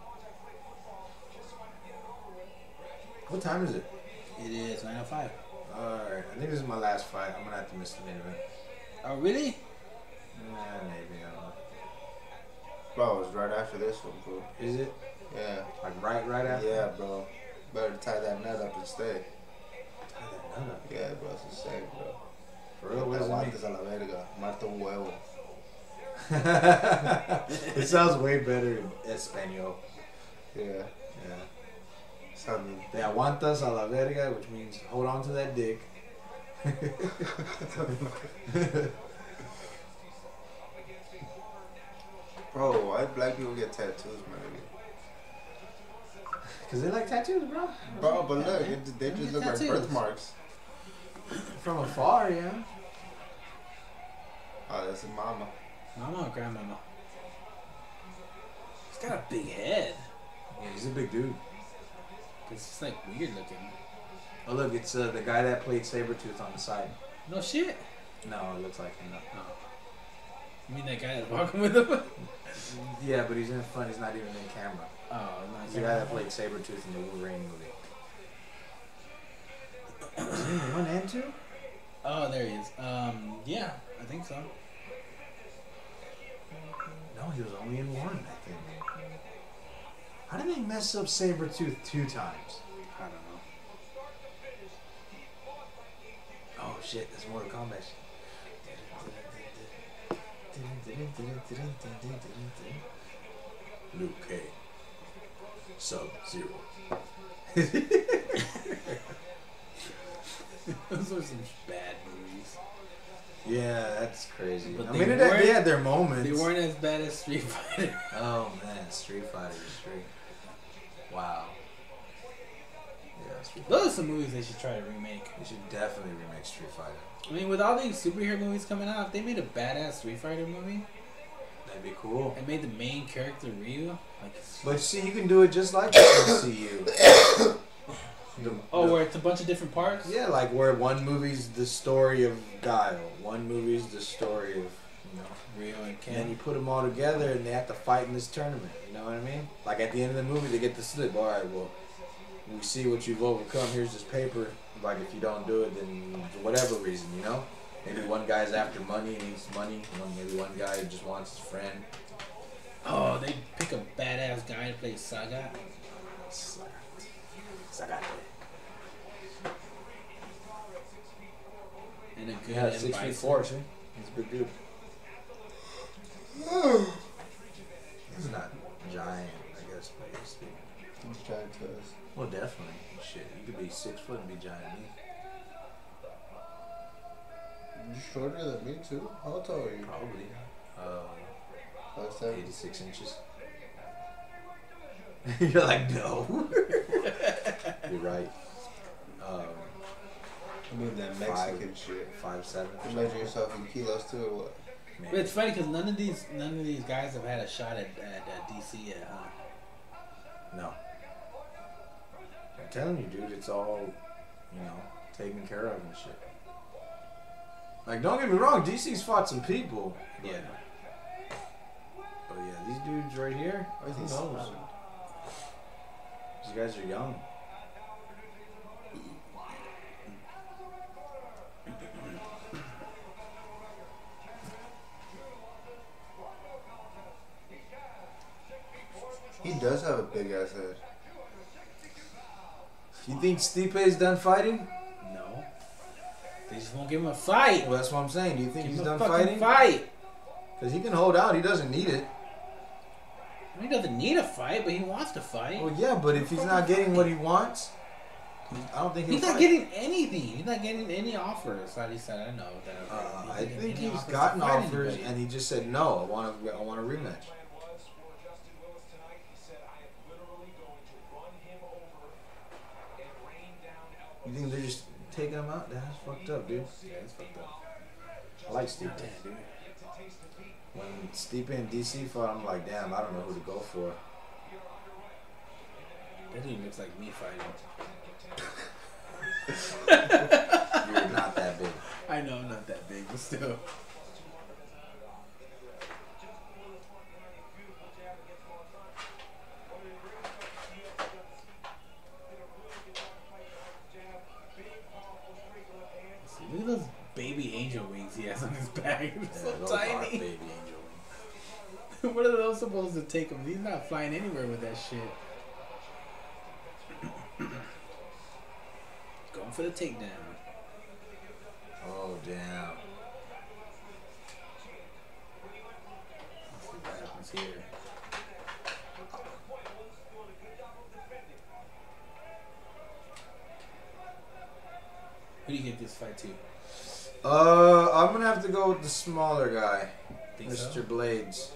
What time is it? It is 9.05. Alright, I think this is my last fight. I'm gonna have to miss the main event. Oh, really? Nah, maybe, I don't know. Bro, it was right after this one, bro. Is it? Yeah. Like right, right after? Yeah, bro. Better tie that nut up and stay. Tie that nut up. Yeah, bro, it's the same, bro. For real? What does it mean? Aguantes a la verga. Mata un huevo. it sounds way better in Espanol. Yeah. Yeah. Something. Te aguantas a la verga, which means hold on to that dick. Bro, why black people get tattoos, man? Cause they like tattoos, bro. Bro, but look, it, they Don't just get look tattoos. like birthmarks. From afar, yeah. Oh, that's a mama. Mama or grandmama? He's got a big head. Yeah, he's a big dude. It's just like weird looking. Oh look, it's uh, the guy that played Sabretooth on the side. No shit. No, it looks like him. though. Oh. You mean that guy that's walking with him? Yeah, but he's in front. He's not even in camera. Oh, He's nice. the guy that played Sabretooth in the Wolverine movie. Was he in one and two? Oh, there he is. Um, yeah, I think so. No, he was only in one, I think. How did they mess up Sabretooth two times? I don't know. Oh shit, that's Mortal Kombat shit. Luke Cage. Sub zero. Those were some bad movies. Yeah, that's crazy. But I they mean, it, they weren't- had their moments. They weren't as bad as Street Fighter. Oh man, Street Fighter, Street. Wow. Yeah, Street Fighter. Those are some movies they should try to remake. They should definitely remake Street Fighter. I mean, with all these superhero movies coming out, if they made a badass Street Fighter movie That'd be cool. and made the main character Ryu, like, it's- But see, you can do it just like the MCU. The- oh, the- where it's a bunch of different parts. yeah, like where one movie's the story of Guile, one movie's the story of you know, Ryu and and then you Ken. put them all together and they have to fight in this tournament. You know what I mean? Like at the end of the movie, they get the slip. All right, well, we see what you've overcome. Here's this paper. Like if you don't do it, then for whatever reason, you know. Maybe one guy's after money and needs money. One- Maybe one guy just wants his friend. Oh, they pick a badass guy to play Saga. And a good Yeah, M. six feet Bison. four. See, he's a big dude. he's not giant, I guess, but he's big. He's trying to us. Well, definitely. Shit, you could be six foot and be giant. Me, You shorter than me too. How tall are you? Oh, probably. Uh, Last time. 86 inches. You're like, no. You're right. Um, I mean that Five. Mexican shit. five seven. or You something. measure yourself in kilos too, or what? But Maybe. it's funny because none of these none of these guys have had a shot at, at uh, DC yet. Huh? No. I'm telling you, dude, it's all, you know, taken care of and shit. Like, don't get me wrong, DC's fought some people. but- Yeah. But yeah, these dudes right here, I who think knows? so. These guys are young. He does have a big ass head. You think Stipe's done fighting? No, they just won't give him a fight. Well, that's what I'm saying. Do you think Give he's him a done fucking fighting? fight. Because he can hold out. He doesn't need it. He doesn't need a fight, but he wants to fight. Well, yeah, but if he's not getting what he wants, I don't think he'll He's not fight. getting anything. He's not getting any offers. At least that I know. That I've heard. Uh, He's not I getting think any he's offers to gotten fight offers, anybody. and he just said no. I want to. I want a rematch. You think they're just taking him out? That's fucked up, dude. Yeah, it's fucked up. I like Stipe. Damn, dude. When Stipe and DC fought, I'm like, damn, I don't know who to go for. That dude looks like me fighting. You're not that big. I know I'm not that big, but still. See, Look at those baby angel wings he has on his back. They're Yeah, so those are tiny. baby angel. what are those supposed to take him? He's not flying anywhere with that shit. Going for the takedown. Oh damn. Let's see what happens here. Who do you give this fight to? Uh, I'm gonna have to go with the smaller guy, Think Mr. so? Blades.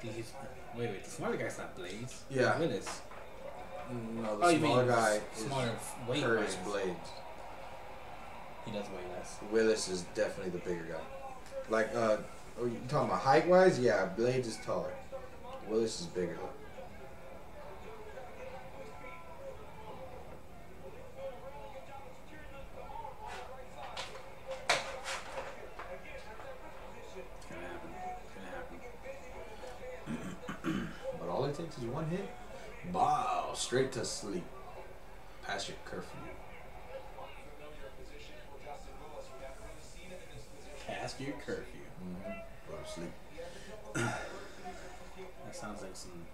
Think he's- wait, wait. The smaller guy's not Blades. Yeah. Willis. No, the Oh, you smaller mean guy smaller is weight Curtis wise. Blades. He does weigh less. Willis is definitely the bigger guy. Like, uh, are you talking about height wise? Yeah, Blades is taller. Willis is bigger. It's gonna happen. It's gonna happen. But all it takes is one hit. Bow, straight to sleep. Past your curfew. Past your curfew. Mm-hmm. Go to sleep. That sounds like some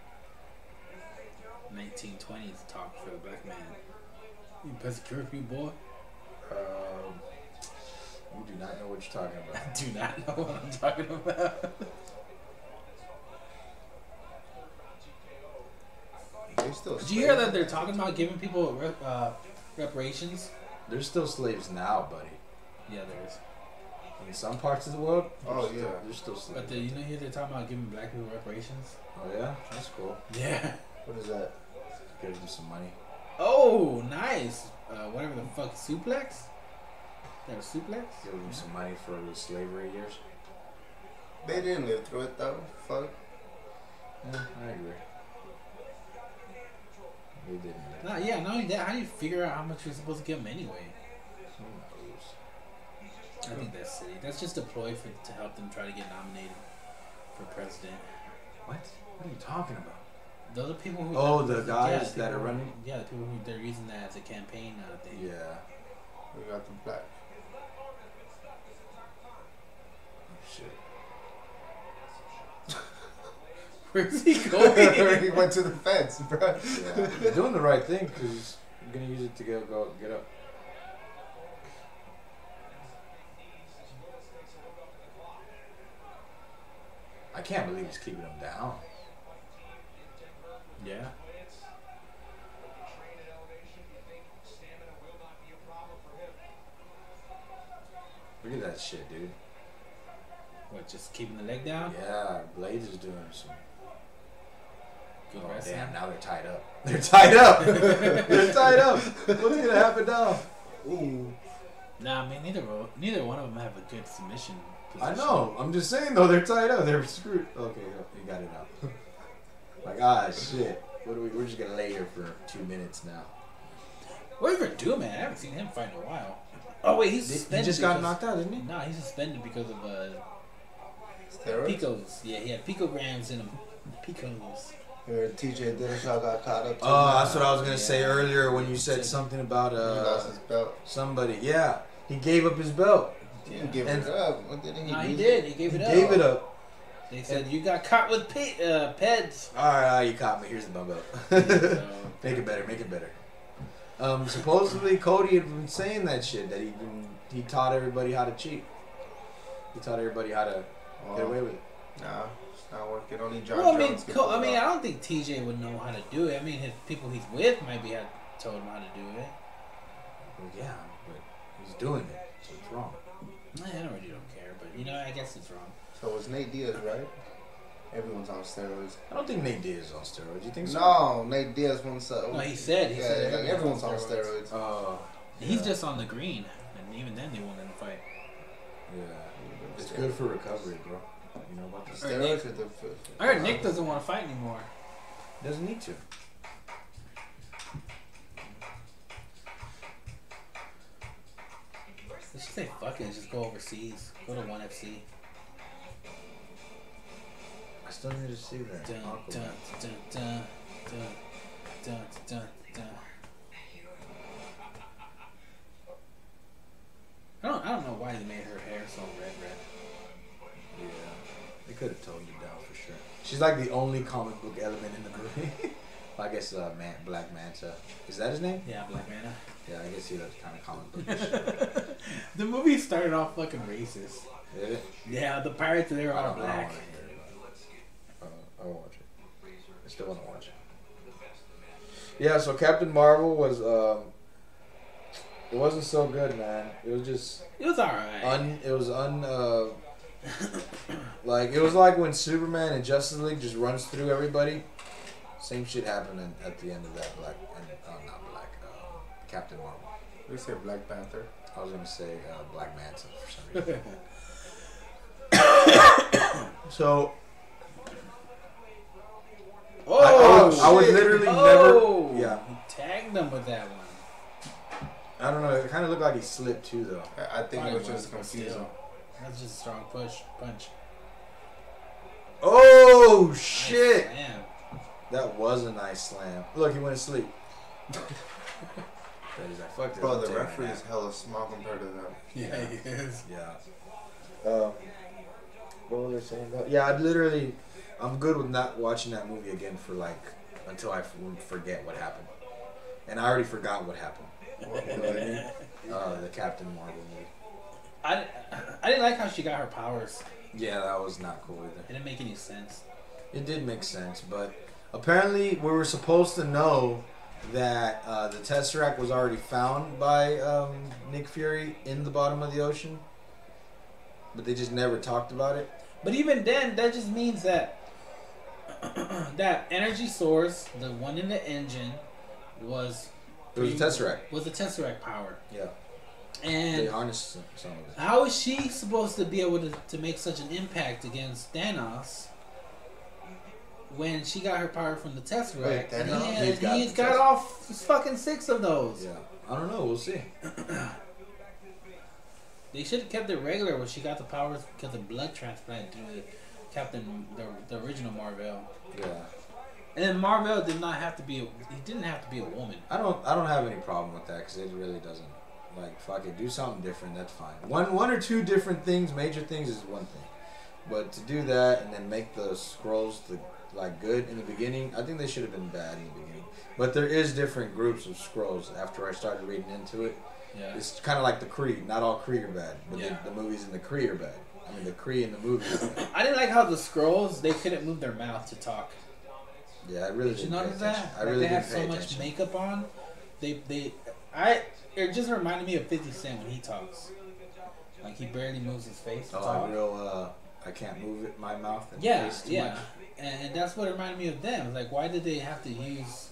1920s talk for the black man. You past the curfew, boy? Um, you do not know what you're talking I about. do not know what I'm talking about. He They're still Did you hear that they're talking about giving people rep, uh, reparations? They're still slaves now, buddy. Yeah, there is. In some parts of the world, Oh, they're still, yeah. they're still slaves. But the, you know, here they're talking about giving black people reparations. oh yeah, that's cool. Yeah. What is that? Give them some money. Oh, nice. Uh, whatever the fuck, suplex. That was suplex. Give them some money for the slavery years. They didn't live through it though. Fuck. Yeah, I agree. They didn't. live. Nah, yeah. Not only that, how do you figure out how much you're supposed to give them anyway? Who knows? I think that's silly. That's just a ploy for to help them try to get nominated for president. What? What are you talking about? The other people who Oh, the guys the that people are who- running? Yeah, the people who they're using that as a campaign uh, thing. Yeah. We got the black. Oh, Shit. Where's he going? he went to the fence, bro. Yeah. You're doing the right thing because you're gonna use it to go go get up. I can't believe he's keeping him down. yeah. Look at that shit, dude. What? Just keeping the leg down. Yeah, Blades is doing some. Good Oh, wrestling. damn, now they're tied up. They're tied up. they're tied up. What's gonna happen now? Ooh. Nah, I mean neither o- neither one of them have a good submission. I Position. know. I'm just saying though, they're tied up. They're screwed. Okay, you got it out. like ah shit. What are we? We're just gonna lay here for two minutes now. What even do, man? I haven't seen him fight in a while. Oh wait, he's He suspended. just got because- knocked out, didn't he? Nah, he's suspended because of uh, Steroids? picos. Yeah, he had picograms in him. Picos. Where TJ Dillashaw got caught up. Oh, that's what I was gonna say Yeah. earlier when you said Yeah. something about He uh lost his belt. somebody. Yeah, he gave up his belt. He Yeah. didn't give And- it up. What did he Nah, do? he did. He gave He it up. gave it up. They said you got caught with pe- uh, peds. All right, ah, you caught me. Here's the bump up. So, make it better. Make it better. Um, supposedly Cody had been saying that shit that he been, he taught everybody how to cheat. He taught everybody how to Oh, get away with it. Nah, it's not working. Only John well, I mean, Jones can Co- pull it I mean, I off. don't think TJ would know how to do it. I mean, his people he's with might be had told him how to do it. Well, yeah, but he's doing it. So it's wrong. Nah, I don't really don't care, but you know, I guess it's wrong. So it's Nate Diaz, right? Everyone's on steroids. I don't think Nate Diaz is on steroids. You think so? No, Nate Diaz wants up. No, he said. He yeah, said like everyone's on steroids. Oh, He's Yeah. just on the green, and even then they won't let him fight. yeah. It's good for recovery, bro. You know about this? Steroids are the I heard Nick doesn't want to fight anymore. Doesn't need to. They should say fuck it, and just go overseas. Go to one FC. I still need to see that. Dun, dun, Aquaman. dun, dun, dun, dun, dun, dun. I don't, I don't know why they made her hair so red red. Yeah, they could have toned it down for sure. She's like the only comic book element in the movie. I guess uh, Man- Black Manta. Is that his name? Yeah, Black Mana. Yeah, I guess he was kind of comic book. The movie started off fucking racist. Did it? Yeah, the pirates they were I all don't, I don't black. want to hear it. I don't- I don't watch it. I still want to watch it. Yeah, so Captain Marvel was. Um, it wasn't so good, man. It was just It was alright. un. It was un. Uh, like it was like when Superman and Justice League just runs through everybody. Same shit happened in- at the end of that Black. And, oh, not Black. Uh, Captain Marvel. We say Black Panther. I was gonna say uh, Black Manta for some reason. so oh, I- I would shit. literally Oh, never- yeah. He tagged them with that one. I don't know. It kind of looked like he slipped too, though. I, I think it was Probably just but confusing. still. That's just a strong push punch. Oh Nice shit! slam. That was a nice slam. Look, he went to sleep. But he's like, fuck this. Bro, I'm the taking a referee is nap." hella small compared to them. Yeah, he is. Yeah. Um, what was I saying? About? Yeah, I literally, I'm good with not watching that movie again for like until I f- forget what happened, and I already forgot what happened. You know what I mean? Uh, the Captain Marvel movie. I, I didn't like how she got her powers. Yeah, that was not cool either. It didn't make any sense. It did make sense, but Apparently, we were supposed to know that uh, the Tesseract was already found by um, Nick Fury in the bottom of the ocean, but they just never talked about it. But even then, that just means that that energy source, the one in the engine, was It was a Tesseract. was a tesseract power. Yeah, they And harnessed some, some of it. how is she supposed to be able to, to make such an impact against Thanos when she got her power from the tesseract? Wait, and Thanos? he, He's and got he's the got Tesseract. all f- fucking six of those. Yeah, I don't know. We'll see. They should have kept it regular when she got the powers because of blood transplant through Captain the, the original Marvel. Yeah, And then Marvel did not have to be a, he didn't have to be a woman. I don't. I don't have any problem with that because it really doesn't. Like, fuck it, do something different. That's fine. One, one or two different things, major things, is one thing. But to do that and then make the scrolls the like good in the beginning, I think they should have been bad in the beginning. But there is different groups of scrolls. After I started reading into it, Yeah. it's kind of like the Kree. Not all Kree are bad, but Yeah. the, the movies in the Kree are bad. I mean, the Kree in the movies. are bad. I didn't like how the scrolls they couldn't move their mouth to talk. yeah, I really Did you not notice that? I Like, really they had didn't so pay much attention. makeup on. They they I it just reminded me of 50 Cent when he talks. Like he barely moves his face to Oh, talk. like real. Uh, I can't move it, my mouth and Yeah, face too yeah. much. And, and that's what reminded me of them. Like why did they have to use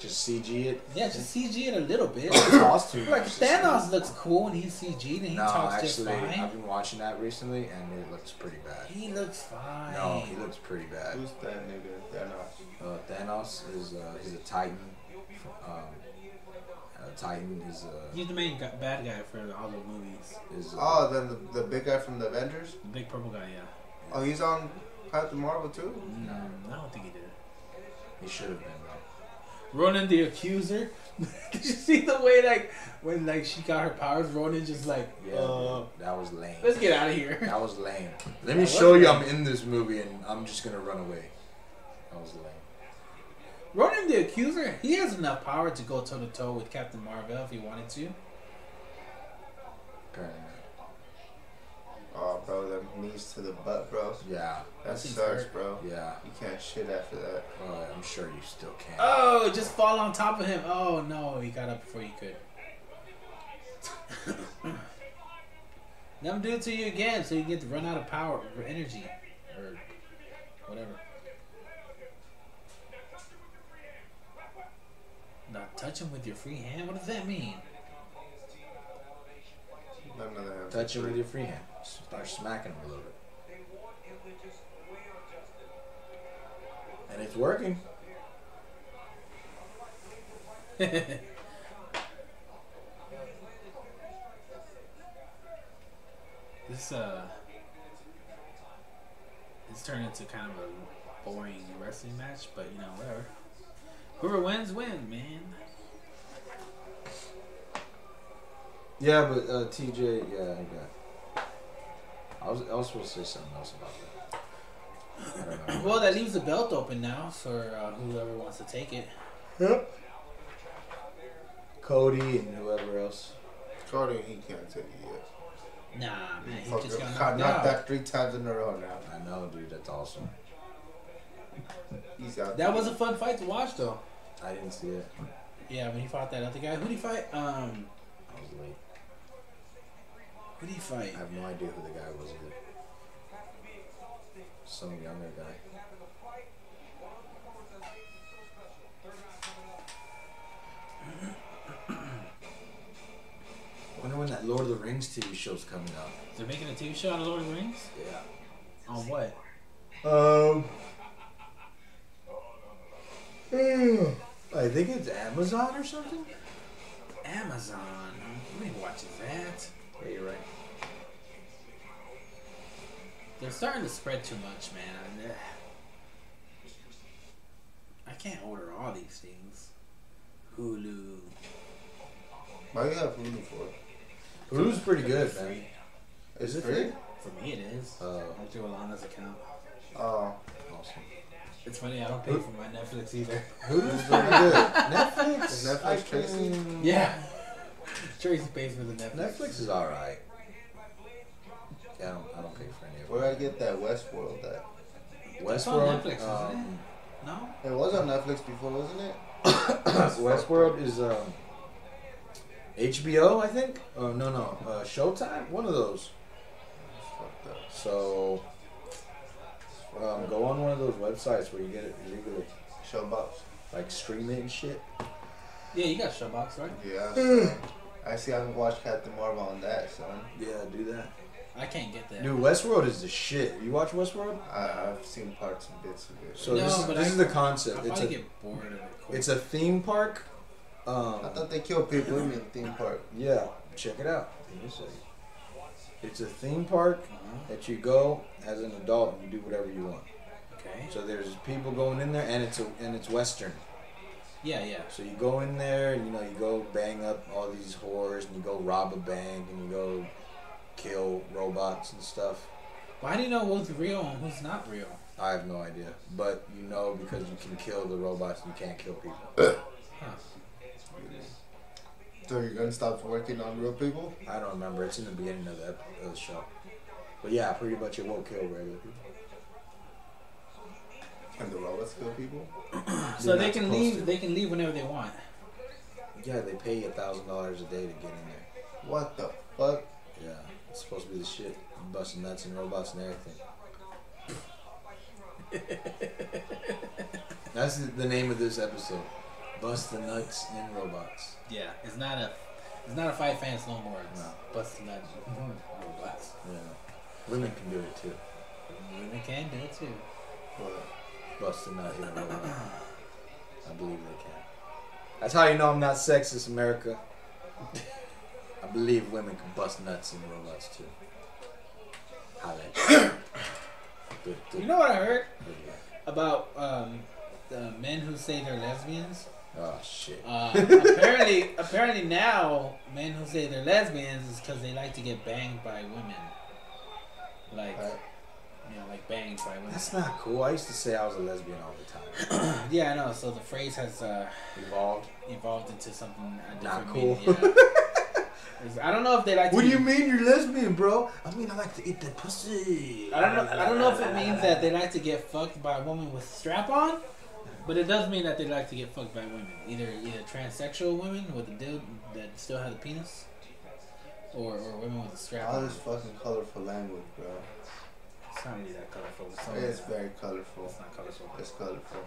Just CG it. yeah, just CG it a little bit. costume. Like Thanos looks cool when he's CG'd and he No, talks actually, just fine. I've been watching that recently, and it looks pretty bad. He looks fine. No, he looks pretty bad. Who's that nigga? Thanos. Uh, Thanos is uh, he's a Titan. Um, uh, Titan is uh, He's the main gu- bad guy for all the movies. is uh, Oh, then the, the big guy from the Avengers. The big purple guy, yeah. Oh, he's on Captain Marvel too. No, I don't think he did. it. he should have been. Though. Ronan the Accuser. did you see the way like when like she got her powers? Ronan just like, Yeah, uh, dude, that was lame. let's get out of here. That was lame. Let me was show you I'm in this movie, and I'm just gonna run away. That was lame. Ronan the Accuser. He has enough power to go toe to toe with Captain Marvel if he wanted to. Apparently, not. Oh, bro, them knees to the butt, bro. yeah, That That seems sucks, hurt. bro. yeah. You can't shit after that. Uh, I'm sure you still can. Oh, just fall on top of him. Oh no, he got up before you could. Now I'm doing it to you again, so you get to run out of power or energy or whatever. Now touch him with your free hand. What does that mean? None of that. Touch him with your free hand. Start smacking him a little bit. And it's working. This uh, it's turned into kind of a boring wrestling match, but you know whatever. Whoever wins, wins, man. Yeah, but uh, TJ, yeah, I got. I was, I was supposed to say something else about that. I don't know. Well, that leaves the belt open now for uh, whoever wants to take it. Yep. Cody and whoever else. Cody, he can't take it yet. Nah, man, he Fuck just him. got Got knocked out. that three times in a row now. I know, dude. That's awesome. He's out. That was a fun fight to watch, though. I didn't see it. Yeah, when he fought that other guy, who did he fight? Um, I was late. who did he fight? I have no idea who the guy was either. Some younger guy. Wonder when that Lord of the Rings TV show's coming out. They're making a TV show out of Lord of the Rings. Yeah. On what? Um. Hmm. I think it's Amazon or something. Amazon. Nobody watches that. Yeah, you're right. They're starting to spread too much, man. I mean, eh. I can't order all these things. Hulu. Why you have Hulu for? Hulu's pretty good, man. Is it it free? For me, it is. Oh. I do Alana's account. Oh, Awesome. It's funny, I don't pay for my Netflix either. Hulu's pretty good. Netflix. Is Netflix I Tracy? can- Yeah. Tracy pays for the Netflix. Netflix is alright. Yeah, I don't, I don't pay for any of it. where I get that Westworld at? It's on Westworld. Netflix, isn't um, No? It was on Netflix before, wasn't it? Westworld is um, HBO, I think. Oh no, no, uh, Showtime, one of those. It's fucked up. So It's fucked um, up. go on one of those websites where you get it legally, Showbox. like stream it and shit. Yeah, you got Showbox, right? Yeah. Hmm. son. I see. I can watch Captain Marvel on that, son. Yeah, do that. I can't get that. Dude, Westworld is the shit. You watch Westworld? I, I've seen parts and bits of it. So No, this, but this I- is the I concept. It's probably a get bored of it. Quick. it's a theme park. I Um, thought they killed people in the theme park. yeah, check it out. Give me a second. It's a theme park Uh-huh. that you go as an adult and you do whatever you want. okay. So there's people going in there, and it's a, and it's western. Yeah, yeah. So you go in there, and you know you go bang up all these whores, and you go rob a bank, and you go kill robots and stuff. Why do you know who's real and who's not real? I have no idea, but you know because you can kill the robots, you can't kill people. Huh. So you're gonna stop working on real people? I don't remember. It's in the beginning of the, ep- of the show. But yeah, pretty much it will kill regular people. And the robots kill people? So not they can supposed leave. to. They can leave whenever they want. Yeah, they pay you a thousand dollars a day to get in there. What the fuck? Yeah, it's supposed to be the shit. You busting nuts and robots and everything. That's the, the name of this episode. Bust the nuts and robots. Yeah, it's not a. It's not a fight fans no more. It's Oh, No. Mm-hmm. busting that robots. Yeah, women can do it too. Women can do it too. But Bust a nut in a robot. I believe they can. That's how you know I'm not sexist, America. I believe women can bust nuts in robots too. Holla. Good, good, You know what I heard good about um, the men who say they're lesbians? guy. Oh shit. Uh, apparently, apparently now men who say they're lesbians is because they like to get banged by women. Like, Right. you know, like banged by women. That's not cool. I used to say I was a lesbian all the time. yeah, I know. So the phrase has uh, Evolved. evolved into something a different Not meaning, cool. yeah. It's- I don't know if they like. to What do be- you mean you're lesbian, bro? I mean I like to eat that pussy. I don't know. I don't know if it means that they like to get fucked by a woman with strap on, but it does mean that they like to get fucked by women. Either either transsexual women with a dude that still has a penis, or or women with a strap all on. this fucking colorful language, bro. It's not really that colorful. It's, Oh, not- It's very colorful. it's not colorful. It's colorful.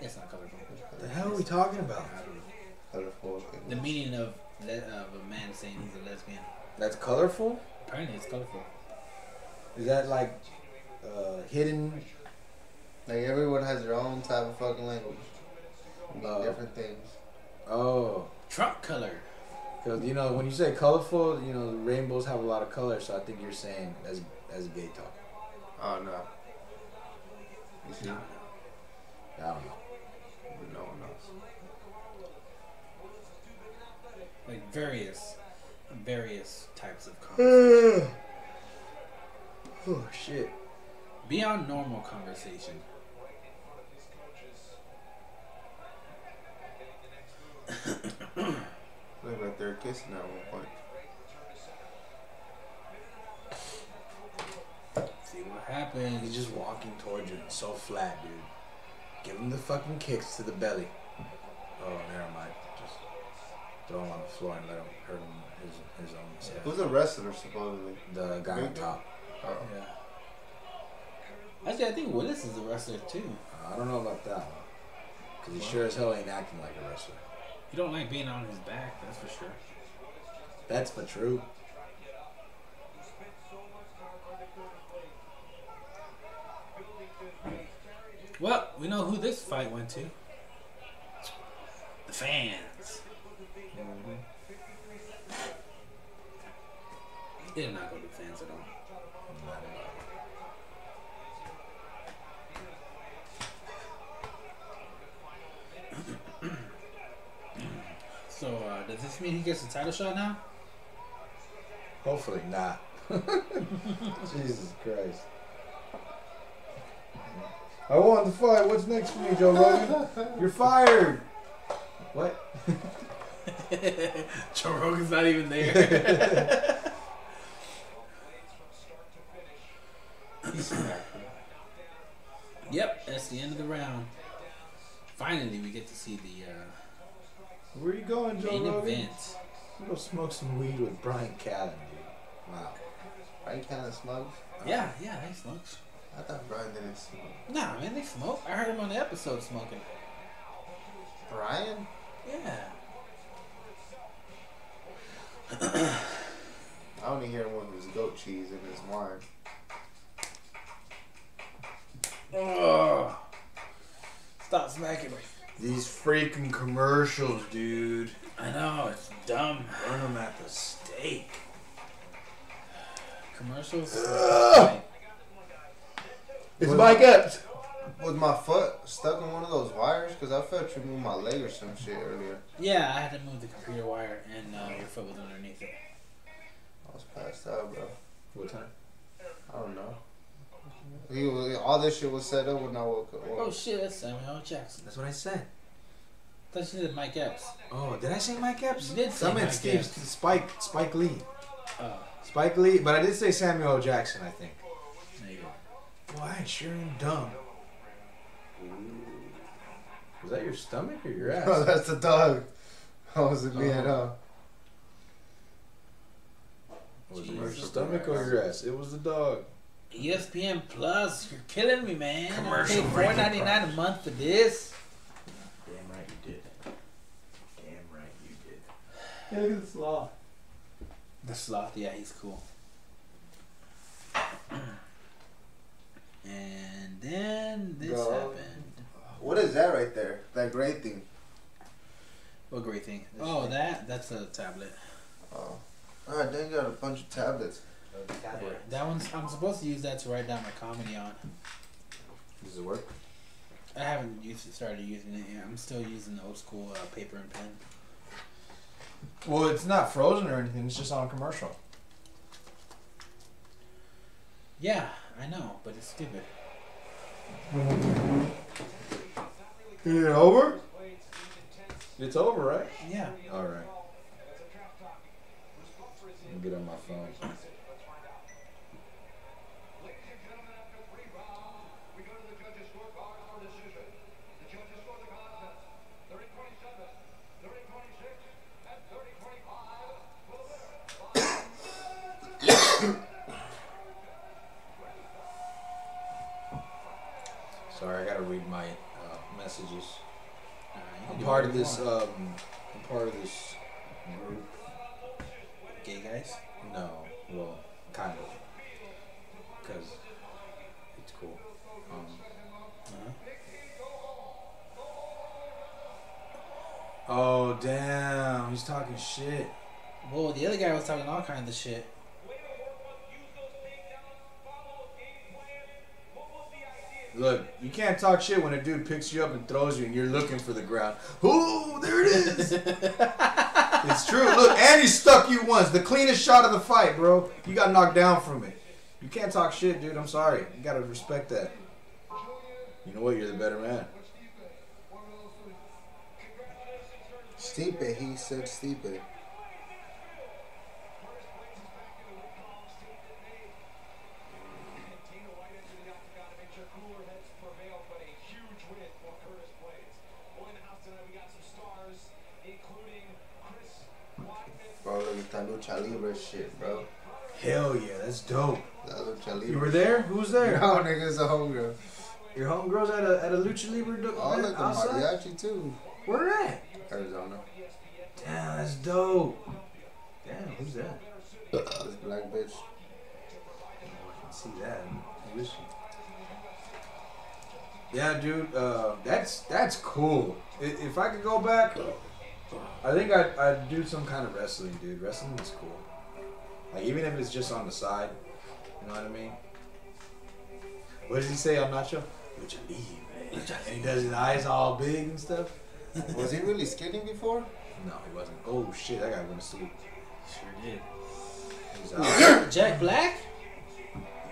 It's not colorful. It's What the colorful. hell are we talking about? colorful. The meaning of le- of a man saying he's a lesbian. That's colorful? Apparently, it's colorful. Is that like uh, hidden Like everyone has their own type of fucking language. Mean Uh, different things. oh Trump color. Because you know when you say colorful, you know rainbows have a lot of color. So I think you're saying as as gay talk. Oh no. You see? No, No, no. I don't know. no one else. Like various, various types of color. Oh shit! Beyond normal conversation. Look like they're kissing at one point. See what happens. He's just walking towards you, it's so flat, dude. Give him the fucking kicks to the belly. Oh, never mind. Just throw him on the floor and let him hurt him his his own self. Who's a wrestler supposedly? The guy on top. Oh. Yeah. Actually, I think Willis is a wrestler too. I don't know about that one. Cause he sure as hell ain't acting like a wrestler. He don't like being on his back, that's for sure. That's for true. Well, we know who this fight went to. The fans. Mm-hmm. It did not go to the fans at all. Not at all. So, uh, does this mean he gets a title shot now? Hopefully not. Jesus Christ. I won the fight. What's next for me, Joe Rogan? You're fired. What? Joe Rogan's not even there. He smacked him. Yep, that's the end of the round. Finally, we get to see the Where you going, uh, Joe main Rogan? event. I'm gonna smoke some weed with Brian Callen, dude. Wow. Brian kind of smokes. Yeah, yeah, they smoke. I thought Brian didn't smoke. Nah, man, they smoke. I heard him on the episode smoking. Brian? Yeah. I only hear one was goat cheese in his wine. Ugh. Stop smacking me. These freaking commercials, dude. I know, it's dumb. Burn them at the stake. Commercials? Ugh. It's Mike Epps. Was my foot stuck in one of those wires? Because I felt you move my leg or some shit earlier. yeah, I had to move the computer wire and uh, your foot was underneath it. I was passed out, bro. What time? I don't know. He was, all this shit was set up when I woke up. Oh shit, that's Samuel L. Jackson. That's what I said. I thought you did Mike Epps. Oh, did I say Mike Epps? You did say I meant Mike Steve Epps. Spike Spike Lee. Oh, Spike Lee, but I did say Samuel L. Jackson, I think. there you go. Why? I sure am dumb. Was that your stomach or your Oh, ass? that's the dog. I wasn't uh, me at all. was it your Jesus. stomach or your ass? It was the dog. E ESPN Plus, you're killing me, man. Commercial I paid breaking four ninety nine a month for this. Damn right you did. Damn right you did. Yeah, look at the sloth. The sloth, yeah, he's cool. And then this Go. happened. What is that right there? That gray thing. What great thing? Oh, that? That's a tablet. Oh. Oh, I did got a bunch of tablets. That one's. I'm supposed to use that to write down my comedy on. Does it work? I haven't used it, started using it yet. I'm still using the old school uh, paper and pen. Well, it's not frozen or anything. It's just on a commercial. Yeah, I know, but it's stupid. Is it over? It's over, right? Yeah. All right. Let me get on my phone. Sorry, I gotta read my uh, messages. All right, you can I'm do part of whatever you this. want. Um, I'm part of this group. Gay guys. No, well, kind of, because it's cool. Um, Uh-huh. oh damn, he's talking shit. Well, the other guy was talking all kinds of shit. Look, you can't talk shit when a dude picks you up and throws you and you're looking for the ground. Ooh, there it is. it's true. Look, and he stuck you once. The cleanest shot of the fight, bro. You got knocked down from it. You can't talk shit, dude. I'm sorry. You gotta respect that. You know what? You're the better man. Stipe, he said Stipe. Bro, look at that lucha libre shit, bro. Hell yeah, that's dope. That lucha libre. You were there? Who's No, there? niggas a homegirl. Your homegirls at a at a lucha libre do- Oh, event look at outside. mariachi too. Where at? Arizona. Damn, that's dope. Damn, who's that? This black bitch. I can see that. Who is she? Yeah, dude. Uh, that's that's cool. I- If I could go back, I think I'd, I'd do some kind of wrestling, dude. Wrestling is cool. Like even if it's just on the side, you know what I mean? What does he say on Nacho? Lucha Libre. And he does his eyes all big and stuff. Was he really skating before? No, he wasn't. Oh shit, that guy went to sleep. Sure did. He's out. Jack Black?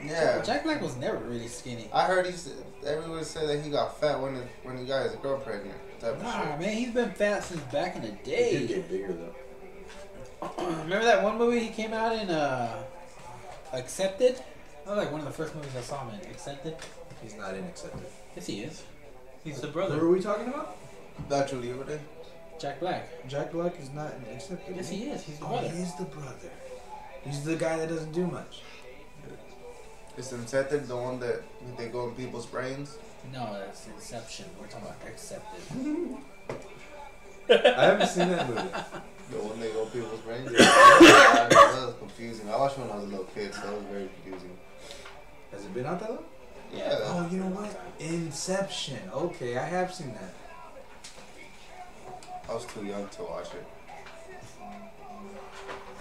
Yeah. Jack Black was never really skinny. I heard he's everyone said that he got fat when his, when he got his girl pregnant. Type of shit. Nah, man, he's been fat since back in the he day. did get bigger though. Remember that one movie he came out in? Uh, Oh, Accepted. That was like one of the first movies I saw him in. Accepted. He's not in accepted. Yes, he is. He's the brother. Who are we talking about? Not Julia Day. Jack Black. Jack Black is not accepted. Yes, he is. He's the Oh, brother. he is the brother. He's the guy that doesn't do much. Is Incepted the one that they go in people's brains? No, that's Inception. We're talking about Accepted. I haven't seen that movie. The one they go in people's brains? that was confusing. I watched it when I was a little kid, so that was very confusing. Has it been out that long? Yeah. Oh, you know what? Inception. Okay, I have seen that. I was too young to watch it.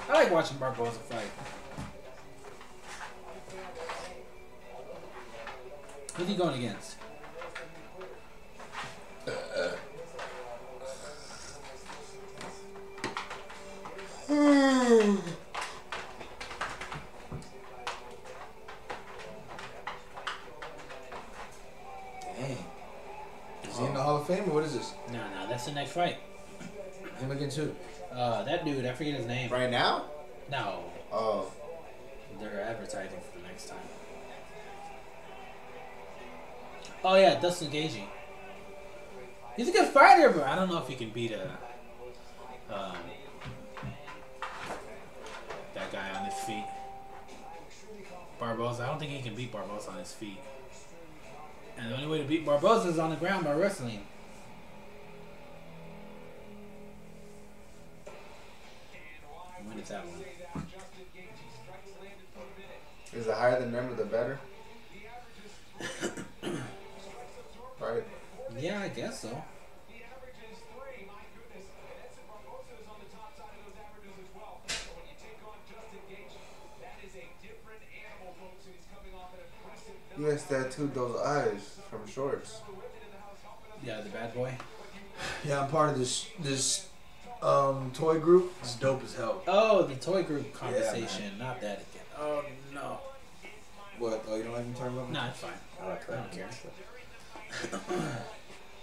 I like watching Barbosa fight. Who's he going against? Dang. Is he in the Hall of Fame or what is this? No, no, that's the next fight. Him against who? Uh, that dude, I forget his name. Right now? No, Oh. they're advertising for the next time. Oh yeah, Dustin Gagey. He's a good fighter, but I don't know if he can beat a um, that guy on his feet. Barbosa. I don't think he can beat Barbosa on his feet. And the only way to beat Barbosa is on the ground by wrestling. When is that one? Is the higher the number, the better? right. Yeah, I guess so. You guys tattooed those eyes from shorts. Yeah, the bad boy. Yeah, I'm part of this this um toy group. It's dope as hell. Oh, the toy group conversation. Not that again. Oh no. What? Oh, you don't like me talking about? Nah, it's fine. I like I don't care.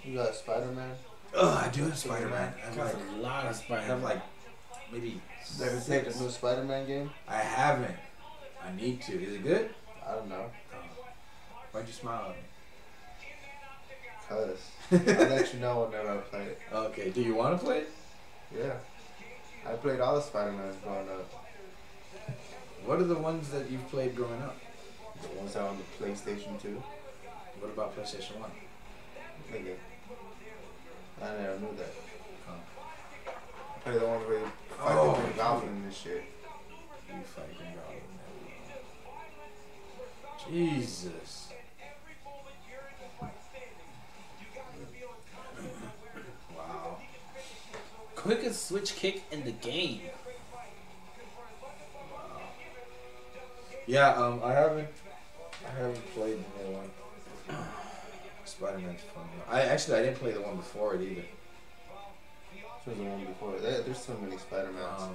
You got Spider Man? Ugh, I do have Spider Man. I have Got like, a lot of I have Spider. like maybe. They ever played the new Spider Man game? I haven't. I need to. Is it good? I don't know. Why'd you smile Cuz. at me? I'll let you know whenever I play it. okay, do you want to play it? Yeah. I played all the Spider Mans growing up. What are the ones that you've played growing up? The ones that were on the PlayStation 2. What about PlayStation 1? Nigga. I never knew that. Oh. I played the ones where you fight Oh. the Green Goblin and shit. You fucking Jesus. Wow. Quickest switch kick in the game. Yeah, um, I haven't, I haven't played the new one. Spider Man's fun. though. I actually I didn't play the one before it either. There's the one before. There, there's so many Spider Mans. Um,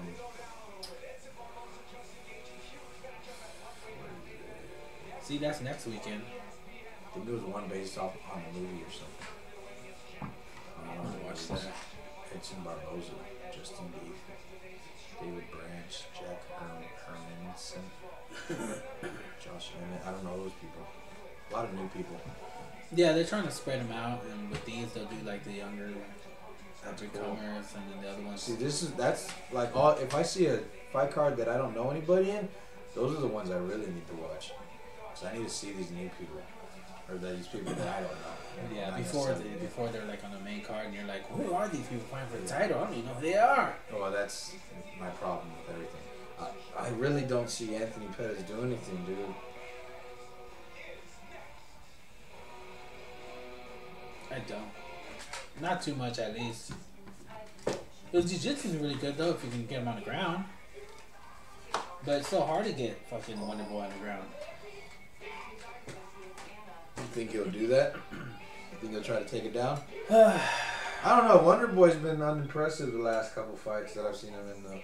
See, that's next weekend. I think there was one based off on a movie or something. I I'm don't know gonna what watch it that. was. Edson Barboza, Justin Bieber, David Branch, Jack Hermanson, Josh Emmett. I don't know those people. A lot of new people. Yeah, they're trying to spread them out, and with these they'll do like the younger That's up-and-comers cool. and then the other ones. See, this is that's like all. If I see a fight card that I don't know anybody in, those are the ones I really need to watch. So I need to see these new people, or these people that I don't know. Yeah, Not before necessarily- they, before they're like on the main card, and you're like, who are these people fighting for the title? I don't even know who they are. Well, Oh, that's my problem with everything. I, I really don't see Anthony Pettis do anything, dude. I don't. Not too much, at least. His jiu-jitsu is really good, though, if you can get him on the ground. But it's so hard to get fucking Wonder Boy on the ground. You think he'll do that? You think he'll try to take it down? I don't know. Wonder Boy's been unimpressive the last couple fights that I've seen him in, though.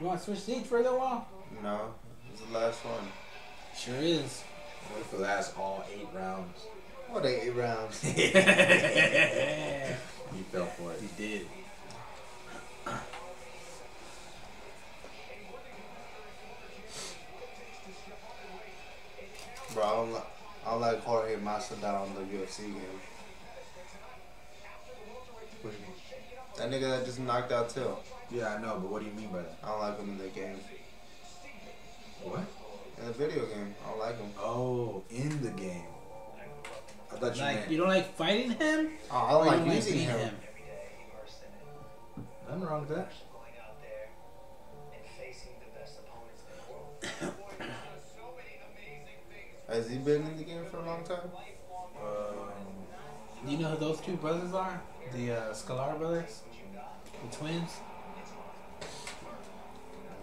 You want to switch seats for a little while? No, it's the last one. Sure is. What if it lasts all eight rounds? What eight rounds? he He fell for it. did. Bro, I don't, li- I don't like Jorge Masvidal on the UFC game. What do you mean? That nigga that just knocked out Till. Yeah, I know, but what do you mean by that? I don't like him in the game. What? In the video game, I don't like him. Oh, in the game. I thought you Like meant. you don't like fighting him? Oh, I don't Or you like using beating him. Nothing wrong with that. Has he been in the game for a long time? Um, You know who those two brothers are? The uh, Scalar brothers, the twins.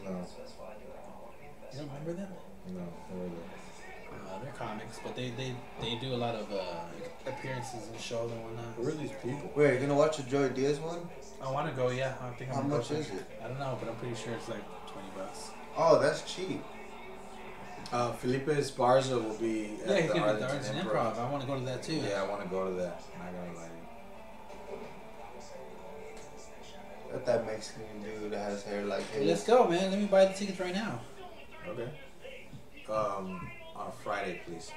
no, You don't remember them? no, really. Uh, they're comics, but they they, they do a lot of uh, appearances and shows and whatnot. Who are these people? Wait, you gonna watch the Joy Diaz one? I want to go. Yeah, I think I'm How gonna go much for is it? I don't know, but I'm pretty sure it's like twenty bucks. Oh, that's cheap. Uh, Felipe Esparza will be at yeah, he's gonna be at the the Arlington Arts and Improv. I want to go to that too. Yeah, I want to go to that. I'm not gonna lie to you. That that Mexican dude that has hair like his. Let's go, man. Let me buy the tickets right now. Okay. Um, on Friday, please.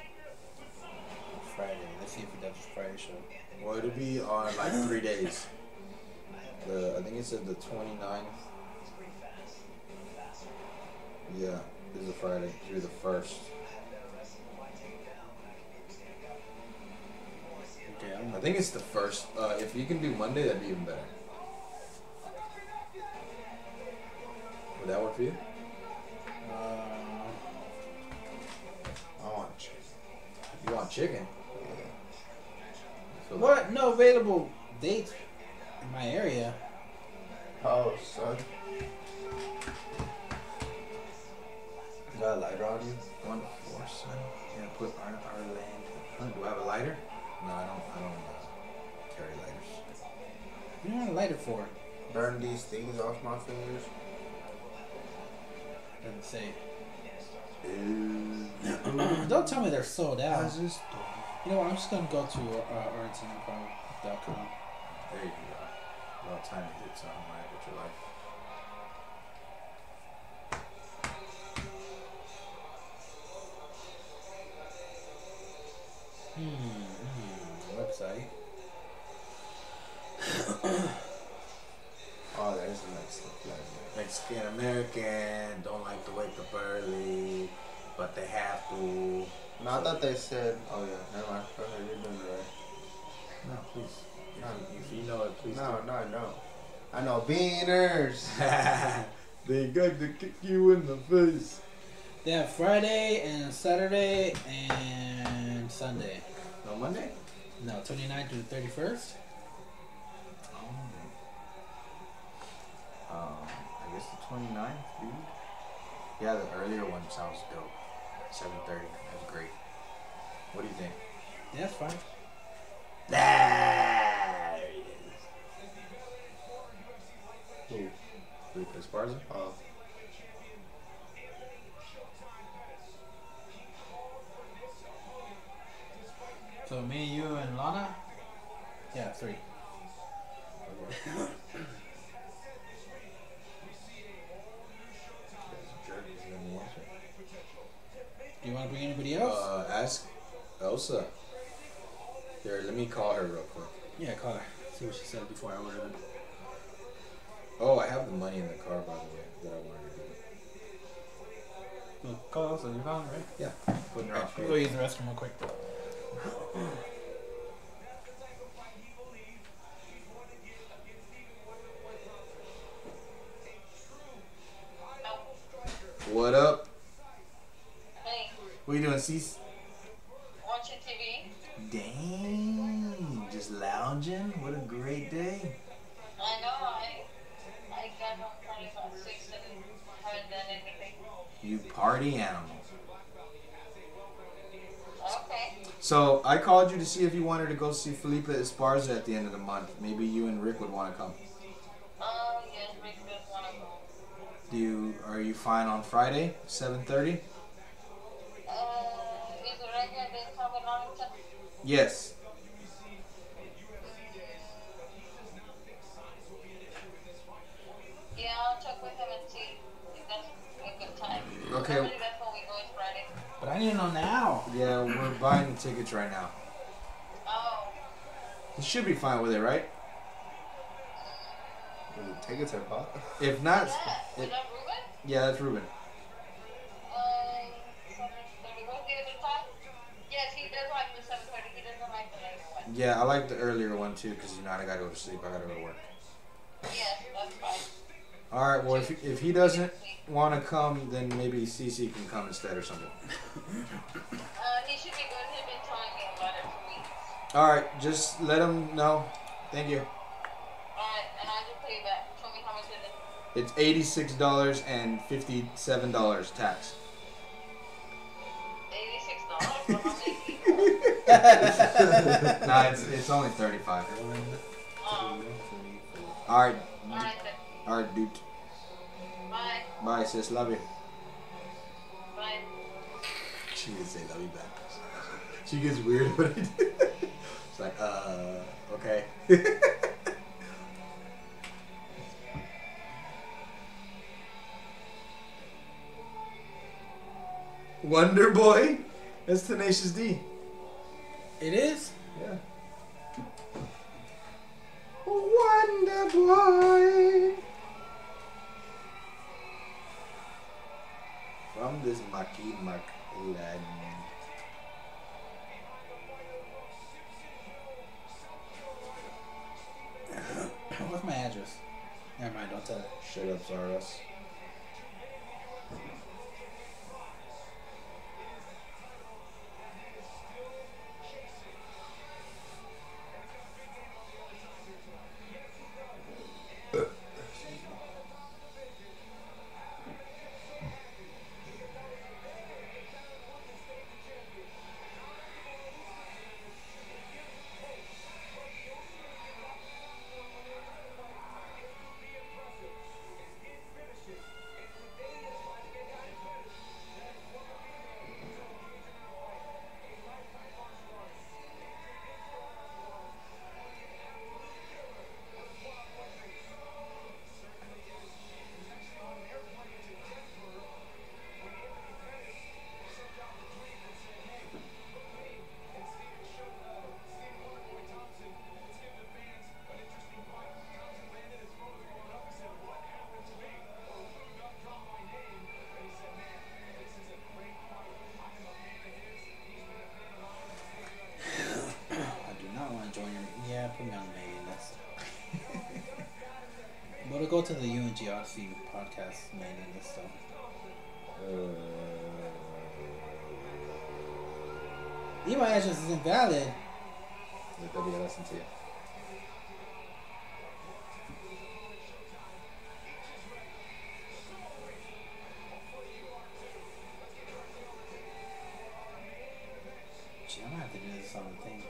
Friday. Let's see if we got this Friday show. Well, it'll be on like three days. The I think it said the 29th. Yeah, this is a Friday through the first. Okay, I'm I think it's the first. Uh, if you can do Monday, that'd be even better. Would that work for you? Uh, I want you. You want chicken? I feel like- what? No available dates in my area. Oh, son. You got a lighter on you? One four seven. Yeah, put our, our land. Huh, Do I have a lighter? No, I don't. I don't uh, carry lighters. You don't want a lighter for it. Burn these things off my fingers. Doesn't say. Ew. don't tell me they're sold out. How's this You know what? I'm just gonna go to uh, artsandimprov.com. There you go. About time you did something right with your life. Hmm. hmm, Website. Oh, there's a Mexican flag. Mexican American don't like to wake up early, but they have to. No, I thought they said. Oh yeah, never mind. Okay, you're doing it right. No, please. If, No. you- if you know it, please. No, no, no. I know beaners. they got to kick you in the face. They have Friday and Saturday and Sunday. No Monday. No, 29th through the 31st. Oh. Um, I guess the 29th, dude. Yeah, the earlier one sounds dope. 7.30, that's great. What do you think? Yeah, that's fine. There it is. Who? Luke Esparza? Oh, So me, you, and Lana. Yeah, three. Do you want to bring anybody else? Uh, ask Elsa. Here, let me call her real quick. yeah, call her. See what she said before I ordered it. Oh, I have the money in the car, by the way, that I wanted to do. Well, call us on your phone, right? Putting her Alright, off we'll go hold. use the restroom real quick. What up? Hey, What you doing, Cease? watching TV. Dang, just lounging. What a great day. I know I I got home probably about six and haven't done anything. You party animal. Okay. So I called you to see if you wanted to go see Felipe Esparza at the end of the month. Maybe you and Rick would want to come. Oh yes, we just wanna go. Do you? Are you fine on Friday, seven thirty? Uh is the regular day covered on it? Yes. Yeah, I'll check with him and see if that's a good time. Okay. Probably that's when we go is Friday. But I I need to know now. Yeah, we're buying the tickets right now. Oh, He should be fine with it, right? The tickets are bought. If not, yeah. Is it, that Ruben? yeah, that's Ruben. Um, 7:30. Was he at the top? Yes, he does like the 7:30. He doesn't like the later one. Yeah, I like the earlier one too, cause you know I gotta go to sleep. I gotta go to work. Yes, that's fine. All right. Well, if if he doesn't want to come, then maybe CC can come instead or something. Uh, he should be good. He's been telling me about it for weeks. All right. Just let him know. Thank you. Alright, and I'll just pay you back. Show me how much it is. It's eighty-six dollars and fifty-seven dollars tax. Eighty-six dollars for how many people? nah, it's, it's only thirty-five. Um, All right. alright then. All right, dude. Bye. Bye, sis. Love you. Bye. She didn't say love you back. She gets weird when I do. It's like, uh, okay. Wonder Boy? That's Tenacious D. It is. Yeah. Wonder Boy. From this Maki Mak lad. What's my address? Never mind. Don't tell it. Shut up, Zaros. I do not want to join your. Yeah, put me on the mailing list. But I'll go to the UNGRC podcast mailing list though. Uh. Email address is invalid. Let that be a lesson to you. Gee, I'm gonna have to do this on the thing.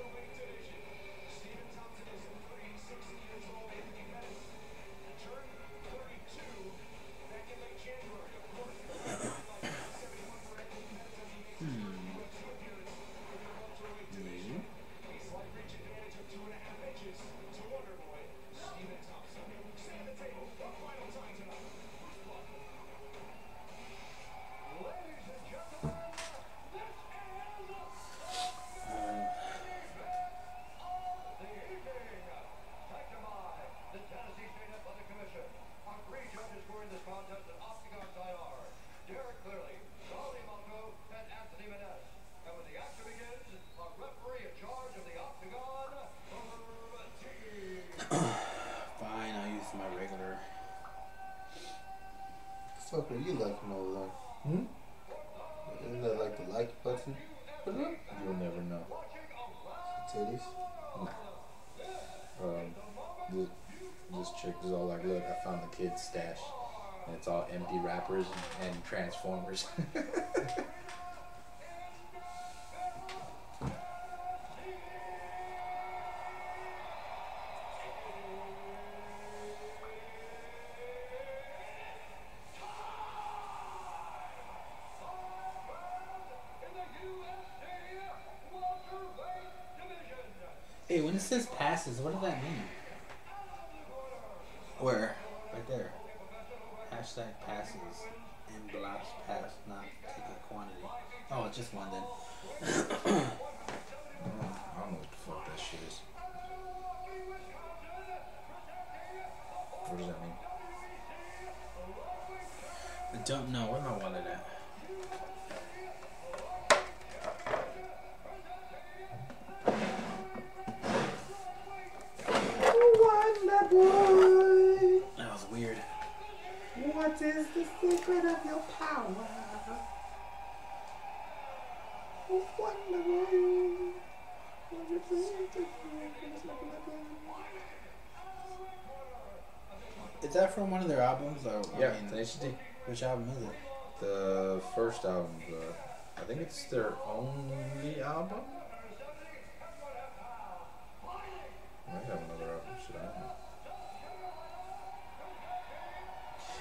Hmm. Yeah. Fine, I'll use my regular. Fuck, what you liking over Hmm? there? Isn't that like the like button? You'll never know. Titties? Um, th- this chick is all like, look, I found the kid's stash. And it's all empty wrappers and, and transformers. Hey, when it says passes, what does that mean? Where? Right there. Hashtag passes. And blast pass, not ticket quantity. Oh, just one then. I don't, I don't know what the fuck that shit is. What does that mean? I don't know. Where my wallet at? What, my boy? That was weird. What is the secret of your power? What, my boy? What is the secret of your power? Is that from one of their albums? Or, Yeah. I mean, they should do. Which album is it? The first album, the, I think it's their only album. They might have another album, shit, I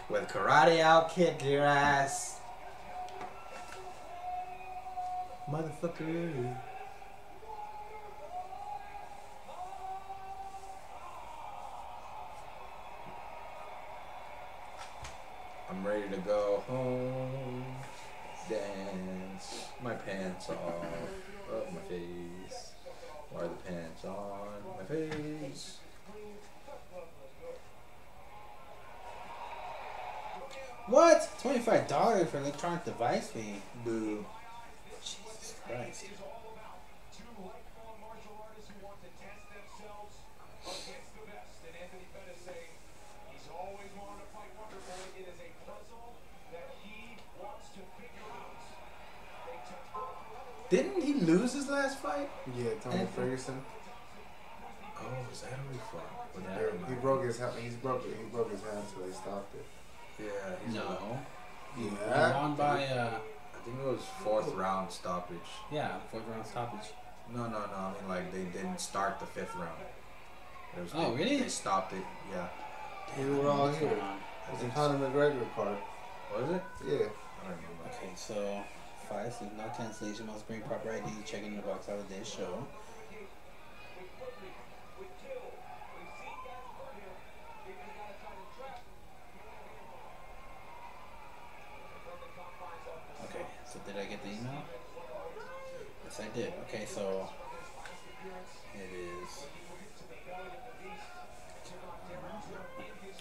don't know. With karate, I'll kick your ass, motherfucker. I'm ready to go home. Dance my pants off of my face. Why are the pants on my face? What? Twenty-five dollars for electronic device fee? Boo. Jesus Christ. Didn't he lose his last fight? Yeah, Tony And- Ferguson. Oh, is that who he fought? Well, Yeah, never he mind. broke his hand. He's broke it. He broke his hand, so they stopped it. Yeah, he's a- No. Yeah. Won by uh, I think it was fourth round stoppage. yeah, fourth round stoppage. No, no, no. I mean, like they didn't start the fifth round. It was- Oh, they- really? They stopped it. Yeah. We were all What's here. going on? I It's a think Conor McGregor card. so. Was it? Yeah. I don't remember. Okay, so five says no cancellation must bring proper ID checking the box out of this show. Okay, so did I get the email? Yes, I did. Okay, so it is.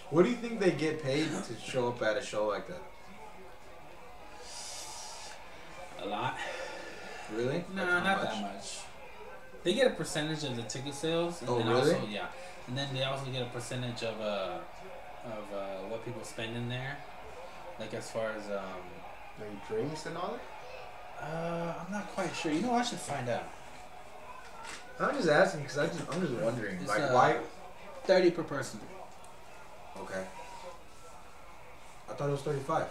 What do you think they get paid to show up at a show like that? A lot? Really? No, Like, how not that much. They get a percentage of the ticket sales. And Oh, then really? Also, yeah, and then they also get a percentage of uh, of uh, what people spend in there, like as far as um, Like drinks and all that. uh, I'm not quite sure. You know, I should find out. I'm just asking because I just I'm just wondering It's, like uh, why. Thirty per person. Okay. I thought it was 35.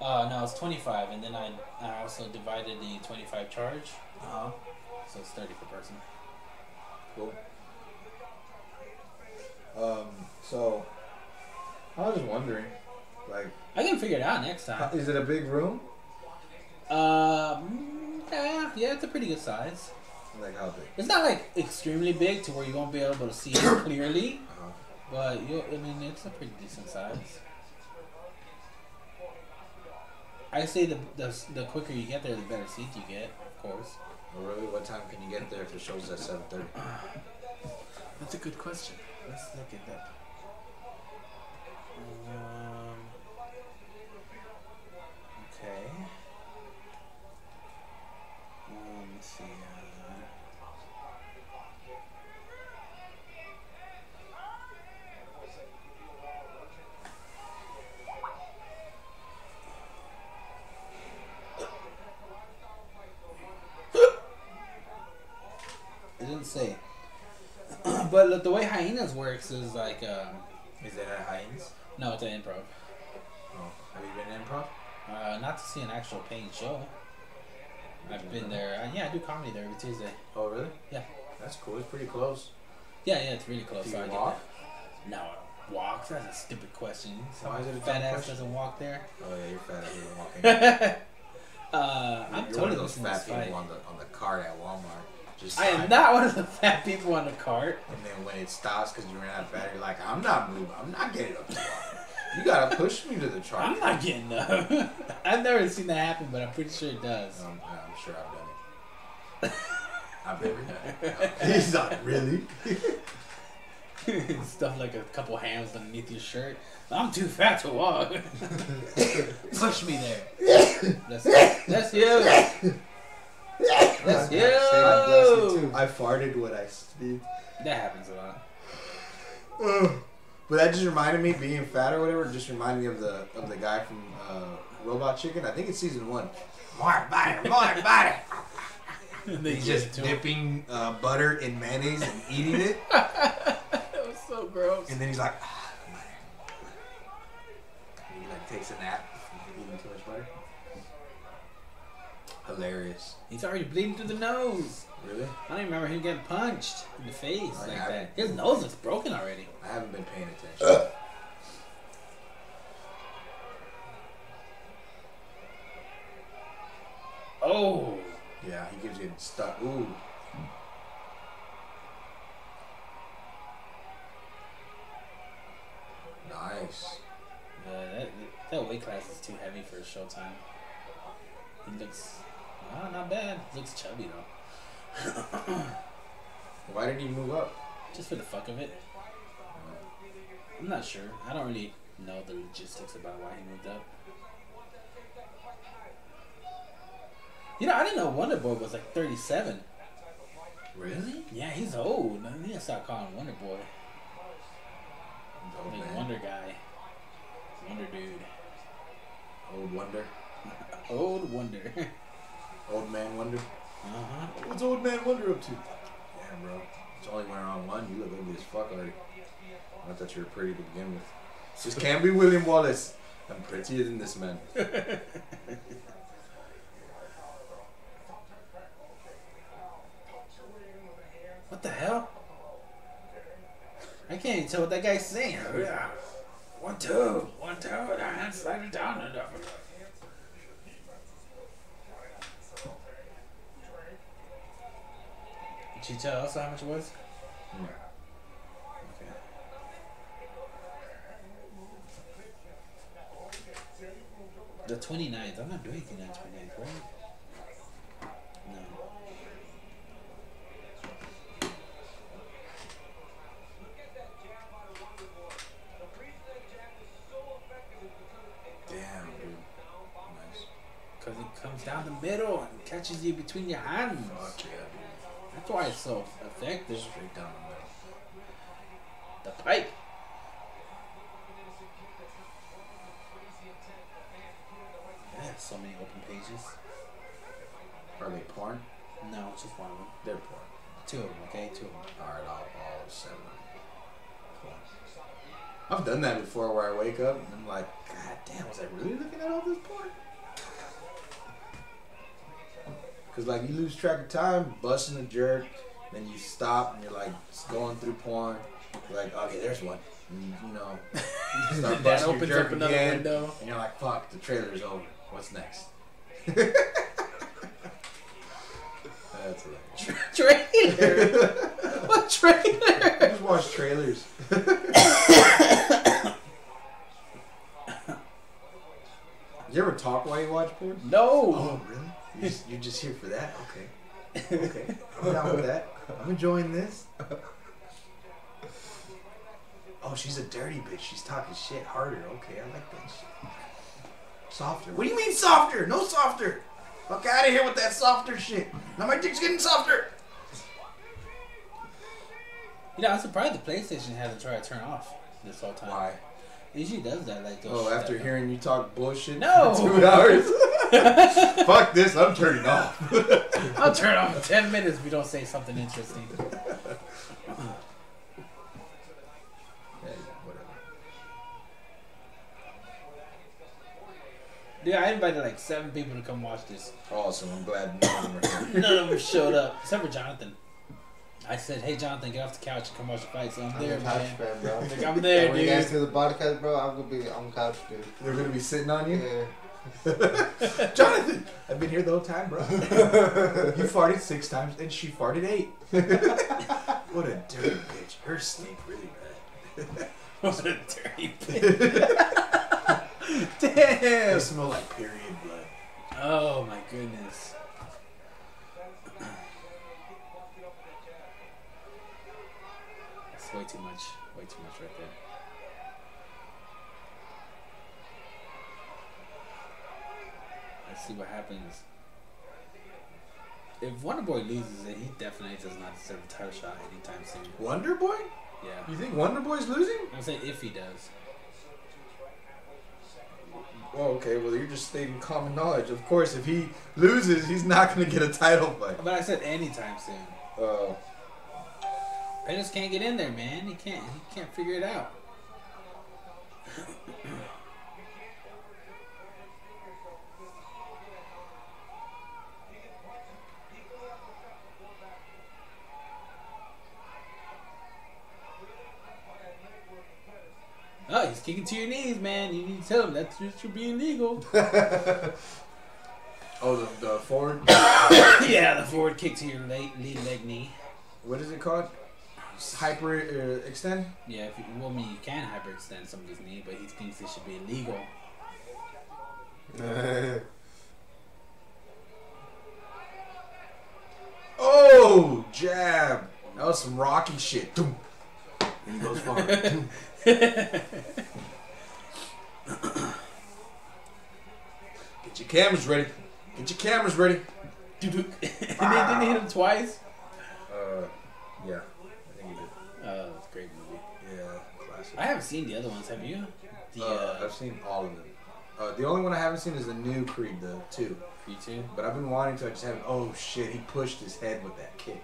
Uh, no, it's twenty five, and then I I also divided the twenty five charge, Uh Uh-huh. huh. so it's thirty per person. Cool. Um. So, I was just wondering, like, I can figure it out next how- time. is it a big room? Uh, mm, yeah, yeah, it's a pretty good size. Like how big? It's not like extremely big to where you won't be able to see it clearly. Uh huh. But you, I mean, it's a pretty decent size. I say the, the the quicker you get there, the better seat you get. Of course. Well, Oh, really, what time can you get there if the show's at 7:30? That's a good question. Let's look at that. Um, okay. Um, let's see. Uh, it didn't say. but look, the way hyenas works is like um, Is it at Heinz? no, it's an improv. Oh, have you been improv? Uh, not to see an actual paying show. I've been there. Uh, yeah, I do comedy there every Tuesday. Oh, really? Yeah. That's cool. It's pretty close. Yeah, yeah, it's really close. Do so I you get walk? there. No, I don't walk. That's a stupid question. Why is it a dumb fat ass question? doesn't walk there? Oh yeah, you're fat. You're walking. uh, I'm You're one totally of those missing this fat fight. people on the on the cart at Walmart. Just I am like- not one of the fat people on the cart. And then when it stops because you ran out of battery, like I'm not moving. I'm not getting up. To walk. You gotta push me to the I'm charger. not getting up. I've never seen that happen, but I'm pretty sure it does. Um, I'm, I'm sure I've done it. I've never done it. He's not really. Stuff like a couple hams underneath your shirt. I'm too fat to walk. Push me there. That's that's you. That's you. I farted what I did. That happens a lot. But that just reminded me, being fat or whatever, just reminded me of the of the guy from uh, Robot Chicken. I think it's season one. More butter, more butter. they He's just dip. dipping uh, butter in mayonnaise and eating it, That was so gross. and then he's like, ah, butter." And he like takes a nap from eating too much butter. Hilarious. He's already bleeding through the nose. Really? I don't even remember him getting punched in the face I like that. haven't. His nose is broken already. I haven't been paying attention. Oh, yeah, he keeps getting stuck. Ooh. Nice. uh, that, that weight class is too heavy for Showtime. He looks, ah, not bad. looks chubby though, Why did he move up? just for the fuck of it. I'm not sure. I don't really know the logistics about why he moved up. You know, I didn't know Wonder Boy was like 37. Really? Yeah, he's old. I need to start calling him Wonder Boy. Old Like man. Wonder Guy. Wonder Dude. Old wonder. Old Wonder. uh Old man wonder. huh. What's old man wonder up to? Damn, bro. It's only one on one. You look ugly as fuck already. I thought you were pretty to begin with. This can't be William Wallace. I'm prettier than this man. What the hell? I can't even tell what that guy's saying. Oh, One, two, one, two, and I haven't slid down enough. Did you tell us how much it was? Hmm. Okay. The 29th. I'm not doing anything on 29th, right? No. Damn, dude. Nice. Because it comes down the middle and catches you between your hands. Fuck yeah, That's why it's so dude. effective. Straight down the middle. The pipe. I have so many open pages. Are they porn? No, it's just one of them. They're porn. Two of them, okay? Two of them. Alright, all, all seven. Porn. I've done that before where I wake up and I'm like, God damn, was I really looking at all this porn? Because, like, you lose track of time, busting a jerk, then you stop and you're like going through porn. You're like, okay, there's one. And, you know, you start That busting your opens jerk up another again, window. And you're like, fuck, the trailer's over. What's next? That's hilarious. Trailer! what trailer? I just watch trailers. you ever talk while you watch porn? No! Oh, really? You're just, you're just here for that? Okay. Okay. I'm down with that. I'm enjoying this. Oh, she's a dirty bitch. She's talking shit harder. Okay, I like that shit. Softer. What do you mean softer? No softer. Fuck out of here with that softer shit. Now my dick's getting softer. You know, I'm surprised the PlayStation hasn't tried to turn off this whole time. It usually does that, like those Oh, after hearing you talk bullshit No. for two hours. Fuck this, I'm turning off. I'll turn off in 10 minutes if we don't say something interesting. Dude, I invited like seven people to come watch this. Awesome, I'm glad none of them are here. None of them showed up, except for Jonathan. I said, hey, Jonathan, get off the couch and come watch the fight. So I'm I'm there, a couch man. fan, bro. Like, I'm When there, you guys dude. do the podcast, bro, I'm gonna be on couch, dude. They're gonna be sitting on you? Yeah. Jonathan! I've been here the whole time, bro. you farted six times and she farted eight. what a dirty bitch. Her stink really bad. What a dirty bitch. Damn. They smell like period blood. Oh my goodness. It's way too much. Way too much right there. Let's see what happens. If Wonder Boy loses it, he definitely does not deserve a title shot anytime soon. Wonder Boy? Yeah. You think Wonder Boy's losing? I'm saying if he does. Well, okay. Well, you're just stating common knowledge. Of course, if he loses, he's not gonna get a title fight. But I said anytime soon. Oh. Pettis can't get in there, man. He can't. He can't figure it out. Oh, he's kicking to your knees, man. You need to tell him that should be illegal. oh, the, the forward. yeah, the forward kick to your late lead leg knee. what is it called? Hyper uh, extend. Yeah, if you, well, I mean, you can hyperextend somebody's knee, but he thinks it should be illegal. Oh, jab. That was some rocky shit. Doom. And he goes forward. Doom. Get your cameras ready. Get your cameras ready. and they didn't hit him twice. Uh, yeah. I think he did. Oh, it's a great movie. Yeah, classic. I haven't seen the other ones. Have you? The Uh, uh, I've seen all of them. Uh, the only one I haven't seen is the new Creed, the two. you two? But I've been wanting to. I just haven't. Oh shit! He pushed his head with that kick.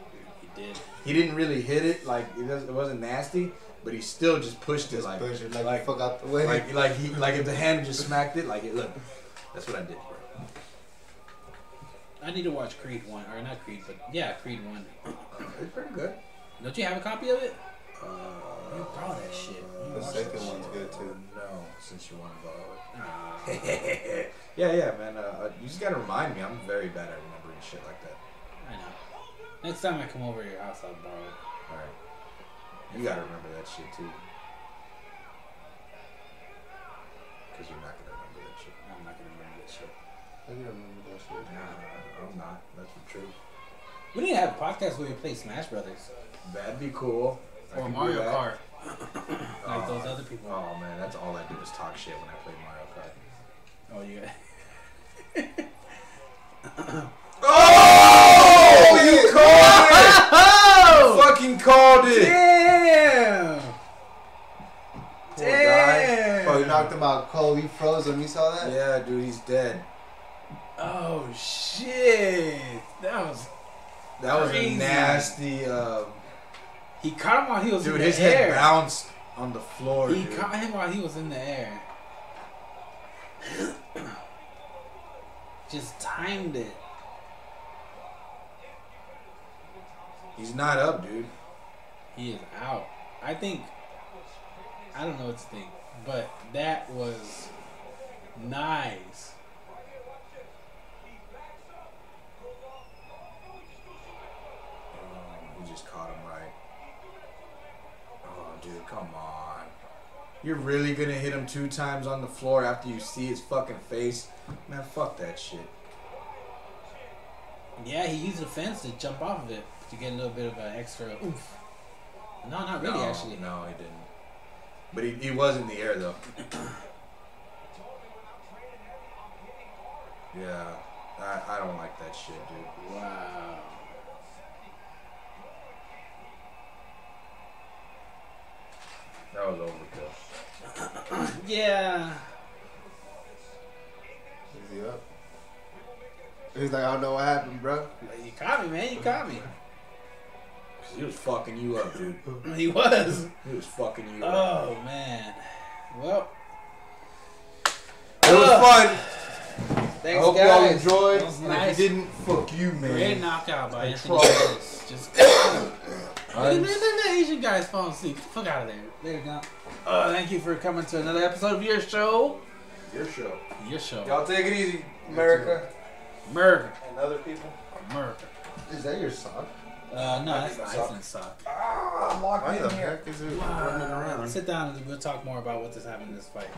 dude. You did. He didn't really hit it. Like it, doesn't, it wasn't nasty, but he still just pushed it. Just Like, push it like, like, fuck out the way. like, like he, like if the hand just smacked it. Like it. Look, that's what I did. Bro. I need to watch Creed one, or not Creed, but yeah, Creed one. Uh, it's pretty good. Don't you have a copy of it? Uh, You borrow that shit. You The watch second that one's shit. Ah, good too. No, since you want to borrow it. Aw. yeah, yeah, man. Uh, you just gotta remind me. I'm very bad at remembering shit like that. I know. Next time I come over to your house, I'll borrow it. All right, you gotta remember that shit too, because you're not gonna remember that shit. I'm not gonna remember that shit. I can remember that shit. Nah, I'm not. That's the truth. We need to have a podcast where we play Smash Brothers That'd be cool. I or could do Mario that. Kart, Oh, like those other people. Oh man, that's all I do is talk shit when I play Mario Kart. Oh, yeah. Oh, you called it! Fucking called it! Damn! Poor guy. Oh, you knocked him out cold. You froze him. You saw that? Yeah, dude, he's dead. Oh shit! That was That was Crazy. a nasty. Um, he caught him while he was dude, in the his air. head bounced on the floor. he dude. caught him while he was in the air. Just timed it. He's not up, dude. He is out. I think I don't know what to think, but that was nice. Um, You just caught him right. Oh, dude, come on. You're really gonna hit him two times on the floor after you see his fucking face? Man, fuck that shit. Yeah, he used the fence to jump off of it to get a little bit of an extra oomph. No, not really. no, actually, No, he didn't. But he, he was in the air, though. yeah, I, I don't like that shit, dude. Wow. That was overkill. Yeah. Is he up? He's like, I don't know what happened, bro. Like, You caught me, man. You caught me. He was fucking you up, dude. He was. He was fucking you up. Oh man. Well, It was Ugh. fun. thanks I hope guys. y'all enjoyed. That was And nice. If you didn't, fuck you, man. Great knockout by Anthony Control. Davis. Just I'm- the Asian guy's falling asleep. Fuck out of there. There you go. Uh, thank you for coming to another episode of your show. Your show. Your show. Y'all take it easy, America America. and other people. America. Is that your sock? Uh, no, I that's think I Iceland sock. Ah, oh, I'm locked Why in the here. heck is it running around? Sit down and we'll talk more about what just happened in this fight.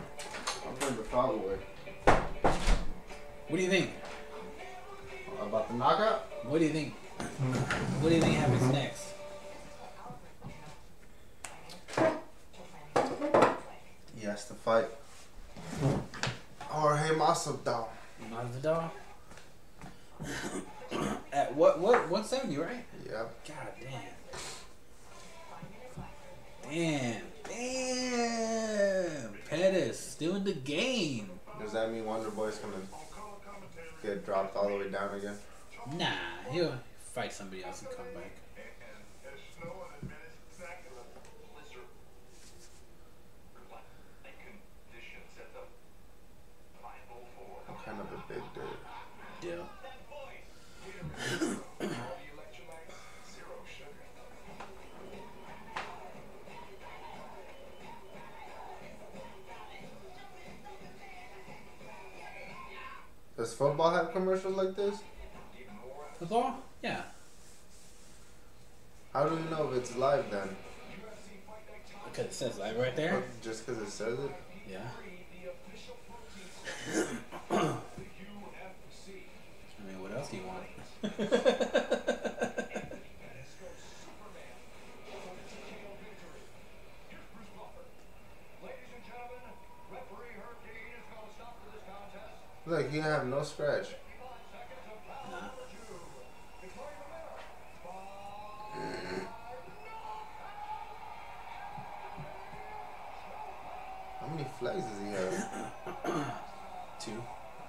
I'm putting the frog away. What do you think? About the knockout? What do you think? What do you think happens next? Yes, the fight. Jorge Masvidal. Masvidal. At what what 170, right? Yep. God damn. Damn. Damn. Pettis still in the game. Does that mean Wonder Boy's gonna get dropped all the way down again? Nah, he'll fight somebody else and come back. Kind of a big dude. Deal. Does football have commercials like this? Football? Yeah. How do we know if it's live then? Because it says live right there. Just because it says it? Yeah. I mean, what else do you want? Look, you have no scratch. nah. How many flags does he have? Two.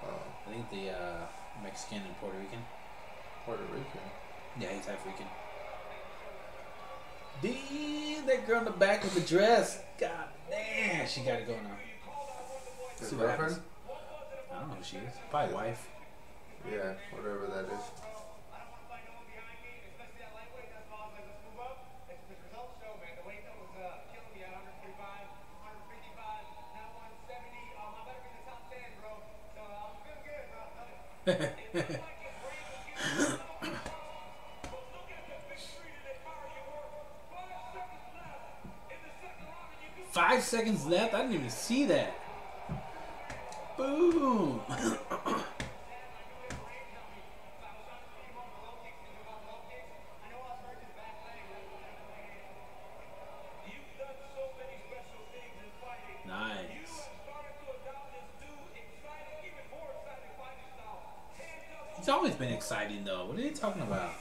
Oh, I think the uh, Mexican and Puerto Rican. Puerto Rican. Yeah, he's half Rican. D, that girl in the back with the dress. God damn, she got it going on. His See what girlfriend? happens. I don't know who she is. Probably wife. Yeah, whatever that is. Five seconds left. I didn't even see that. Boom. nice. It's always been exciting though. What are you talking about?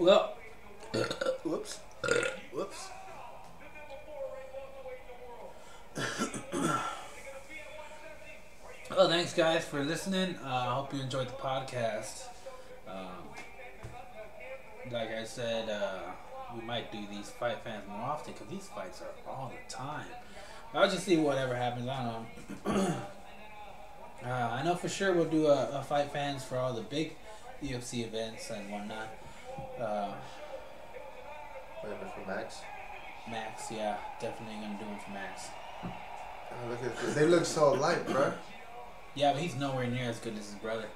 Well, whoops, whoops. well, thanks guys for listening. Uh, I hope you enjoyed the podcast. Um, like I said, uh, we might do these fight fans more often because these fights are all the time. I'll just see whatever happens. I don't know. uh, I know for sure we'll do a, a fight fans for all the big UFC events and whatnot. Uh, Whatever for Max. Max, yeah, definitely gonna do him for Max. Oh, look at this. They look so alike, bro. Yeah, but he's nowhere near as good as his brother.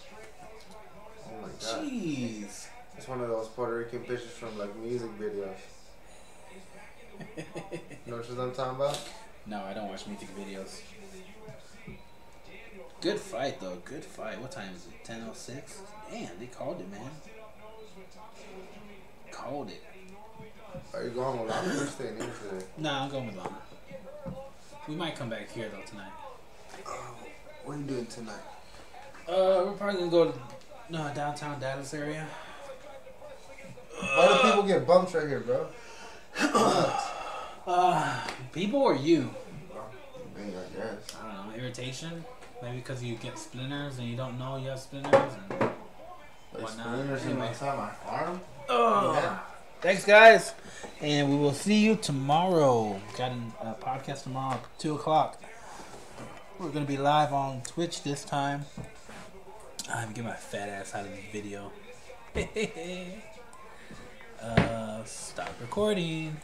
Oh my god. Jeez. It's one of those Puerto Rican pictures from like music videos. You know what I'm talking about? No, I don't watch music videos. Good fight though. Good fight. What time is it? Ten oh six. Damn, they called it, man. Called it. Are you going with Lana? You're staying here today. Nah, I'm going with Lana. We might come back here though tonight. What are you doing tonight? Uh, we're probably gonna go to no downtown Dallas area. Why do people get bumps right here, bro? Uh, people or you? I mean, I guess. I don't know, irritation? Maybe because you get splinters and you don't know you have splinters. And... Like Why not? splinters in my Anyway. inside my arm? Oh. Yeah. Thanks, guys. And we will see you tomorrow. Got a uh, podcast tomorrow, 2 o'clock. We're going to be live on Twitch this time. I'm going to get my fat ass out of this video. Uh, stop recording.